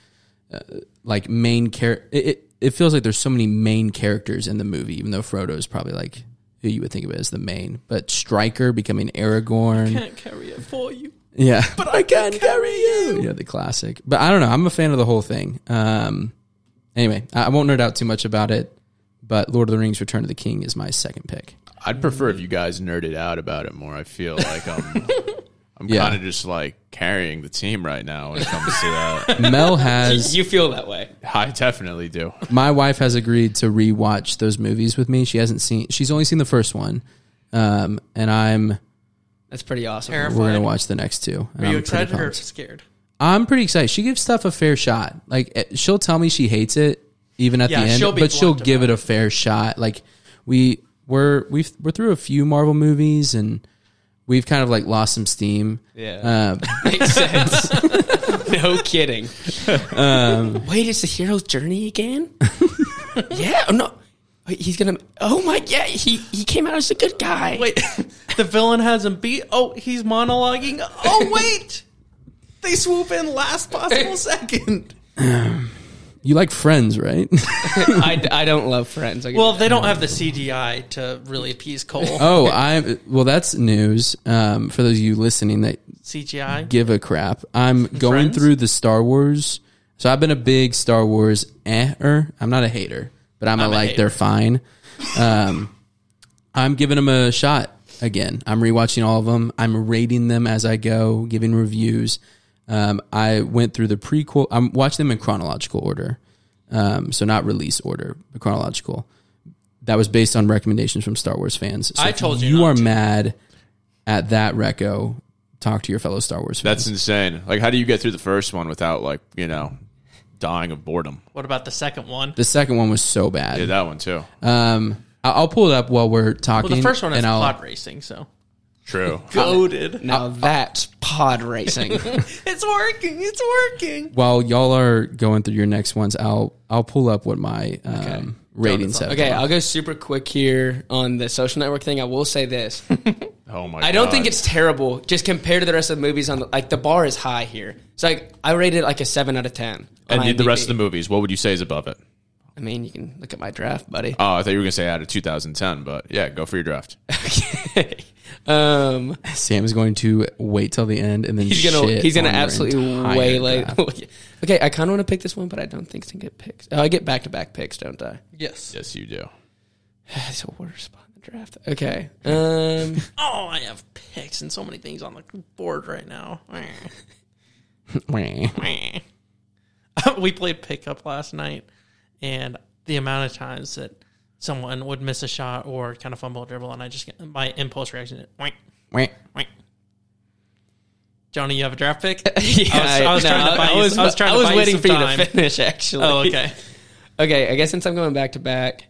Speaker 1: uh, like main character. It, it, it feels like there's so many main characters in the movie, even though Frodo is probably like who you would think of as the main. But Stryker becoming Aragorn,
Speaker 3: Can't carry it for you.
Speaker 1: yeah. *laughs* But I can carry you. Yeah, the classic. But I don't know. I'm a fan of the whole thing. Um, anyway, I I won't nerd out too much about it. But Lord of the Rings: Return of the King is my second pick.
Speaker 2: I'd prefer if you guys nerded out about it more. I feel like
Speaker 1: *laughs*
Speaker 2: I'm, I'm
Speaker 1: Yeah.
Speaker 2: kind of just like carrying the team right now when it comes to that.
Speaker 1: *laughs* Mel has
Speaker 4: You feel that way.
Speaker 2: *laughs* I definitely do.
Speaker 1: my wife has agreed to rewatch those movies with me. She hasn't seen. She's only seen the first one, um, and I'm
Speaker 4: That's pretty awesome.
Speaker 3: Terrifying.
Speaker 1: we're gonna watch the next two. and
Speaker 3: Are you
Speaker 1: I'm pretty
Speaker 3: excited or
Speaker 1: pumped.
Speaker 3: scared?
Speaker 1: I'm pretty excited. She gives stuff a fair shot. Like eh, she'll tell me she hates it even at
Speaker 3: Yeah,
Speaker 1: the end,
Speaker 3: she'll be
Speaker 1: but she'll
Speaker 3: blunt
Speaker 1: give it
Speaker 3: about
Speaker 1: a fair shot. Like we we're we've we're through a few Marvel movies and we've kind of like lost some steam. Um,
Speaker 4: Yeah. Makes sense. *laughs* no kidding.
Speaker 2: Um,
Speaker 4: Wait, it's the hero's journey again? *laughs* yeah. Oh, no. Wait, he's gonna. Oh my. Yeah. He he came out as a good guy.
Speaker 3: Wait, *laughs* the villain has him beat. Oh, he's monologuing.
Speaker 1: *laughs*
Speaker 3: Oh, wait. They swoop in last possible second.
Speaker 1: You like Friends,
Speaker 3: *laughs*
Speaker 1: right?
Speaker 4: *laughs* I, I don't love friends. I
Speaker 3: Well,
Speaker 4: well,
Speaker 3: they don't have the CGI to really appease Cole.
Speaker 1: oh, I well that's news um, for those of you listening that
Speaker 3: CGI.
Speaker 1: give a crap. I'm going
Speaker 3: Friends?
Speaker 1: through the Star Wars. So I've been a big Star Wars eh-er. I'm not a hater, but I'm, a,
Speaker 3: a
Speaker 1: like
Speaker 3: hater.
Speaker 1: they're fine. Um, I'm giving them a shot again. I'm rewatching all of them. I'm rating them as I go, giving reviews. Um, I went through the prequel. I'm watching them in chronological order, um, so not release order, but chronological. That was based on recommendations from Star Wars fans. So
Speaker 3: I
Speaker 1: if
Speaker 3: told you
Speaker 1: you
Speaker 3: not
Speaker 1: are
Speaker 3: to.
Speaker 1: mad at that reco. Talk to your fellow Star Wars fans.
Speaker 2: That's insane. Like, how do you get through the first one without like you know dying of boredom?
Speaker 3: What about the second one?
Speaker 1: the second one was so bad.
Speaker 2: Yeah, that one too.
Speaker 1: Um, I- I'll pull it up while we're talking.
Speaker 3: Well, the first one is
Speaker 1: and I'll-
Speaker 3: pod racing, so
Speaker 2: True.
Speaker 3: goaded.
Speaker 4: Now that's pod
Speaker 3: *laughs*
Speaker 4: racing.
Speaker 3: It's working. It's working.
Speaker 1: While y'all are going through your next ones, I'll I'll pull up what my um, ratings have.
Speaker 4: okay, I'll go super quick here on the social network thing. I will say this:
Speaker 2: Oh my!
Speaker 4: I don't
Speaker 2: God.
Speaker 4: think it's terrible. Just compared to the rest of the movies on the, like the bar is high here. So like I rated it like a seven out of ten. on
Speaker 2: And the- the
Speaker 4: IMDb.
Speaker 2: rest of the movies, what would you say is above it?
Speaker 4: I mean, you can look at my draft, buddy.
Speaker 2: Oh, I thought you were gonna say out of 2010, but yeah, go for your
Speaker 4: *laughs*
Speaker 2: draft. Uh,
Speaker 4: um,
Speaker 1: Sam is going to wait till the end and then
Speaker 4: he's gonna
Speaker 1: shit
Speaker 4: he's gonna
Speaker 1: on your
Speaker 4: absolutely
Speaker 1: entire
Speaker 4: way *laughs* late.
Speaker 1: draft.
Speaker 4: okay, I kind of want to pick this one, but I don't think it's gonna get picked. Oh, I get back to back picks, don't
Speaker 3: *sighs*
Speaker 4: I?
Speaker 3: Yes.
Speaker 2: Yes, you do.
Speaker 4: That's a worse spot in the draft. Okay. Um,
Speaker 3: *laughs*
Speaker 4: *laughs*
Speaker 3: Oh, I have picks and so many things on the board right now.
Speaker 1: Wah.
Speaker 3: *laughs* we played pickup last night, and the amount of times that someone would miss a shot or kind of fumble a dribble, and I just get my impulse reaction. is, Wink,
Speaker 1: Wah.
Speaker 3: wink. Johnny, you have a draft
Speaker 4: *laughs*
Speaker 3: pick.
Speaker 4: yeah,
Speaker 3: I was trying to buy you- I was trying to
Speaker 4: I was
Speaker 3: buy you
Speaker 4: waiting
Speaker 3: some
Speaker 4: for you
Speaker 3: time.
Speaker 4: to finish. Actually.
Speaker 3: oh, okay.
Speaker 4: *laughs* Okay. I guess since I'm going back to back,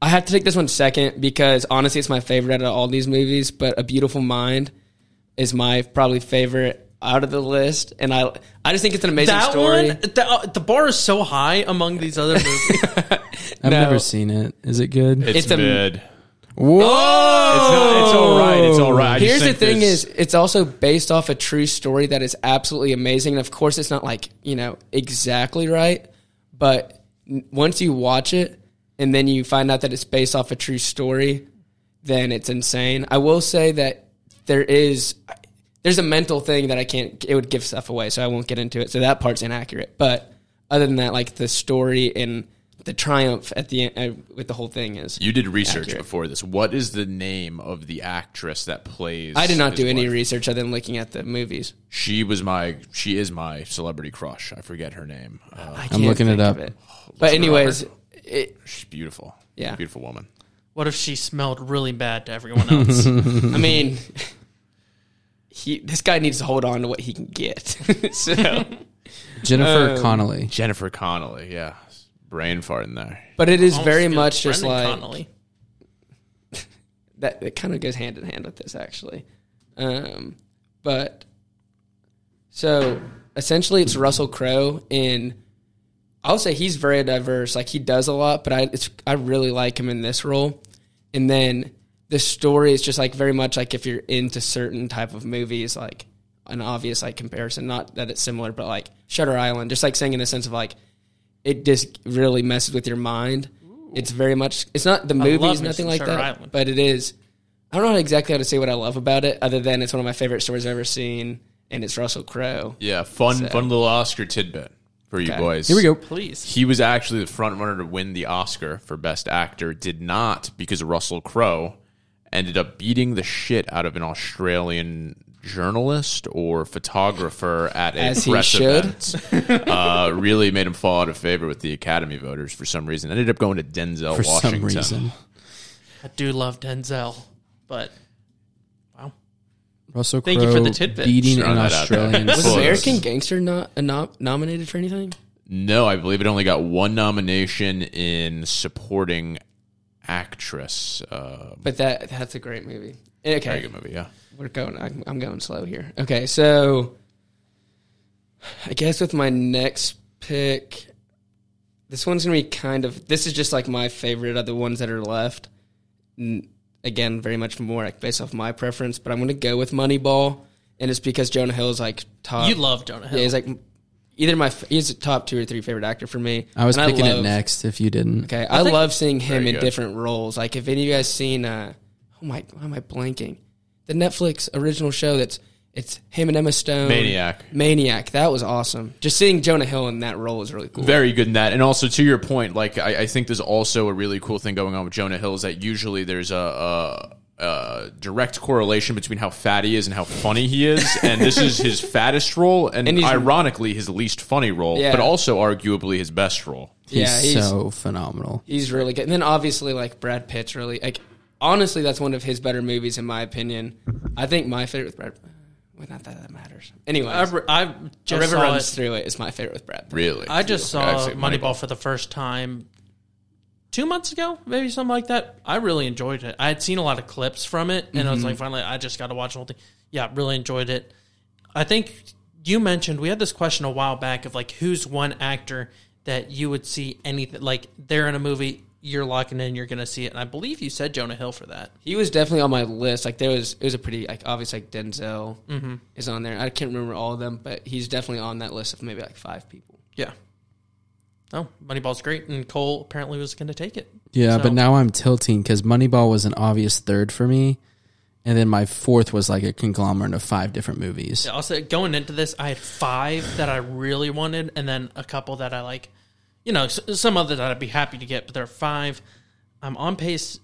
Speaker 4: I have to take this one second because honestly, it's my favorite out of all these movies. But A Beautiful Mind is my probably favorite out of the list, and I I just think it's an amazing
Speaker 3: That one,
Speaker 4: story.
Speaker 3: the, uh, the bar is so high among these
Speaker 4: *laughs*
Speaker 3: other movies.
Speaker 1: I've
Speaker 4: No.
Speaker 1: never seen it. Is it good?
Speaker 2: It's,
Speaker 4: It's a-
Speaker 2: mid.
Speaker 4: Oh!
Speaker 1: Whoa!
Speaker 2: It's, not, it's all right. It's all right. I just
Speaker 4: Here's the
Speaker 2: think
Speaker 4: thing:
Speaker 2: there's-
Speaker 4: is it's also based off a true story that is absolutely amazing. And of course, it's not like you know exactly right, but n- once you watch it and then you find out that it's based off a true story, then it's insane. I will say that there is there's a mental thing that I can't. It would give stuff away, so I won't get into it. So that part's inaccurate. But other than that, like the story and the triumph at the end uh, with the whole thing is.
Speaker 2: you did research
Speaker 4: Accurate.
Speaker 2: before this. What is the name of the actress that plays?
Speaker 4: I did not
Speaker 2: his
Speaker 4: do any
Speaker 2: wife?
Speaker 4: research other than looking at the movies.
Speaker 2: She was my. She is my celebrity crush. I forget her name. Uh,
Speaker 1: I'm
Speaker 4: can't
Speaker 1: looking it
Speaker 4: think
Speaker 1: up.
Speaker 4: of But anyways, it,
Speaker 2: she's beautiful.
Speaker 4: Yeah.
Speaker 2: beautiful woman.
Speaker 3: what if she smelled really bad to everyone
Speaker 4: *laughs*
Speaker 3: else?
Speaker 4: I
Speaker 1: *laughs*
Speaker 4: mean, he this guy needs to hold on to what he can get.
Speaker 3: *laughs*
Speaker 4: *laughs* so,
Speaker 2: Um,
Speaker 1: Jennifer Connelly.
Speaker 2: Jennifer Connelly. Yeah, brain fart in there.
Speaker 4: but it is
Speaker 3: Almost
Speaker 4: very
Speaker 3: did
Speaker 4: much just
Speaker 3: Brendan
Speaker 4: like
Speaker 3: Connolly.
Speaker 4: that. It kind of goes hand in hand with this, actually. Um, but so essentially, it's Russell Crowe, and I'll say he's very diverse. Like he does a lot, but I it's, I really like him in this role. And then the story is just like very much like if you're into certain type of movies, like an obvious like comparison. Not that it's similar, but like Shutter Island, just like saying in the sense of like it just really messes with your mind. It's very much. It's not the
Speaker 3: love
Speaker 4: movies,
Speaker 3: me
Speaker 4: nothing
Speaker 3: some
Speaker 4: like
Speaker 3: Shutter
Speaker 4: that,
Speaker 3: Island.
Speaker 4: but it is. I don't know exactly how to say what I love about it, other than it's one of my favorite stories I've ever seen, and it's Russell Crowe.
Speaker 2: Yeah, fun, fun little Oscar tidbit for you
Speaker 4: Okay.
Speaker 2: boys.
Speaker 1: Here we go.
Speaker 3: Please.
Speaker 2: He was actually the front runner to win the Oscar for Best Actor. Did not because Russell Crowe ended up beating the shit out of an Australian journalist or photographer at a
Speaker 4: As he
Speaker 2: press
Speaker 4: should.
Speaker 2: event. *laughs* uh, really made him fall out of favor with the Academy voters for some reason. Ended up going to Denzel
Speaker 1: For
Speaker 2: Washington.
Speaker 1: some reason,
Speaker 3: I do love Denzel, but
Speaker 1: Russell Crowe
Speaker 3: Thank you for the tidbit.
Speaker 1: beating
Speaker 2: Throwing
Speaker 1: an
Speaker 2: that out
Speaker 1: Australian.
Speaker 2: there.
Speaker 4: Was
Speaker 2: Spoilers.
Speaker 4: American Gangster not a nom- nominated for anything?
Speaker 2: No, I believe it only got one nomination in supporting actress. Uh,
Speaker 4: But that that's a great movie. Eh, Okay,
Speaker 2: very good movie. Yeah.
Speaker 4: we're going. I'm, I'm going slow here. Okay, so I guess with my next pick, this one's gonna be kind of. This is just like my favorite of the ones that are left. N- Again, very much more like based off my preference, but I'm gonna go with Moneyball, and it's because Jonah Hill is like top.
Speaker 3: you love Jonah Hill.
Speaker 4: Uh, Yeah, he's like either my f- he's a top two or three favorite actor for me.
Speaker 1: I was
Speaker 4: and
Speaker 1: picking
Speaker 4: love-
Speaker 1: it next. If you didn't,
Speaker 4: Okay, I, love seeing him
Speaker 2: Very
Speaker 4: in
Speaker 2: good.
Speaker 4: different roles. Like, if any of you guys seen, uh, oh my, why am I blanking? The Netflix original show that's it's him and Emma Stone.
Speaker 2: Maniac.
Speaker 4: Maniac. That was awesome. Just seeing Jonah Hill in that role is really cool.
Speaker 2: Very good in that. And also to your point, like I, I think there's also a really cool thing going on with Jonah Hill is that usually there's a, a uh, direct correlation between how fat he is and how funny he is. And this is his fattest role, and,
Speaker 4: And he's-
Speaker 2: ironically, his least funny role,
Speaker 4: Yeah.
Speaker 2: but also arguably his best role.
Speaker 4: yeah,
Speaker 1: he's,
Speaker 4: he's
Speaker 1: so phenomenal.
Speaker 4: he's really good. And then obviously like Brad Pitt's really like honestly that's one of his better movies in my opinion. I think my favorite with Brad well not that that matters. Anyway,
Speaker 3: I, re- I
Speaker 4: A
Speaker 3: just
Speaker 4: River
Speaker 3: saw
Speaker 4: Runs
Speaker 3: it.
Speaker 4: Through It is my favorite with Brad Pitt.
Speaker 2: Really,
Speaker 3: I just
Speaker 2: I'd
Speaker 3: saw
Speaker 2: say
Speaker 3: Moneyball, for the first time two months ago, maybe something like that. I really enjoyed it. I had seen a lot of clips from it, and I was like, finally, I just got to watch the whole thing. Yeah, really enjoyed it. I think you mentioned we had this question a while back of like, who's one actor that you would see anything like they're in a movie, you're locking in, you're going to see it. And I believe you said Jonah Hill for that.
Speaker 4: He was definitely on my list. Like there was, it was a pretty like obviously like Denzel is on there. I can't remember all of them, but he's definitely on that list of maybe like five people.
Speaker 3: Yeah. Oh, Moneyball's great, and Cole apparently was going to take it.
Speaker 1: Yeah,
Speaker 3: So-
Speaker 1: but now I'm tilting because Moneyball was an obvious third for me, and then my fourth was like a conglomerate of five different movies.
Speaker 3: also going into this, I had five that I really wanted, and then a couple that I like. You know, s- some other that I'd be happy to get, but there are five. I'm on pace.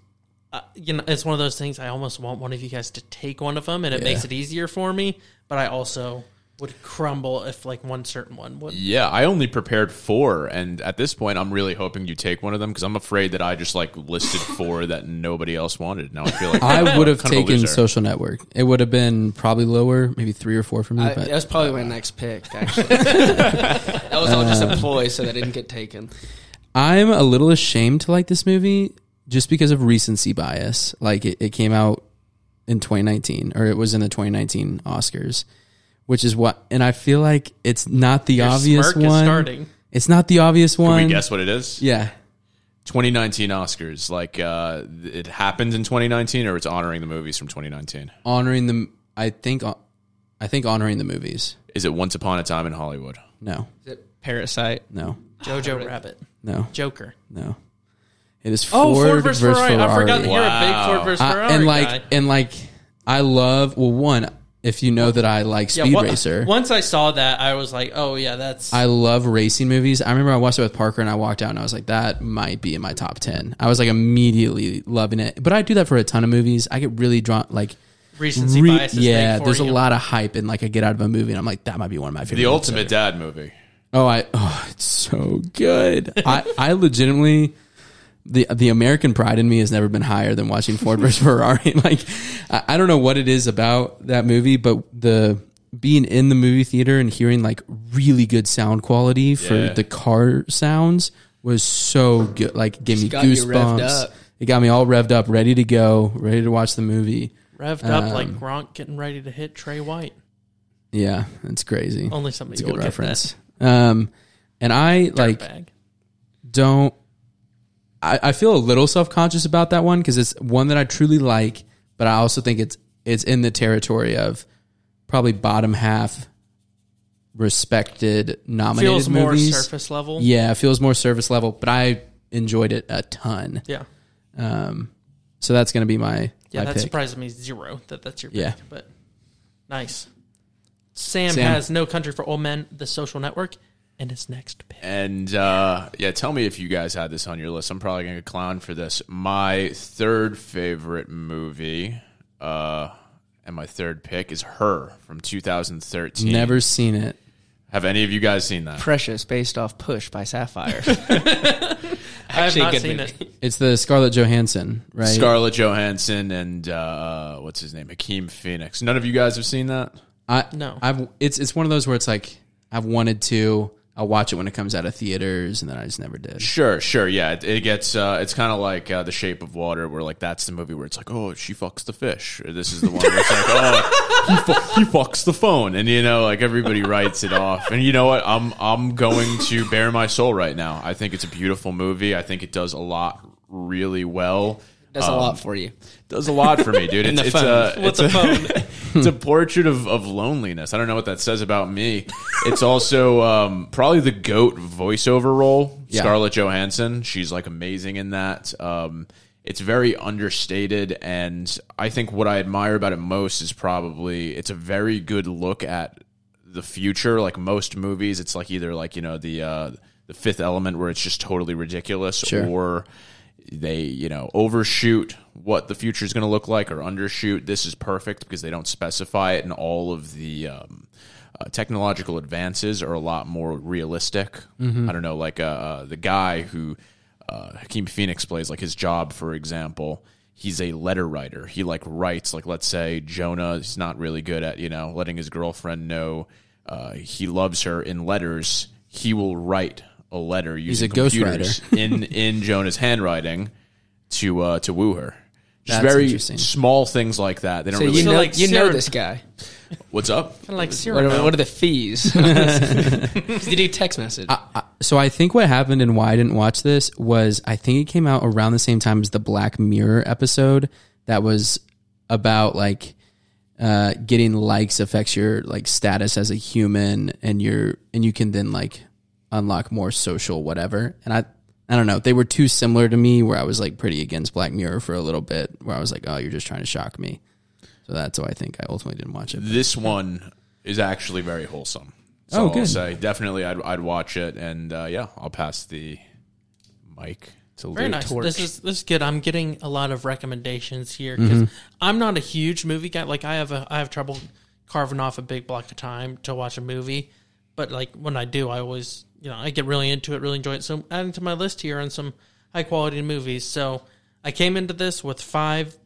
Speaker 3: Uh, you know, it's one of those things. I almost want one of you guys to take one of them, and it makes it easier for me. But I also would crumble if like one certain one would.
Speaker 2: Yeah, I only prepared four, and at this point, I'm really hoping you take one of them because I'm afraid that I just like listed four that nobody else wanted. Now I feel
Speaker 1: *laughs*
Speaker 2: like *laughs*
Speaker 1: I would have
Speaker 2: Kind of a
Speaker 1: taken
Speaker 2: loser.
Speaker 1: Social Network. It would have been probably lower, maybe three or four for me.
Speaker 4: I,
Speaker 1: but
Speaker 4: that was probably my next pick. Actually, *laughs* that was all just a ploy so that it didn't get taken.
Speaker 1: I'm a little ashamed to like this movie just because of recency bias. Like it, it came out in 2019 or it was in the 2019 Oscars, which is what, and I feel like it's not the obvious
Speaker 3: smirk is
Speaker 1: one.
Speaker 3: starting.
Speaker 1: It's not the obvious one.
Speaker 2: Can we guess what it is?
Speaker 1: Yeah.
Speaker 2: 2019 Oscars. Like uh, it happened in 2019, or it's honoring the movies from 2019.
Speaker 1: Honoring the, I think, uh, I think honoring the movies.
Speaker 2: Is it Once Upon a Time in Hollywood?
Speaker 1: No,
Speaker 4: Is it Parasite?
Speaker 1: no,
Speaker 3: Jojo Rabbit,
Speaker 1: no,
Speaker 3: Joker.
Speaker 1: no. It is Ford,
Speaker 3: Oh, Ford,
Speaker 1: versus
Speaker 3: versus Ferrari. I forgot that
Speaker 1: Ferrari.
Speaker 3: you're a
Speaker 2: Wow.
Speaker 3: big Ford versus
Speaker 1: I-
Speaker 3: Ferrari
Speaker 1: and like
Speaker 3: guy.
Speaker 1: and like I love well one if you know that I like Speed
Speaker 3: wa-
Speaker 1: Racer.
Speaker 3: Once I saw that, I was like, oh yeah, that's
Speaker 1: I love racing movies. I remember I watched it with Parker and I walked out and I was like, that might be in my top 10. I was like immediately loving it. But I do that for a ton of movies. I get really drawn, like,
Speaker 3: recency
Speaker 1: re-
Speaker 3: bias. is
Speaker 1: yeah,
Speaker 3: big for
Speaker 1: there's a
Speaker 3: you.
Speaker 1: lot of hype and like I get out of a movie and I'm like, that might be one of my favorite.
Speaker 2: The
Speaker 1: movies
Speaker 2: Ultimate
Speaker 1: ever.
Speaker 2: Dad movie.
Speaker 1: Oh, I, oh, it's so
Speaker 4: *laughs*
Speaker 1: good. I, I legitimately, the, the American pride in me has never been higher than watching Ford
Speaker 4: *laughs*
Speaker 1: versus Ferrari. *laughs* Like, I, I don't know what it is about that movie, but the, being in the movie theater and hearing like really good sound quality for
Speaker 2: Yeah.
Speaker 1: the car sounds was so good. Like, gave me
Speaker 4: got you revved
Speaker 1: goosebumps.
Speaker 4: up.
Speaker 1: It got me all revved up, ready to go, ready to watch the movie.
Speaker 3: Revved up like
Speaker 1: Um,
Speaker 3: Gronk getting ready to hit Trey White.
Speaker 1: Yeah, it's crazy.
Speaker 3: Only somebody
Speaker 1: it's a
Speaker 3: will
Speaker 1: good
Speaker 3: get
Speaker 1: reference. Um, and I like
Speaker 3: Bag.
Speaker 1: don't I, I feel a little self-conscious about that one because it's one that i truly like but i also think it's it's in the territory of probably bottom half respected nominated
Speaker 3: Feels more
Speaker 1: movies
Speaker 3: surface level.
Speaker 1: yeah it feels more service level but i enjoyed it a ton
Speaker 3: Yeah.
Speaker 1: um so that's gonna be my
Speaker 3: Yeah,
Speaker 1: my
Speaker 3: that
Speaker 1: pick.
Speaker 3: surprises me zero that that's your pick.
Speaker 1: Yeah.
Speaker 3: But nice. Sam,
Speaker 1: Sam.
Speaker 3: has No Country for Old Men, The Social Network, and his next pick.
Speaker 2: And uh, yeah, tell me if you guys had this on your list. I'm probably gonna clown for this. My third favorite movie, uh, and my third pick is Her from 2013.
Speaker 1: never seen it
Speaker 2: have any of you guys seen that?
Speaker 4: Precious, based off Push by Sapphire.
Speaker 3: I have
Speaker 4: Actually,
Speaker 3: not
Speaker 4: good
Speaker 3: seen
Speaker 4: movie.
Speaker 3: it.
Speaker 1: it's the scarlett johansson right
Speaker 2: Scarlett Johansson and uh, what's his name, Hakeem Phoenix. None of you guys have seen that.
Speaker 1: I
Speaker 3: No.
Speaker 1: I've it's it's one of those where it's like I've wanted to. I'll watch it when it comes out of theaters, and then I just never did.
Speaker 2: Sure, sure, yeah. It, it gets uh, it's kind of like uh, The Shape of Water, where like that's the movie where it's like, oh, she fucks the fish. Or this is the one where it's like, oh, he, fu- he fucks the phone, and you know, like everybody writes it off. And you know what? I'm I'm going to bare my soul right now. I think it's a beautiful movie. I think it does a lot really well.
Speaker 4: *laughs* That's a lot for you.
Speaker 2: does a lot for me,
Speaker 4: *laughs*
Speaker 2: dude.
Speaker 4: And
Speaker 2: It's,
Speaker 4: the
Speaker 2: it's a
Speaker 4: phone.
Speaker 2: it's a, *laughs* it's a portrait of, of loneliness. I don't know what that says about me. It's also um, probably the goat voiceover role,
Speaker 1: Yeah.
Speaker 2: Scarlett Johansson. She's like amazing in that. Um, it's very understated, and I think what I admire about it most is probably it's a very good look at the future. Like most movies, it's like either like you know the uh, the Fifth Element, where it's just totally ridiculous,
Speaker 1: Sure.
Speaker 2: or they you know overshoot what the future is going to look like or undershoot this is perfect because they don't specify it and all of the um, uh, technological advances are a lot more realistic i don't know like uh, uh, the guy who uh, hakeem phoenix plays like his job for example he's a letter writer he like writes like let's say jonah is not really good at you know letting his girlfriend know uh, he loves her in letters he will write a letter
Speaker 1: a
Speaker 2: using
Speaker 1: ghost
Speaker 2: computers
Speaker 1: writer.
Speaker 2: in in Jonah's handwriting to uh, to woo her. Just
Speaker 1: That's
Speaker 2: very
Speaker 1: interesting.
Speaker 2: small things like that. They don't
Speaker 4: So
Speaker 2: really.
Speaker 4: you know,
Speaker 3: like,
Speaker 4: you know
Speaker 3: Sarah-
Speaker 4: this guy.
Speaker 2: What's up?
Speaker 3: Kind of like
Speaker 4: What
Speaker 3: Cyrano.
Speaker 4: are, what are the *laughs* fees? Did you text message?
Speaker 1: So I think what happened and why I didn't watch this was I think it came out around the same time as the Black Mirror episode that was about like uh, getting likes affects your like status as a human and your and you can then like unlock more social whatever. And I I don't know they were too similar to me where I was like pretty against Black Mirror for a little bit where I was like oh you're just trying to shock me. So that's why I think I ultimately didn't watch it.
Speaker 2: This one is actually very wholesome. So
Speaker 1: Oh,
Speaker 2: I'll
Speaker 1: good.
Speaker 2: say definitely I'd I'd watch it and uh, yeah I'll pass the mic to
Speaker 3: Very
Speaker 2: Luke.
Speaker 3: nice. This is this is good. I'm getting a lot of recommendations here because I'm not a huge movie guy. Like I have a I have trouble carving off a big block of time to watch a movie, but like when I do, I always you know I get really into it, really enjoy it. So I'm adding to my list here on some high quality movies. So I came into this with five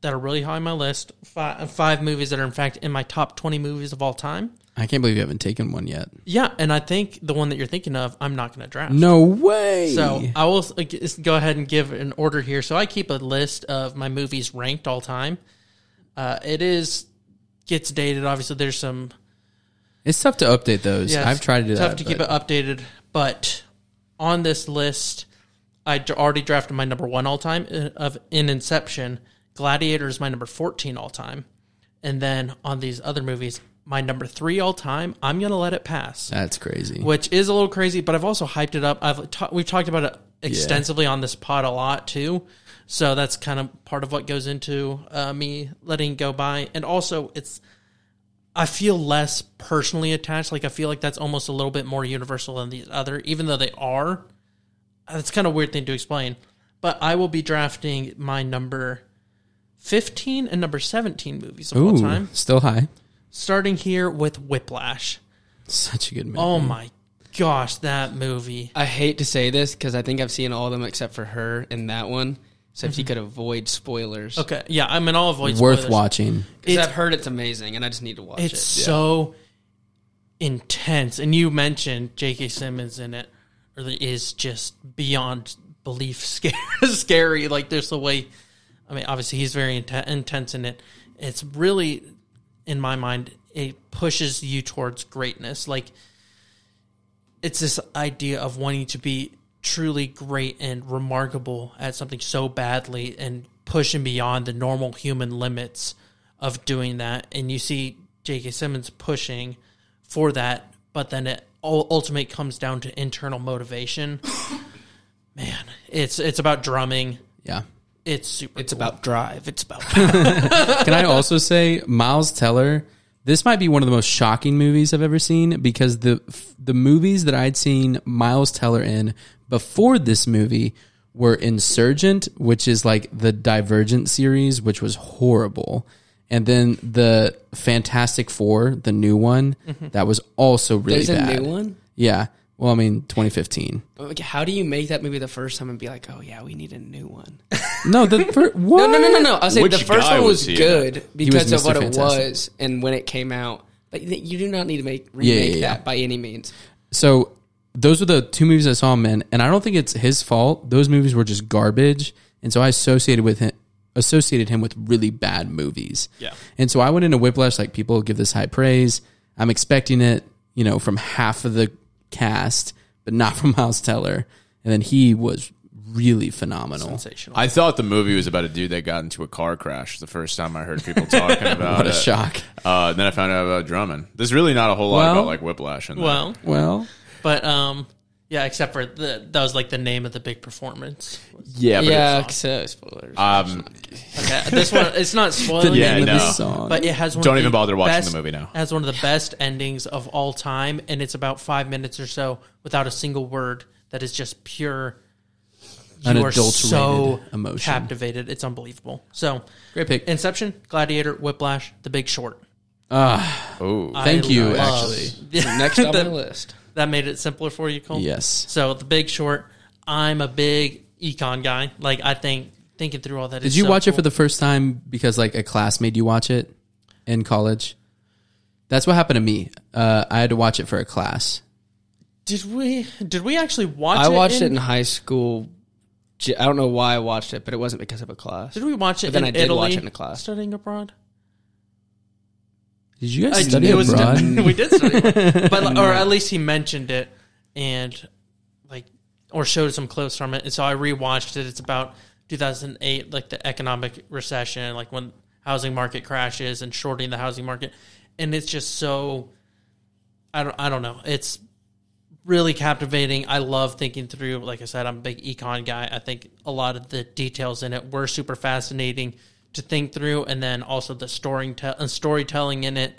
Speaker 3: that are really high on my list. Five, five movies that are in fact in my top 20 movies of all time.
Speaker 1: I can't believe you haven't taken one yet.
Speaker 3: Yeah, and I think the one that you're thinking of, I'm not going to draft.
Speaker 1: No way.
Speaker 3: So I will s- g- go ahead and give an order here. So I keep a list of my movies ranked all time. Uh, it is gets dated. Obviously, there's some.
Speaker 1: It's tough to update those.
Speaker 3: yeah,
Speaker 1: I've tried to do
Speaker 3: tough
Speaker 1: that.
Speaker 3: to keep
Speaker 1: but-
Speaker 3: it updated, but on this list, I d- already drafted my number one all time uh, of in Inception. Gladiator is my number fourteen all time, and then on these other movies, my number three all time. I'm gonna let it pass.
Speaker 1: That's crazy.
Speaker 3: which is a little crazy. But I've also hyped it up. I've ta- we've talked about it extensively on this pod a lot too, so that's kind of part of what goes into uh, me letting go by. And also, it's I feel less personally attached. Like I feel like that's almost a little bit more universal than the other, even though they are. That's kind of a weird thing to explain. But I will be drafting my number fifteen and number seventeen movies of all
Speaker 1: Ooh,
Speaker 3: time,
Speaker 1: still high.
Speaker 3: starting here with Whiplash.
Speaker 1: Such a good movie.
Speaker 3: Oh my gosh, that movie!
Speaker 4: I hate to say this because I think I've seen all of them except for her and that one. So if you could avoid spoilers,
Speaker 3: Okay, yeah, I mean, I'll avoid
Speaker 1: worth
Speaker 3: spoilers.
Speaker 1: watching.
Speaker 4: 'Cause
Speaker 3: It's-
Speaker 4: I've heard it's amazing and I just need to watch
Speaker 3: It's
Speaker 4: it.
Speaker 3: so intense, and you mentioned J.K. Simmons in it, really is just beyond belief *laughs* scary. scary. Like there's the way, I mean, obviously he's very inten- intense in it. It's really, in my mind, it pushes you towards greatness. Like it's this idea of wanting to be truly great and remarkable at something so badly and pushing beyond the normal human limits of doing that. And you see J.K. Simmons pushing for that, but then it all ultimate comes down to internal motivation. *laughs* Man, it's it's about drumming.
Speaker 1: Yeah.
Speaker 3: It's super.
Speaker 4: It's about drive. It's about
Speaker 1: Can I
Speaker 3: *laughs*
Speaker 1: also say Miles Teller? This might be one of the most shocking movies I've ever seen because the the movies that I'd seen Miles Teller in before this movie were Insurgent, which is like the Divergent series, which was horrible, and then the Fantastic Four, the new one,
Speaker 3: Mm-hmm.
Speaker 1: that was also really
Speaker 4: There's a
Speaker 1: bad.
Speaker 4: new one.
Speaker 1: Yeah. Well, I mean, 2015.
Speaker 4: Like, How do you make that movie the first time and be like, oh yeah, we need a new one?
Speaker 1: *laughs* No, the fir- what?
Speaker 4: *laughs* No, no, no, no, no. I'll say
Speaker 2: Which
Speaker 4: the first
Speaker 2: guy
Speaker 4: one
Speaker 2: was
Speaker 4: was
Speaker 2: he in
Speaker 4: good because
Speaker 1: was
Speaker 4: of what
Speaker 1: Mr. Fantastic.
Speaker 4: it was and when it came out. But you you do not need to make remake
Speaker 1: yeah, yeah.
Speaker 4: that by any means.
Speaker 1: So those were the two movies I saw him in, and I don't think it's his fault. Those movies were just garbage, and so I associated with him associated him with really bad movies. Yeah. And so I went into Whiplash like people give this high praise. I'm expecting it, you know, from half of the cast, but not *laughs* from Miles Teller. And then he was really phenomenal.
Speaker 3: sensational.
Speaker 2: I thought the movie was about a dude that got into a car crash the first time I heard
Speaker 1: *laughs*
Speaker 2: people talking about
Speaker 1: What
Speaker 2: it.
Speaker 1: a shock.
Speaker 2: Uh, then I found out about Drummond. There's really not a whole lot
Speaker 1: Well-
Speaker 2: about like Whiplash in there.
Speaker 3: well,
Speaker 1: Well,
Speaker 3: but um, yeah, except for the, that was like the name of the big
Speaker 2: *laughs*
Speaker 3: performance.
Speaker 2: yeah, but yeah.
Speaker 4: Yeah, so spoilers.
Speaker 2: Um,
Speaker 3: Okay, this one it's not spoiling.
Speaker 2: Yeah,
Speaker 1: name of
Speaker 2: no.
Speaker 1: the song.
Speaker 3: But it has one
Speaker 2: Don't
Speaker 3: of
Speaker 2: even
Speaker 3: the
Speaker 2: bother watching the
Speaker 3: best-
Speaker 2: movie now.
Speaker 3: Has one of the best endings of all time, and it's about five minutes or so without a single word that is just pure you are
Speaker 1: Unadulterated
Speaker 3: so
Speaker 1: emotion.
Speaker 3: captivated. It's unbelievable. So
Speaker 1: Great pick.
Speaker 3: Inception, Gladiator, Whiplash, The Big Short.
Speaker 2: Oh,
Speaker 1: Thank you,
Speaker 3: actually.
Speaker 4: Next on my
Speaker 3: that,
Speaker 4: list.
Speaker 3: *laughs* that made it simpler for you, Cole.
Speaker 1: Yes.
Speaker 3: So The Big Short. I'm a big econ guy. Like I think thinking through all that.
Speaker 1: Did you watch it for the first time because like a class made you watch it in college? That's what happened to me. Uh, I had to watch it for a class.
Speaker 3: Did we? Did we actually watch?
Speaker 4: I watched
Speaker 3: in-
Speaker 4: it in high school. J- I don't know why I watched it, but it wasn't because of a class.
Speaker 3: Did we watch it?
Speaker 4: But then
Speaker 3: in
Speaker 4: I did
Speaker 3: Italy,
Speaker 4: watch it in a class.
Speaker 3: Studying abroad.
Speaker 1: Did you guys
Speaker 3: I-
Speaker 1: study
Speaker 3: it was-
Speaker 1: abroad?
Speaker 3: *laughs* we did study abroad. but like, or at least he mentioned it and like or showed some clips from it and so i rewatched it it's about 2008 like the economic recession like when housing market crashes and shorting the housing market and it's just so i don't i don't know it's really captivating i love thinking through like i said i'm a big econ guy i think a lot of the details in it were super fascinating to think through and then also the storytelling uh, storytelling in it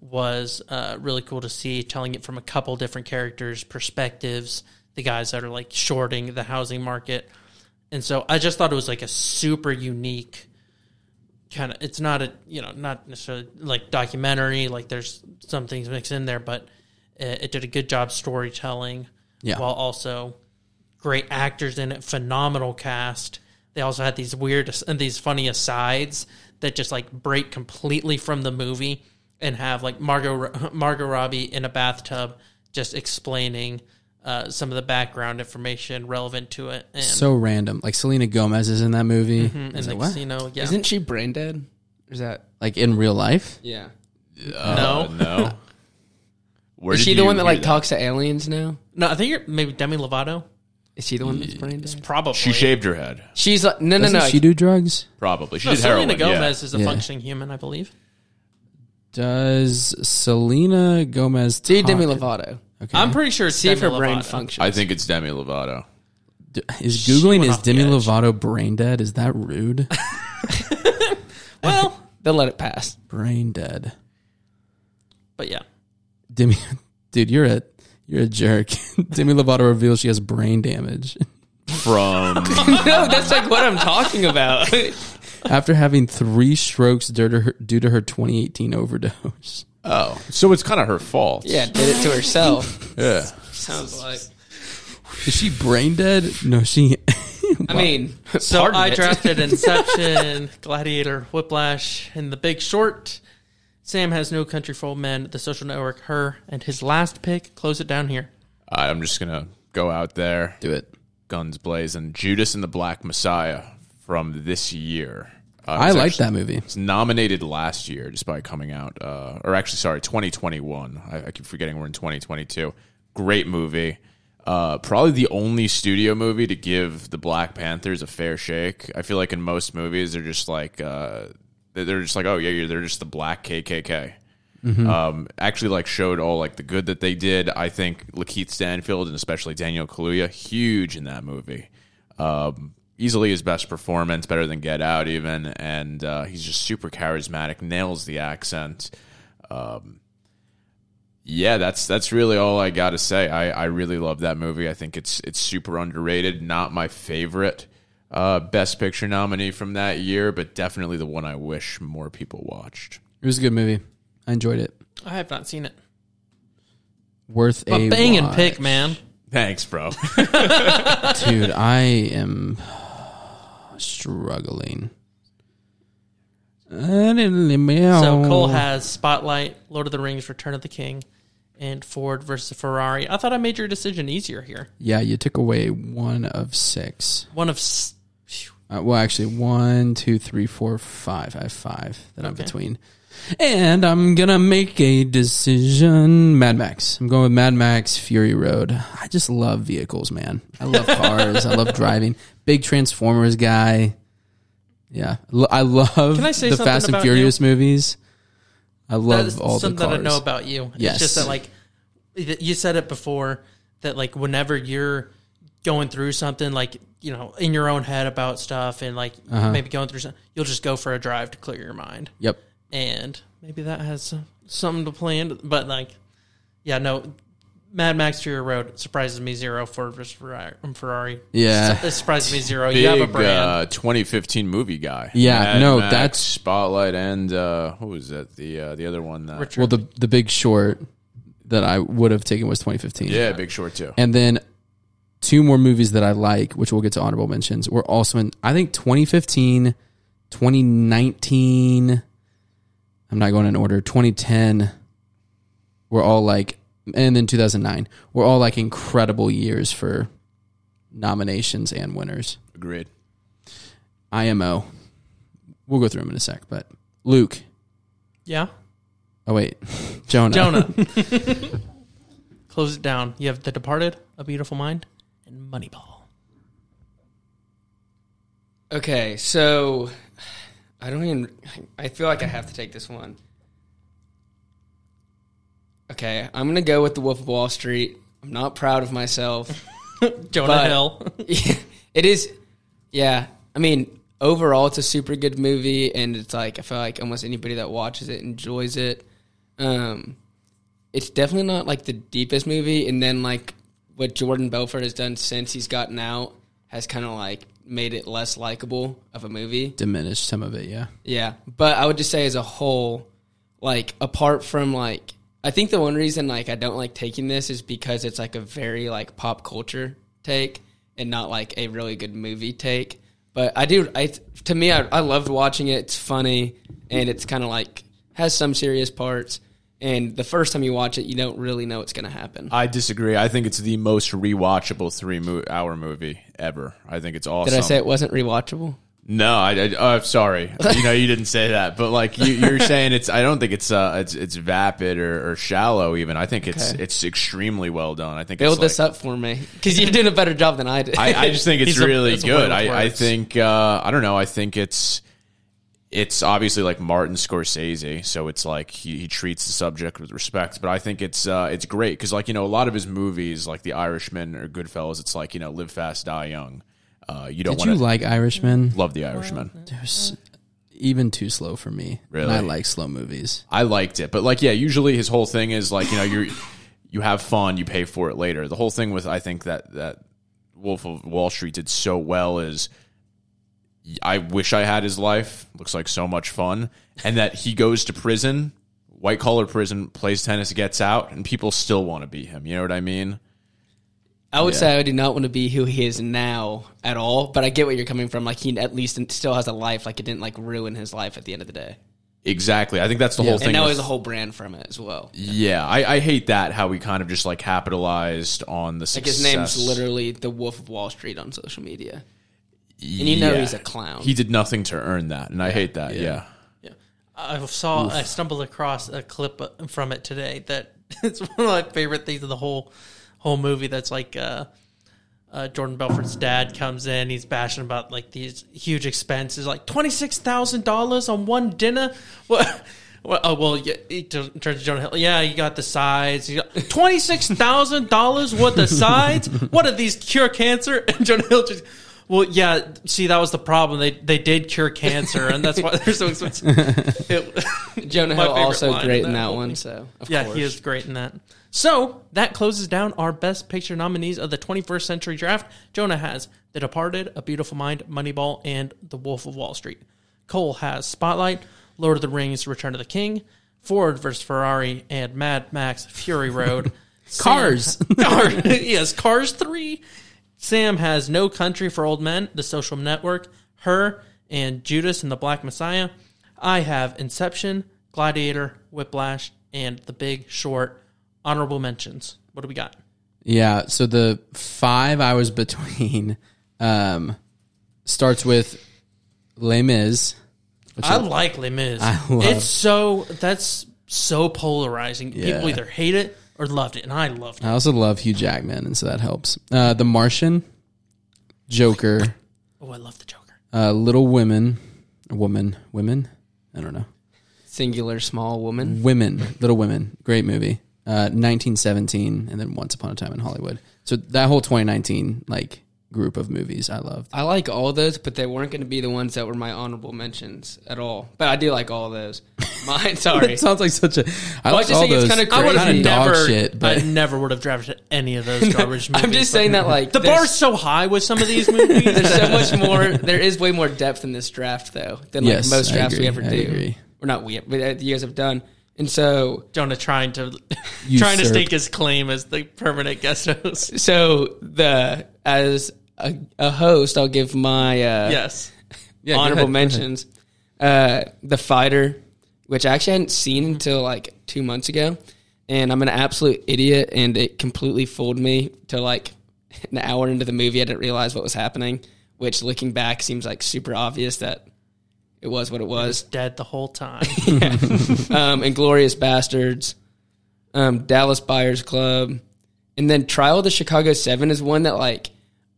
Speaker 3: was uh, really cool to see, telling it from a couple different characters' perspectives, the guys that are like shorting the housing market. And so I just thought it was like a super unique kind of, it's not a, you know, not necessarily like documentary, like there's some things mixed in there, but it, it did a good job storytelling
Speaker 1: Yeah.
Speaker 3: while also great actors in it, phenomenal cast. They also had these weird and these funny asides that just like break completely from the movie and have like Margot *laughs* Margot Robbie in a bathtub just explaining uh, some of the background information relevant to it. And,
Speaker 1: so random. Like Selena Gomez is in that movie. I
Speaker 3: and
Speaker 1: was
Speaker 3: like,
Speaker 1: like, what?
Speaker 3: you know, yeah,
Speaker 4: Isn't she brain dead? Or is that
Speaker 1: Like in real life?
Speaker 4: yeah?
Speaker 3: no, no,
Speaker 2: uh,
Speaker 3: *laughs*
Speaker 2: no. Where
Speaker 4: Is
Speaker 2: did
Speaker 4: she the
Speaker 2: you
Speaker 4: one that
Speaker 2: hear
Speaker 4: like talks to aliens now?
Speaker 3: I think you're maybe Demi Lovato.
Speaker 4: Is she the one that's brain dead?
Speaker 3: Probably
Speaker 2: She shaved her head.
Speaker 4: She's like no no
Speaker 1: Doesn't
Speaker 4: no.
Speaker 1: she do drugs?
Speaker 2: Probably. She
Speaker 3: No,
Speaker 2: did heroin.
Speaker 3: Selena Gomez
Speaker 2: yeah.
Speaker 3: is a
Speaker 1: Yeah.
Speaker 3: functioning human, I believe.
Speaker 1: Does Selena Gomez
Speaker 4: do Demi
Speaker 1: talk-
Speaker 4: Lovato.
Speaker 1: Okay.
Speaker 3: I'm pretty sure it's
Speaker 4: See if her
Speaker 3: Demi
Speaker 4: brain
Speaker 3: Lovato.
Speaker 4: functions.
Speaker 2: I think it's Demi Lovato.
Speaker 1: D- is googling
Speaker 3: went
Speaker 1: is
Speaker 3: off the
Speaker 1: Demi
Speaker 3: edge.
Speaker 1: Lovato brain dead? Is that rude?
Speaker 3: Well,
Speaker 4: they'll let it pass.
Speaker 1: brain dead.
Speaker 3: but yeah,
Speaker 1: Demi, *laughs* dude, you're a you're a jerk. *laughs* Demi Lovato reveals she has brain damage *laughs*
Speaker 2: From
Speaker 4: *laughs* no, that's like what I'm talking about.
Speaker 1: after having three strokes due to her, due to her 2018 overdose.
Speaker 2: oh, so it's kind of her fault.
Speaker 4: *laughs* yeah, did it to herself.
Speaker 2: yeah.
Speaker 4: Sounds like.
Speaker 1: *laughs* Is she brain dead? No, *laughs* she.
Speaker 4: I *laughs* mean,
Speaker 3: So
Speaker 4: pardon
Speaker 3: I
Speaker 2: *laughs*
Speaker 4: it. *laughs*
Speaker 3: drafted Inception, Gladiator, Whiplash, and The Big Short. Sam has No Country for Old Men, The Social Network, Her, and his last pick. Close it down here.
Speaker 2: I'm just gonna go out there,
Speaker 1: Do it.
Speaker 2: guns blazing. Judas and the Black Messiah from this year. Uh,
Speaker 1: I
Speaker 2: it's
Speaker 1: like
Speaker 2: actually-
Speaker 1: that movie.
Speaker 2: It's nominated last year, just by coming out, uh, or actually, sorry, 2021. I, I keep forgetting we're in 2022. Great movie. Uh, probably the only studio movie to give the Black Panthers a fair shake. I feel like in most movies, they're just like, uh, they're- they're just like, oh yeah, yeah, they're just the Black KKK. Um, actually, like showed all like the good that they did. I think Lakeith Stanfield and especially Daniel Kaluuya, huge in that movie um, easily his best performance, better than Get Out even, and uh, he's just super charismatic, nails the accent. Um, yeah, that's that's really all I got to say. I, I really love that movie. I think it's it's super underrated. Not my favorite uh, best picture nominee from that year, but definitely the one I wish more people watched.
Speaker 1: It was a good movie. I enjoyed it.
Speaker 3: I have not seen it.
Speaker 1: Worth
Speaker 3: But
Speaker 1: a
Speaker 3: bang and
Speaker 1: watch.
Speaker 3: pick, man.
Speaker 2: Thanks, bro.
Speaker 1: *laughs* dude. I am struggling.
Speaker 3: So
Speaker 1: So
Speaker 3: Cole has Spotlight, Lord of the Rings, Return of the King, and Ford versus Ferrari. I thought I made your decision easier here.
Speaker 1: Yeah, you took away one of six.
Speaker 3: One of. s-
Speaker 1: Uh, well, actually, one, two, three, four, five. I have five that I'm
Speaker 3: Okay.
Speaker 1: between. And I'm going to make a decision. Mad Max. I'm going with Mad Max Fury Road. I just love vehicles, man. I
Speaker 3: *laughs*
Speaker 1: love cars. I love driving. Big Transformers guy. Yeah. Lo- I love
Speaker 3: Can I say
Speaker 1: the
Speaker 3: something
Speaker 1: Fast and
Speaker 3: about you?
Speaker 1: Furious movies. I love
Speaker 3: That is
Speaker 1: all the
Speaker 3: something
Speaker 1: cars.
Speaker 3: that I know about you.
Speaker 1: Yes.
Speaker 3: It's just that like that you said it before that like whenever you're going through something like you know in your own head about stuff and like
Speaker 1: Uh-huh.
Speaker 3: maybe going through something, you'll just go for a drive to clear your mind.
Speaker 1: Yep.
Speaker 3: And maybe that has some- something to play in, but like yeah, no Mad Max Fury Road surprises me zero. Ford versus Ferrari. um, Ferrari.
Speaker 1: Yeah.
Speaker 3: Su- it surprises me zero.
Speaker 2: Big
Speaker 3: *laughs* you have a brand.
Speaker 2: Uh, 2015 movie guy.
Speaker 1: Yeah, no, that's-
Speaker 2: Spotlight and uh, what was that? The uh, the other one that
Speaker 3: Richard.
Speaker 1: Well, the the Big Short that I would have taken was 2015.
Speaker 2: yeah, Big Short too.
Speaker 1: and then two more movies that I like, which we'll get to honorable mentions. Were also in I think 2015, 2019. I'm not going in order. 2010. We're all like, and then 2009. We're all like incredible years for nominations and winners.
Speaker 2: Agreed.
Speaker 1: IMO. We'll go through them in a sec, but Luke.
Speaker 3: yeah.
Speaker 1: Oh wait, *laughs* Jonah.
Speaker 3: Jonah. Close it down. You have The Departed, A Beautiful Mind, and Moneyball.
Speaker 4: Okay, so I don't even. I feel like I have to take this one. Okay, I'm gonna go with the Wolf of Wall Street. I'm not proud of myself.
Speaker 3: Jonah
Speaker 4: But-
Speaker 3: Hill.
Speaker 4: *laughs* it is, yeah. I mean, overall, it's a super good movie, and it's like I feel like almost anybody that watches it enjoys it. Um, it's definitely not like the deepest movie, and then like what Jordan Belfort has done since he's gotten out has kind of like made it less likable of a movie.
Speaker 1: *laughs* Diminished some of it, yeah.
Speaker 4: Yeah, but I would just say as a whole, like apart from like, I think the one reason like I don't like taking this is because it's like a very like pop culture take and not like a really good movie take. But I do, I to me, I, I loved watching it. It's funny and it's kind of like has some serious parts. And the first time you watch it, you don't really know what's gonna happen.
Speaker 2: I disagree. I think it's the most rewatchable three mo- hour movie ever. I think it's awesome.
Speaker 4: Did I say it wasn't rewatchable?
Speaker 2: No, I, I oh, I'm sorry. You know, you didn't say that, but like you,
Speaker 4: *laughs*
Speaker 2: you're saying, it's. I don't think it's uh, it's it's vapid or, or shallow. Even I think it's
Speaker 4: Okay.
Speaker 2: it's extremely well done. I think
Speaker 4: Build
Speaker 2: it's
Speaker 4: this
Speaker 2: like,
Speaker 4: up for me because you did a better job than I did.
Speaker 2: I, I just
Speaker 3: *laughs*
Speaker 2: think it's
Speaker 3: He's a-
Speaker 2: really
Speaker 3: it's a
Speaker 2: good.
Speaker 3: word with
Speaker 2: I, I
Speaker 3: words.
Speaker 2: think uh, I don't know. I think it's it's obviously like Martin Scorsese, so it's like he, he treats the subject with respect. But I think it's uh, it's great because like you know a lot of his movies, like The Irishman or Goodfellas, it's like you know live fast, die young. Uh, you don't
Speaker 1: Did you
Speaker 2: want to
Speaker 1: like Irishman?
Speaker 2: love The Irishman.
Speaker 1: There's even too slow for me. And
Speaker 2: Really?
Speaker 1: I like slow movies.
Speaker 2: I liked it, but like, yeah, usually his whole thing is like, you know, you you have fun, you pay for it later. The whole thing with I think that that Wolf of Wall Street did so well is I wish I had his life. Looks like so much fun, and that he goes to prison, white collar prison, plays tennis, gets out, and people still want to beat him. You know what I mean?
Speaker 4: I would say I do not want to be who he is now at all, but I get where you're coming from. Like he at least still has a life. Like it didn't like ruin his life at the end of the day,
Speaker 2: Exactly. I think that's the whole thing.
Speaker 4: and now
Speaker 2: with-
Speaker 4: he has a whole brand from it as well.
Speaker 2: yeah, I, I hate that how we kind of just like capitalized on the
Speaker 4: Like
Speaker 2: success.
Speaker 4: his name's literally the Wolf of Wall Street on social media.
Speaker 3: *laughs*
Speaker 4: And you know he's a clown.
Speaker 2: He did nothing to earn that, and I hate that. yeah.
Speaker 3: I saw, I stumbled across a clip from it today that *laughs* it's one of my favorite things of the whole whole movie. That's like uh, uh, Jordan Belfort's dad comes in, he's bashing about like these huge expenses, like twenty six thousand dollars on one dinner. *laughs* What? Well, oh well, yeah, he turns to Jonah Hill. Yeah, you got *laughs* the sides. Twenty six thousand dollars worth of sides. What are these cure cancer? *laughs* And Jonah Hill just, well, yeah. See, that was the problem. They they did cure cancer, and that's why they're so expensive. It-
Speaker 4: Jonah
Speaker 3: my
Speaker 4: Hill
Speaker 3: favorite
Speaker 4: also
Speaker 3: line
Speaker 4: great
Speaker 3: in
Speaker 4: in
Speaker 3: that
Speaker 4: that
Speaker 3: whole
Speaker 4: one.
Speaker 3: thing.
Speaker 4: So of
Speaker 3: yeah,
Speaker 4: course.
Speaker 3: he is great in that. So that closes down our best picture nominees of the 21st century draft. Jonah has The Departed, A Beautiful Mind, Moneyball, and The Wolf of Wall Street. Cole has Spotlight, Lord of the Rings, Return of the King, Ford vs. Ferrari, and Mad Max Fury Road. Sam- *laughs*
Speaker 1: Cars.
Speaker 3: Car- yes, Cars 3. Sam has No Country for Old Men, The Social Network, Her, and Judas and the Black Messiah. I have Inception, Gladiator, Whiplash, and The Big Short. Honorable mentions. What do we got?
Speaker 1: Yeah. So the five I was between *laughs* um, starts with Les Mis.
Speaker 3: I like Les Mis.
Speaker 1: love-
Speaker 3: it's so that's so polarizing.
Speaker 1: Yeah.
Speaker 3: People either hate it or loved it, and I loved it.
Speaker 1: I also love Hugh Jackman, and so that helps. Uh, the Martian, Joker,
Speaker 3: Oh, I love the Joker.
Speaker 1: uh, Little Women, Woman, Women. I don't know.
Speaker 4: Singular small woman.
Speaker 1: Women, Little Women. Great movie. Uh, 1917, and then Once Upon a Time in Hollywood. So that whole 2019 like group of movies I loved.
Speaker 4: I
Speaker 1: *laughs*
Speaker 4: like all those, but they weren't going to be the ones that were my honorable mentions at all. But I do like all those. Mine, sorry.
Speaker 1: It sounds like such a. I like
Speaker 4: just
Speaker 1: all
Speaker 4: think it's
Speaker 1: those
Speaker 4: kinda
Speaker 1: kind
Speaker 4: crazy.
Speaker 1: of dog
Speaker 3: never,
Speaker 1: shit, but
Speaker 3: I never would have drafted any of
Speaker 4: *laughs*
Speaker 3: those garbage movies.
Speaker 4: I'm just
Speaker 3: but
Speaker 4: saying that like
Speaker 3: the
Speaker 4: there's-
Speaker 3: bar's so high with some of these movies.
Speaker 4: *laughs* There's so much more. There is way more depth in this draft though than like
Speaker 1: Yes,
Speaker 4: most
Speaker 1: I
Speaker 4: drafts we ever
Speaker 1: agree, I
Speaker 4: do.
Speaker 1: agree.
Speaker 4: Or not we, but that you guys have done. And so,
Speaker 3: Jonah trying to trying to
Speaker 1: Usurp.
Speaker 3: stake his claim as the permanent guest host. *laughs*
Speaker 4: so the as a, a host, I'll give my uh,
Speaker 3: Yes.
Speaker 1: Yeah, go
Speaker 4: honorable
Speaker 1: ahead, go ahead.
Speaker 4: mentions. Uh, the Fighter, which I actually hadn't seen until like two months ago, and I'm an absolute idiot, and it completely fooled me to like *laughs* an hour into the movie, I didn't realize what was happening. Which, looking back, seems like super obvious that it was what it was.
Speaker 3: Dead the whole *laughs* time.
Speaker 4: Um, Inglorious Bastards, um, Dallas Buyers Club, and then Trial of the Chicago Seven is one that like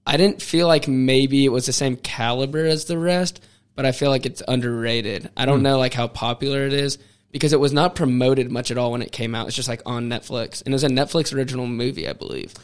Speaker 4: I didn't feel like maybe it was the same caliber as the rest, but I feel like it's underrated. I
Speaker 2: Hmm.
Speaker 4: don't know like how popular it is because it was not promoted much at all when it came out. It's just like on Netflix, and it was a Netflix original movie, I believe,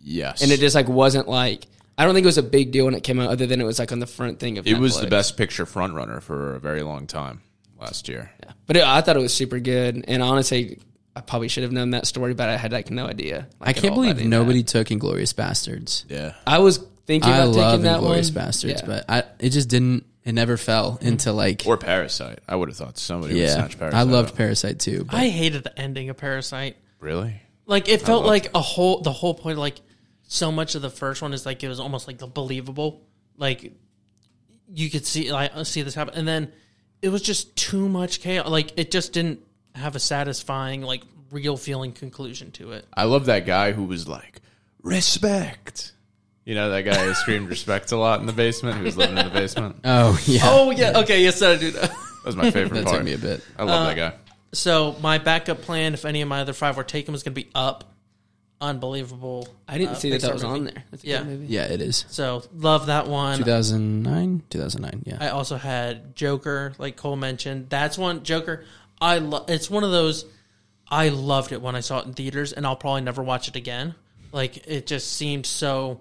Speaker 2: Yes.
Speaker 4: and it just like wasn't like. I don't think it was a big deal when it came out, other than it was like on the front thing of
Speaker 2: It was the
Speaker 4: Netflix.
Speaker 2: best picture frontrunner for a very long time last year.
Speaker 4: But it, I thought it was super good, and honestly, I probably should have known that story, but I had like no idea.
Speaker 1: I
Speaker 4: like, at
Speaker 1: can't
Speaker 4: all
Speaker 1: believe
Speaker 4: about any of
Speaker 1: nobody took Inglorious Bastards.
Speaker 2: Yeah.
Speaker 4: that. I was thinking
Speaker 1: I
Speaker 4: about
Speaker 1: love
Speaker 4: taking that one.
Speaker 1: Inglorious Bastards,
Speaker 4: Yeah.
Speaker 1: but I it just didn't. It never fell into like.
Speaker 2: Mm. Or Parasite. I would have thought somebody would
Speaker 1: yeah,
Speaker 2: snatch Parasite.
Speaker 1: I loved
Speaker 2: up.
Speaker 1: Parasite too. But
Speaker 3: I hated the ending of Parasite.
Speaker 2: Really?
Speaker 3: Like it felt like a whole the whole point like so much of the first one is like it was almost like the believable. Like you could see like see this happen and then it was just too much chaos. Like it just didn't have a satisfying like real feeling conclusion to it.
Speaker 2: I love that guy who was like, respect. You know, that guy who screamed *laughs* respect a lot in the basement, who was living in the basement. That
Speaker 1: oh *laughs* yeah,
Speaker 3: Oh yeah, okay, yes, I do that.
Speaker 2: was my favorite
Speaker 1: that
Speaker 2: part.
Speaker 1: took me a bit.
Speaker 2: I love that guy.
Speaker 3: So my backup plan, if any of my other five were taken, was going to be Up. Unbelievable.
Speaker 4: I didn't
Speaker 3: uh,
Speaker 4: see that
Speaker 3: Pixar
Speaker 4: that was on
Speaker 3: movie.
Speaker 4: there. That's a
Speaker 3: Yeah.
Speaker 4: good movie.
Speaker 1: Yeah, it is.
Speaker 3: So love that one.
Speaker 1: 2009, 2009. Yeah,
Speaker 3: I also had Joker, like Cole mentioned. That's one Joker. I lo- it's one of those. I loved it when I saw it in theaters, and I'll probably never watch it again. Like it just seemed so,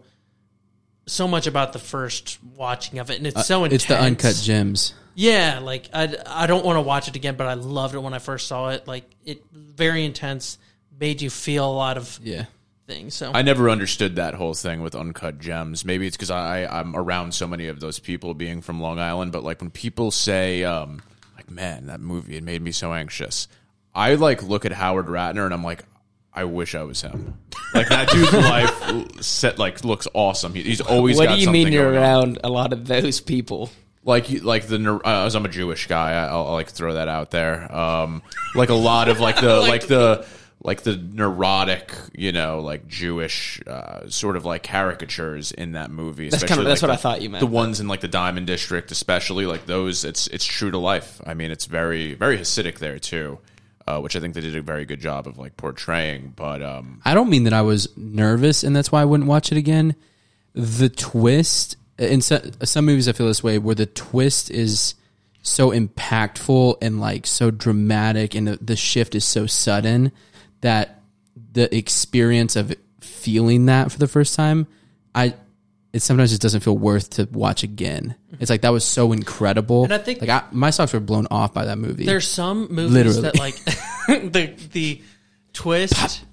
Speaker 3: so much about the first watching of it, and
Speaker 4: Uh,
Speaker 3: it's so intense.
Speaker 1: it's the uncut gems.
Speaker 3: Yeah, like I, I don't want to watch it again, but I loved it when I first saw it. Like it very intense, made you feel a lot of
Speaker 1: Yeah,
Speaker 3: things. So
Speaker 2: I never understood that whole thing with uncut gems. Maybe it's because I I'm around so many of those people being from Long Island. But like when people say, um, like, man, that movie it made me so anxious. I like look at Howard Ratner and I'm like, I wish I was him. Like that
Speaker 4: *laughs*
Speaker 2: dude's life set like looks awesome. He, he's always.
Speaker 4: What
Speaker 2: got
Speaker 4: do you
Speaker 2: something
Speaker 4: mean you're
Speaker 2: going on
Speaker 4: around a lot of those people?
Speaker 2: like you- like the ner- uh, as I'm a Jewish guy, I- I'll, I'll like throw that out there. Um, like a lot of like
Speaker 4: *laughs*
Speaker 2: the like the like the neurotic, you know, like Jewish uh, sort of like caricatures in that movie.
Speaker 4: That's kind of-
Speaker 2: especially,
Speaker 4: that's
Speaker 2: like,
Speaker 4: what I
Speaker 2: the-
Speaker 4: thought you meant.
Speaker 2: The ones in like the Diamond District, especially like those, it's it's true to life. I mean, it's very very Hasidic there too, uh, which I think they did a very good job of like portraying. But um,
Speaker 1: I don't mean that I was nervous and that's why I wouldn't watch it again. The twist in so, some movies I feel this way where the twist is so impactful and like so dramatic and the, the shift is so sudden that the experience of feeling that for the first time I it sometimes just doesn't feel worth to watch again. It's like that was so incredible. And
Speaker 3: Mm-hmm. I think-
Speaker 1: like I, my socks were blown off by that movie.
Speaker 3: There's some movies
Speaker 1: Literally.
Speaker 3: that like *laughs* the the twist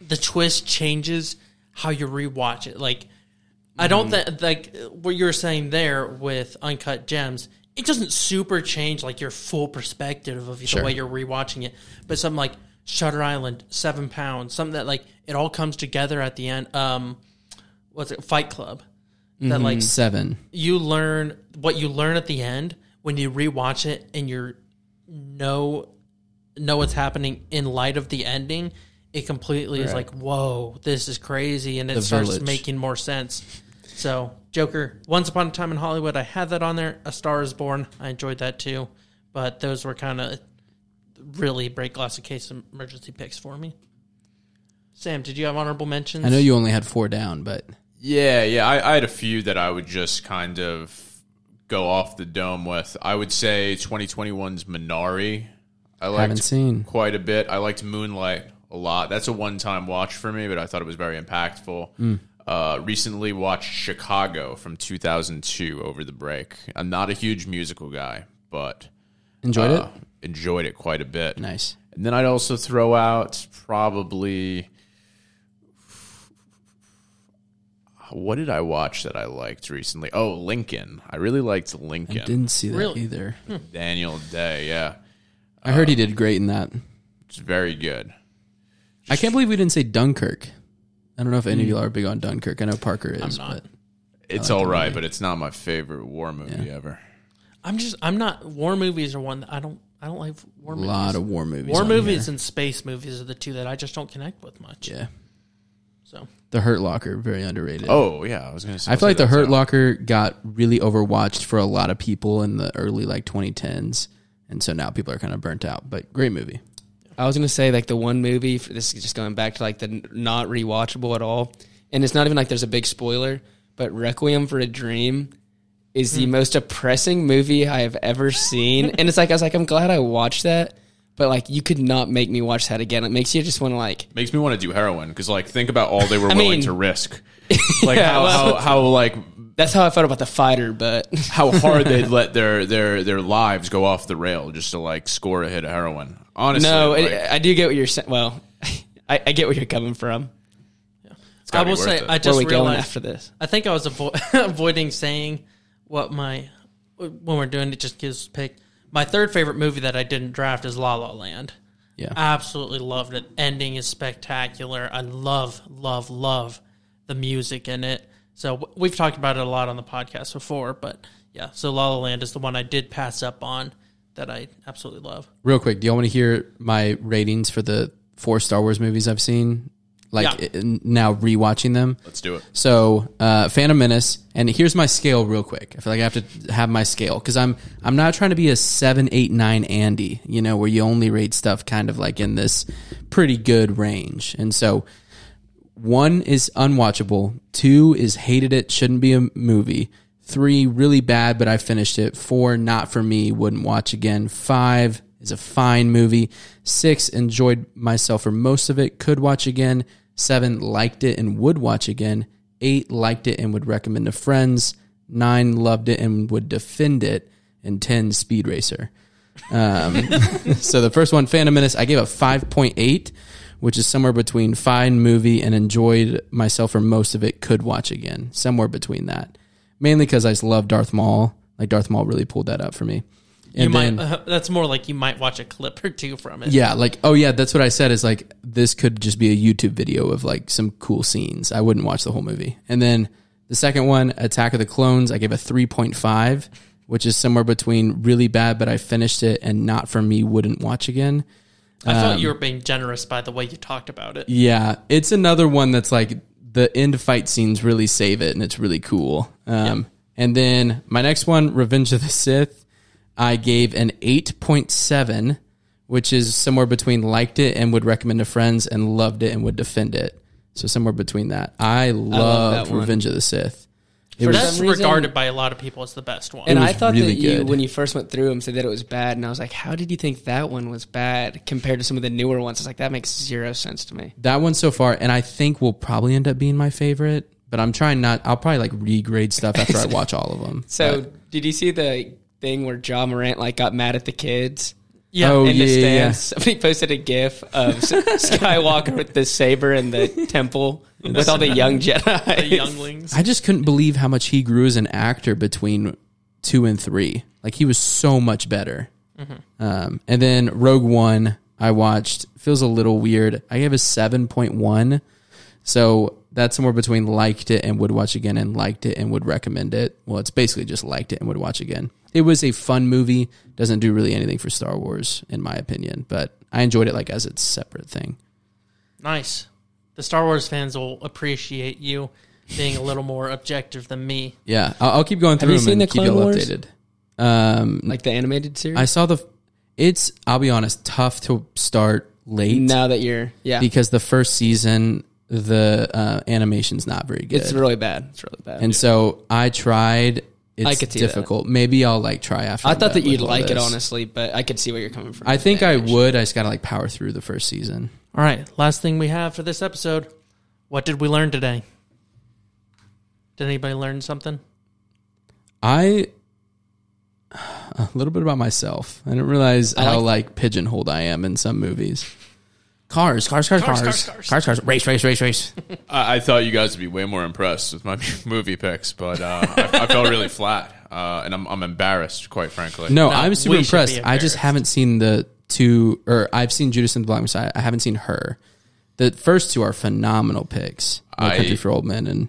Speaker 3: the twist changes how you rewatch it. Like I don't
Speaker 1: Mm-hmm.
Speaker 3: think like what you were saying there with Uncut Gems, it doesn't super change like your full perspective of the way you're rewatching it. But something like Shutter Island, Seven Pounds, something that like it all comes together at the end. Um what's it, Fight Club. That like
Speaker 1: Mm-hmm. seven.
Speaker 3: you learn what you learn at the end when you rewatch it and you know know what's happening in light of the ending it completely is like whoa this is crazy and it
Speaker 1: The
Speaker 3: starts
Speaker 1: Village.
Speaker 3: making more sense so joker once upon a time in hollywood i had that on there a star is born i enjoyed that too but those were kind of really break glass of case emergency picks for me sam did you have honorable mentions
Speaker 1: I know you only had four down, but
Speaker 2: Yeah, yeah. I, I had a few that I would just kind of go off the dome with. I would say 2021's Minari. I liked
Speaker 1: haven't seen.
Speaker 2: quite a bit. I liked Moonlight a lot. That's a one-time watch for me, but I thought it was very impactful.
Speaker 1: Mm.
Speaker 2: Uh, recently watched Chicago from 2002 over the break. I'm not a huge musical guy, but
Speaker 1: Enjoyed
Speaker 2: uh,
Speaker 1: it?
Speaker 2: enjoyed it quite a bit.
Speaker 1: Nice.
Speaker 2: And then I'd also throw out probably what did I watch that I liked recently? Oh, Lincoln. I really liked Lincoln.
Speaker 1: Didn't see that
Speaker 3: Really?
Speaker 1: either.
Speaker 2: Daniel Day, yeah.
Speaker 1: I heard
Speaker 3: Um,
Speaker 1: he did great in that.
Speaker 2: It's very good.
Speaker 1: I can't believe we didn't say Dunkirk. I don't know if any of you are big on Dunkirk. I know Parker is.
Speaker 3: I'm not.
Speaker 1: But
Speaker 2: It's all right, but it's not my favorite war movie ever.
Speaker 3: I'm just I'm not war movies are one that I don't I don't like war
Speaker 1: a
Speaker 3: movies.
Speaker 1: lot of war movies.
Speaker 3: war
Speaker 1: on
Speaker 3: movies and space movies are the two that I just don't connect with much.
Speaker 1: here. Yeah.
Speaker 3: So
Speaker 1: The Hurt Locker, very underrated.
Speaker 2: Oh, yeah, I was going to say
Speaker 1: I feel like The
Speaker 2: that's
Speaker 1: Hurt
Speaker 2: out.
Speaker 1: Locker got really overwatched for a lot of people in the early like 2010s, and so now people are kind of burnt out. But great movie.
Speaker 4: I was gonna say like the one movie. For, this is just going back to like the n- not rewatchable at all, and it's not even like there's a big spoiler. But Requiem for a Dream is the most depressing movie I have ever seen, and it's like I was like I'm glad I watched that, but like you could not make me watch that again. It makes you just want to like
Speaker 2: makes me want to do heroin because like think about all they were
Speaker 4: *laughs* I
Speaker 2: willing
Speaker 4: mean-
Speaker 2: to risk like
Speaker 4: Yeah,
Speaker 2: how,
Speaker 4: well-
Speaker 2: how how like
Speaker 4: that's how I felt about the fighter, but *laughs*
Speaker 2: how hard they'd let their their their lives go off the rail just to like score a hit of heroin honestly
Speaker 4: no,
Speaker 2: like,
Speaker 4: it, I do get what you're saying. Well, *laughs* I, I get where you're coming from.
Speaker 2: it's
Speaker 3: I
Speaker 2: gotta be
Speaker 3: will
Speaker 2: worth
Speaker 3: say
Speaker 2: it.
Speaker 3: I
Speaker 4: Where
Speaker 3: just
Speaker 4: are we going
Speaker 3: realized
Speaker 4: after this?
Speaker 3: I think I was avo- *laughs* avoiding saying what my when we're doing it just gives pick. My third favorite movie that I didn't draft is La La Land.
Speaker 1: Yeah.
Speaker 3: Absolutely loved it. Ending is spectacular. I love, love, love the music in it. So w- we've talked about it a lot on the podcast before, but yeah. So La La Land is the one I did pass up on that I absolutely love.
Speaker 1: Real quick, do y'all want to hear my ratings for the four Star Wars movies I've seen? Like
Speaker 3: Yeah.
Speaker 1: i- i- now rewatching them.
Speaker 2: let's do it
Speaker 1: So, uh, Phantom Menace, and here's my scale real quick. I feel like I have to have my scale because I'm I'm not trying to be a seven, eight, nine Andy, you know, where you only rate stuff kind of like in this pretty good range. And so, one is unwatchable. Two is hated it, shouldn't be a movie. Three, really bad, but I finished it. Four, not for me, wouldn't watch again. Five is a fine movie. Six, enjoyed myself for most of it, could watch again. Seven, liked it and would watch again. Eight, liked it and would recommend to friends. Nine, loved it and would defend it. And 10, Speed Racer. So the first one, Phantom Menace, I gave a 5.8, which is somewhere between fine movie and enjoyed myself for most of it, could watch again. Somewhere between that. Mainly because I just love Darth Maul. Like Darth Maul really pulled that up for me. And
Speaker 3: You
Speaker 1: then,
Speaker 3: might. Uh, *laughs* that's more like you might watch a clip or two from it.
Speaker 1: yeah, like, oh yeah, that's what I said is like, this could just be a YouTube video of like some cool scenes. I wouldn't watch the whole movie. And then the second one, Attack of the Clones, I gave a 3.5, which is somewhere between really bad, but I finished it and not for me, wouldn't watch again.
Speaker 3: I thought
Speaker 1: um,
Speaker 3: you were being generous by the way you talked about it.
Speaker 1: Yeah, it's another one that's like the end fight scenes really save it, and it's really cool. Um, And then my next one, Revenge of the Sith, I gave an eight point seven, which is somewhere between liked it and would recommend to friends, and loved it and would defend it. So somewhere between that, I love
Speaker 4: that one.
Speaker 1: Revenge of the Sith. It
Speaker 4: For
Speaker 1: was
Speaker 3: That's
Speaker 4: some reason-
Speaker 3: regarded by a lot of people as the best one.
Speaker 4: And
Speaker 1: was
Speaker 4: I thought
Speaker 1: really
Speaker 4: that you,
Speaker 1: good.
Speaker 4: when you first went through them, said that it was bad, and I was like, "How did you think that one was bad compared to some of the newer ones?" I was like, "That makes zero sense to me."
Speaker 1: that one so far, and I think will probably end up being my favorite. But I'm trying not. I'll probably like regrade stuff after
Speaker 4: *laughs*
Speaker 1: I watch all of them.
Speaker 4: So, did you see the thing where John Morant like got mad at the kids
Speaker 3: yeah.
Speaker 1: Oh,
Speaker 4: in
Speaker 1: yeah,
Speaker 4: the
Speaker 1: yeah, yeah.
Speaker 4: stands? Somebody posted a GIF of S- Skywalker with the saber in the temple with all the young Jedi,
Speaker 3: the
Speaker 4: *laughs*
Speaker 3: younglings.
Speaker 1: I just couldn't believe how much he grew as an actor between two and three. Like he was so much better.
Speaker 4: Mm-hmm.
Speaker 1: Um, and then Rogue One, I watched. Feels a little weird. I gave a seven point one, so that's somewhere between liked it and would watch again, and liked it and would recommend it. Well, it's basically just liked it and would watch again. It was a fun movie. Doesn't do really anything for Star Wars, in my opinion, but I enjoyed it like as its separate thing.
Speaker 3: Nice. The Star Wars fans will appreciate you being a little more objective than me.
Speaker 1: Yeah, I'll, I'll keep going through
Speaker 4: you
Speaker 1: them
Speaker 4: seen
Speaker 1: and
Speaker 4: the
Speaker 1: keep
Speaker 4: Clone
Speaker 1: y'all
Speaker 4: Wars?
Speaker 1: updated. Um,
Speaker 4: like the animated series.
Speaker 1: I saw the. It's. I'll be honest. Tough to start late
Speaker 4: now that you're, yeah,
Speaker 1: because the first season the uh, animation's not very good,
Speaker 4: it's really bad. It's really bad.
Speaker 1: and so I tried. It's
Speaker 4: could see that.
Speaker 1: difficult. Maybe I'll like try after.
Speaker 4: I
Speaker 1: I'm
Speaker 4: thought
Speaker 1: done
Speaker 4: that
Speaker 1: with
Speaker 4: you'd
Speaker 1: all
Speaker 4: like it
Speaker 1: this.
Speaker 4: honestly, but I could see where you're coming from.
Speaker 1: I
Speaker 4: with
Speaker 1: think
Speaker 4: that.
Speaker 1: I would. I just gotta like power through the first season.
Speaker 3: All right. Last thing we have for this episode. What did we learn today? Did anybody learn something?
Speaker 1: I *sighs* a little bit about myself. I didn't realize how
Speaker 4: like-
Speaker 1: like, pigeonholed I am in some movies. Cars, cars, cars, cars, cars, cars, cars, race, race, race, race.
Speaker 2: I, I thought you guys would be way more impressed with my *laughs* movie picks, but uh, I, I felt
Speaker 3: *laughs*
Speaker 2: really flat, uh, and I'm, I'm embarrassed, quite frankly.
Speaker 1: No, I'm super
Speaker 3: we should be
Speaker 1: impressed. I just
Speaker 3: embarrassed.
Speaker 1: haven't seen the two, or I've seen Judas and the Black Messiah. I haven't seen her. The first two are phenomenal picks: No
Speaker 2: I-
Speaker 1: Country for Old Men and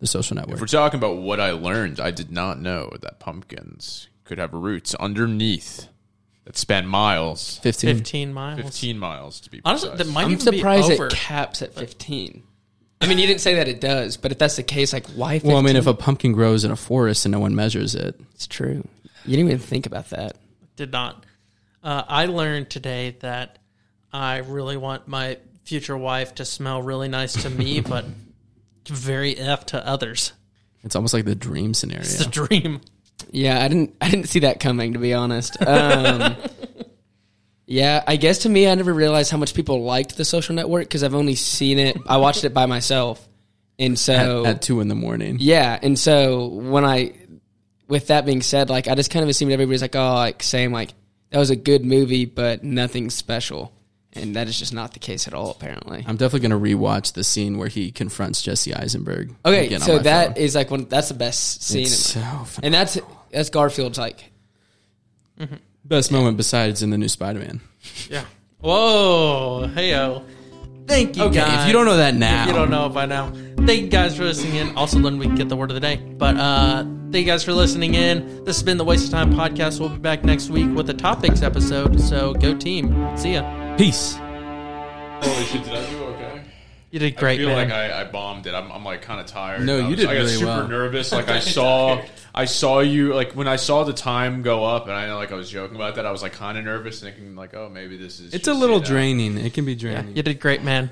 Speaker 1: The Social Network.
Speaker 2: If we're talking about what I learned, I did not know that pumpkins could have roots underneath that span miles,
Speaker 1: 15.
Speaker 3: 15 miles.
Speaker 2: 15 miles to be precise.
Speaker 3: Honestly, that might
Speaker 4: I'm
Speaker 3: even
Speaker 4: surprised
Speaker 3: be over.
Speaker 4: it caps at 15. I mean, you didn't say that it does, but if that's the case, like why? 15?
Speaker 1: Well, I mean, if a pumpkin grows in a forest and no one measures it,
Speaker 4: it's true, you didn't even think about that.
Speaker 3: did not. Uh, I learned today that I really want my future wife to smell really nice to
Speaker 4: *laughs*
Speaker 3: me, but very f to others.
Speaker 1: it's almost like the dream scenario.
Speaker 3: It's a dream.
Speaker 4: Yeah, I didn't. I didn't see that coming, to be honest. Um, yeah, I guess to me, I never realized how much people liked the Social Network because I've only seen it. I watched it by myself, and
Speaker 1: at,
Speaker 4: so
Speaker 1: at two in the morning.
Speaker 4: yeah, and so when I, with that being said, like I just kind of assumed everybody's like, oh, like saying like that was a good movie, but nothing special, and that is just not the case at all, apparently.
Speaker 1: I'm definitely going to rewatch the scene where he confronts Jesse Eisenberg.
Speaker 4: Okay,
Speaker 1: again on
Speaker 4: so
Speaker 1: my
Speaker 4: that is
Speaker 1: phone.
Speaker 4: like one. That's the best scene,
Speaker 1: It's so
Speaker 4: in
Speaker 1: phenomenal.
Speaker 4: and that's that's Garfield's like
Speaker 1: best moment besides in the new Spider-Man.
Speaker 3: Yeah. Whoa. Heyo. Thank you
Speaker 1: Okay,
Speaker 3: guys.
Speaker 1: if you don't know that now,
Speaker 3: If you don't know it by now. Thank you guys for listening in. Also, then we can get the word of the day. But uh, thank you guys for listening in. This has been the Waste of Time podcast. We'll be back next week with a topics episode. So go team. See ya.
Speaker 1: peace.
Speaker 2: Holy shit, did I do okay?
Speaker 3: You did great,
Speaker 2: I feel
Speaker 3: man.
Speaker 2: like I, I bombed it. I'm, I'm like kind of tired.
Speaker 1: No,
Speaker 2: I
Speaker 1: you
Speaker 2: was-
Speaker 1: did
Speaker 2: I got
Speaker 1: really
Speaker 2: super
Speaker 1: well. *laughs*
Speaker 2: nervous. Like I saw, I saw you. Like when I saw the time go up, and I know like I was joking about that. I was like kind of nervous, thinking like, oh, maybe this is.
Speaker 1: It's
Speaker 2: just,
Speaker 1: a little
Speaker 2: you know.
Speaker 1: draining. It can be draining.
Speaker 3: you did great, man.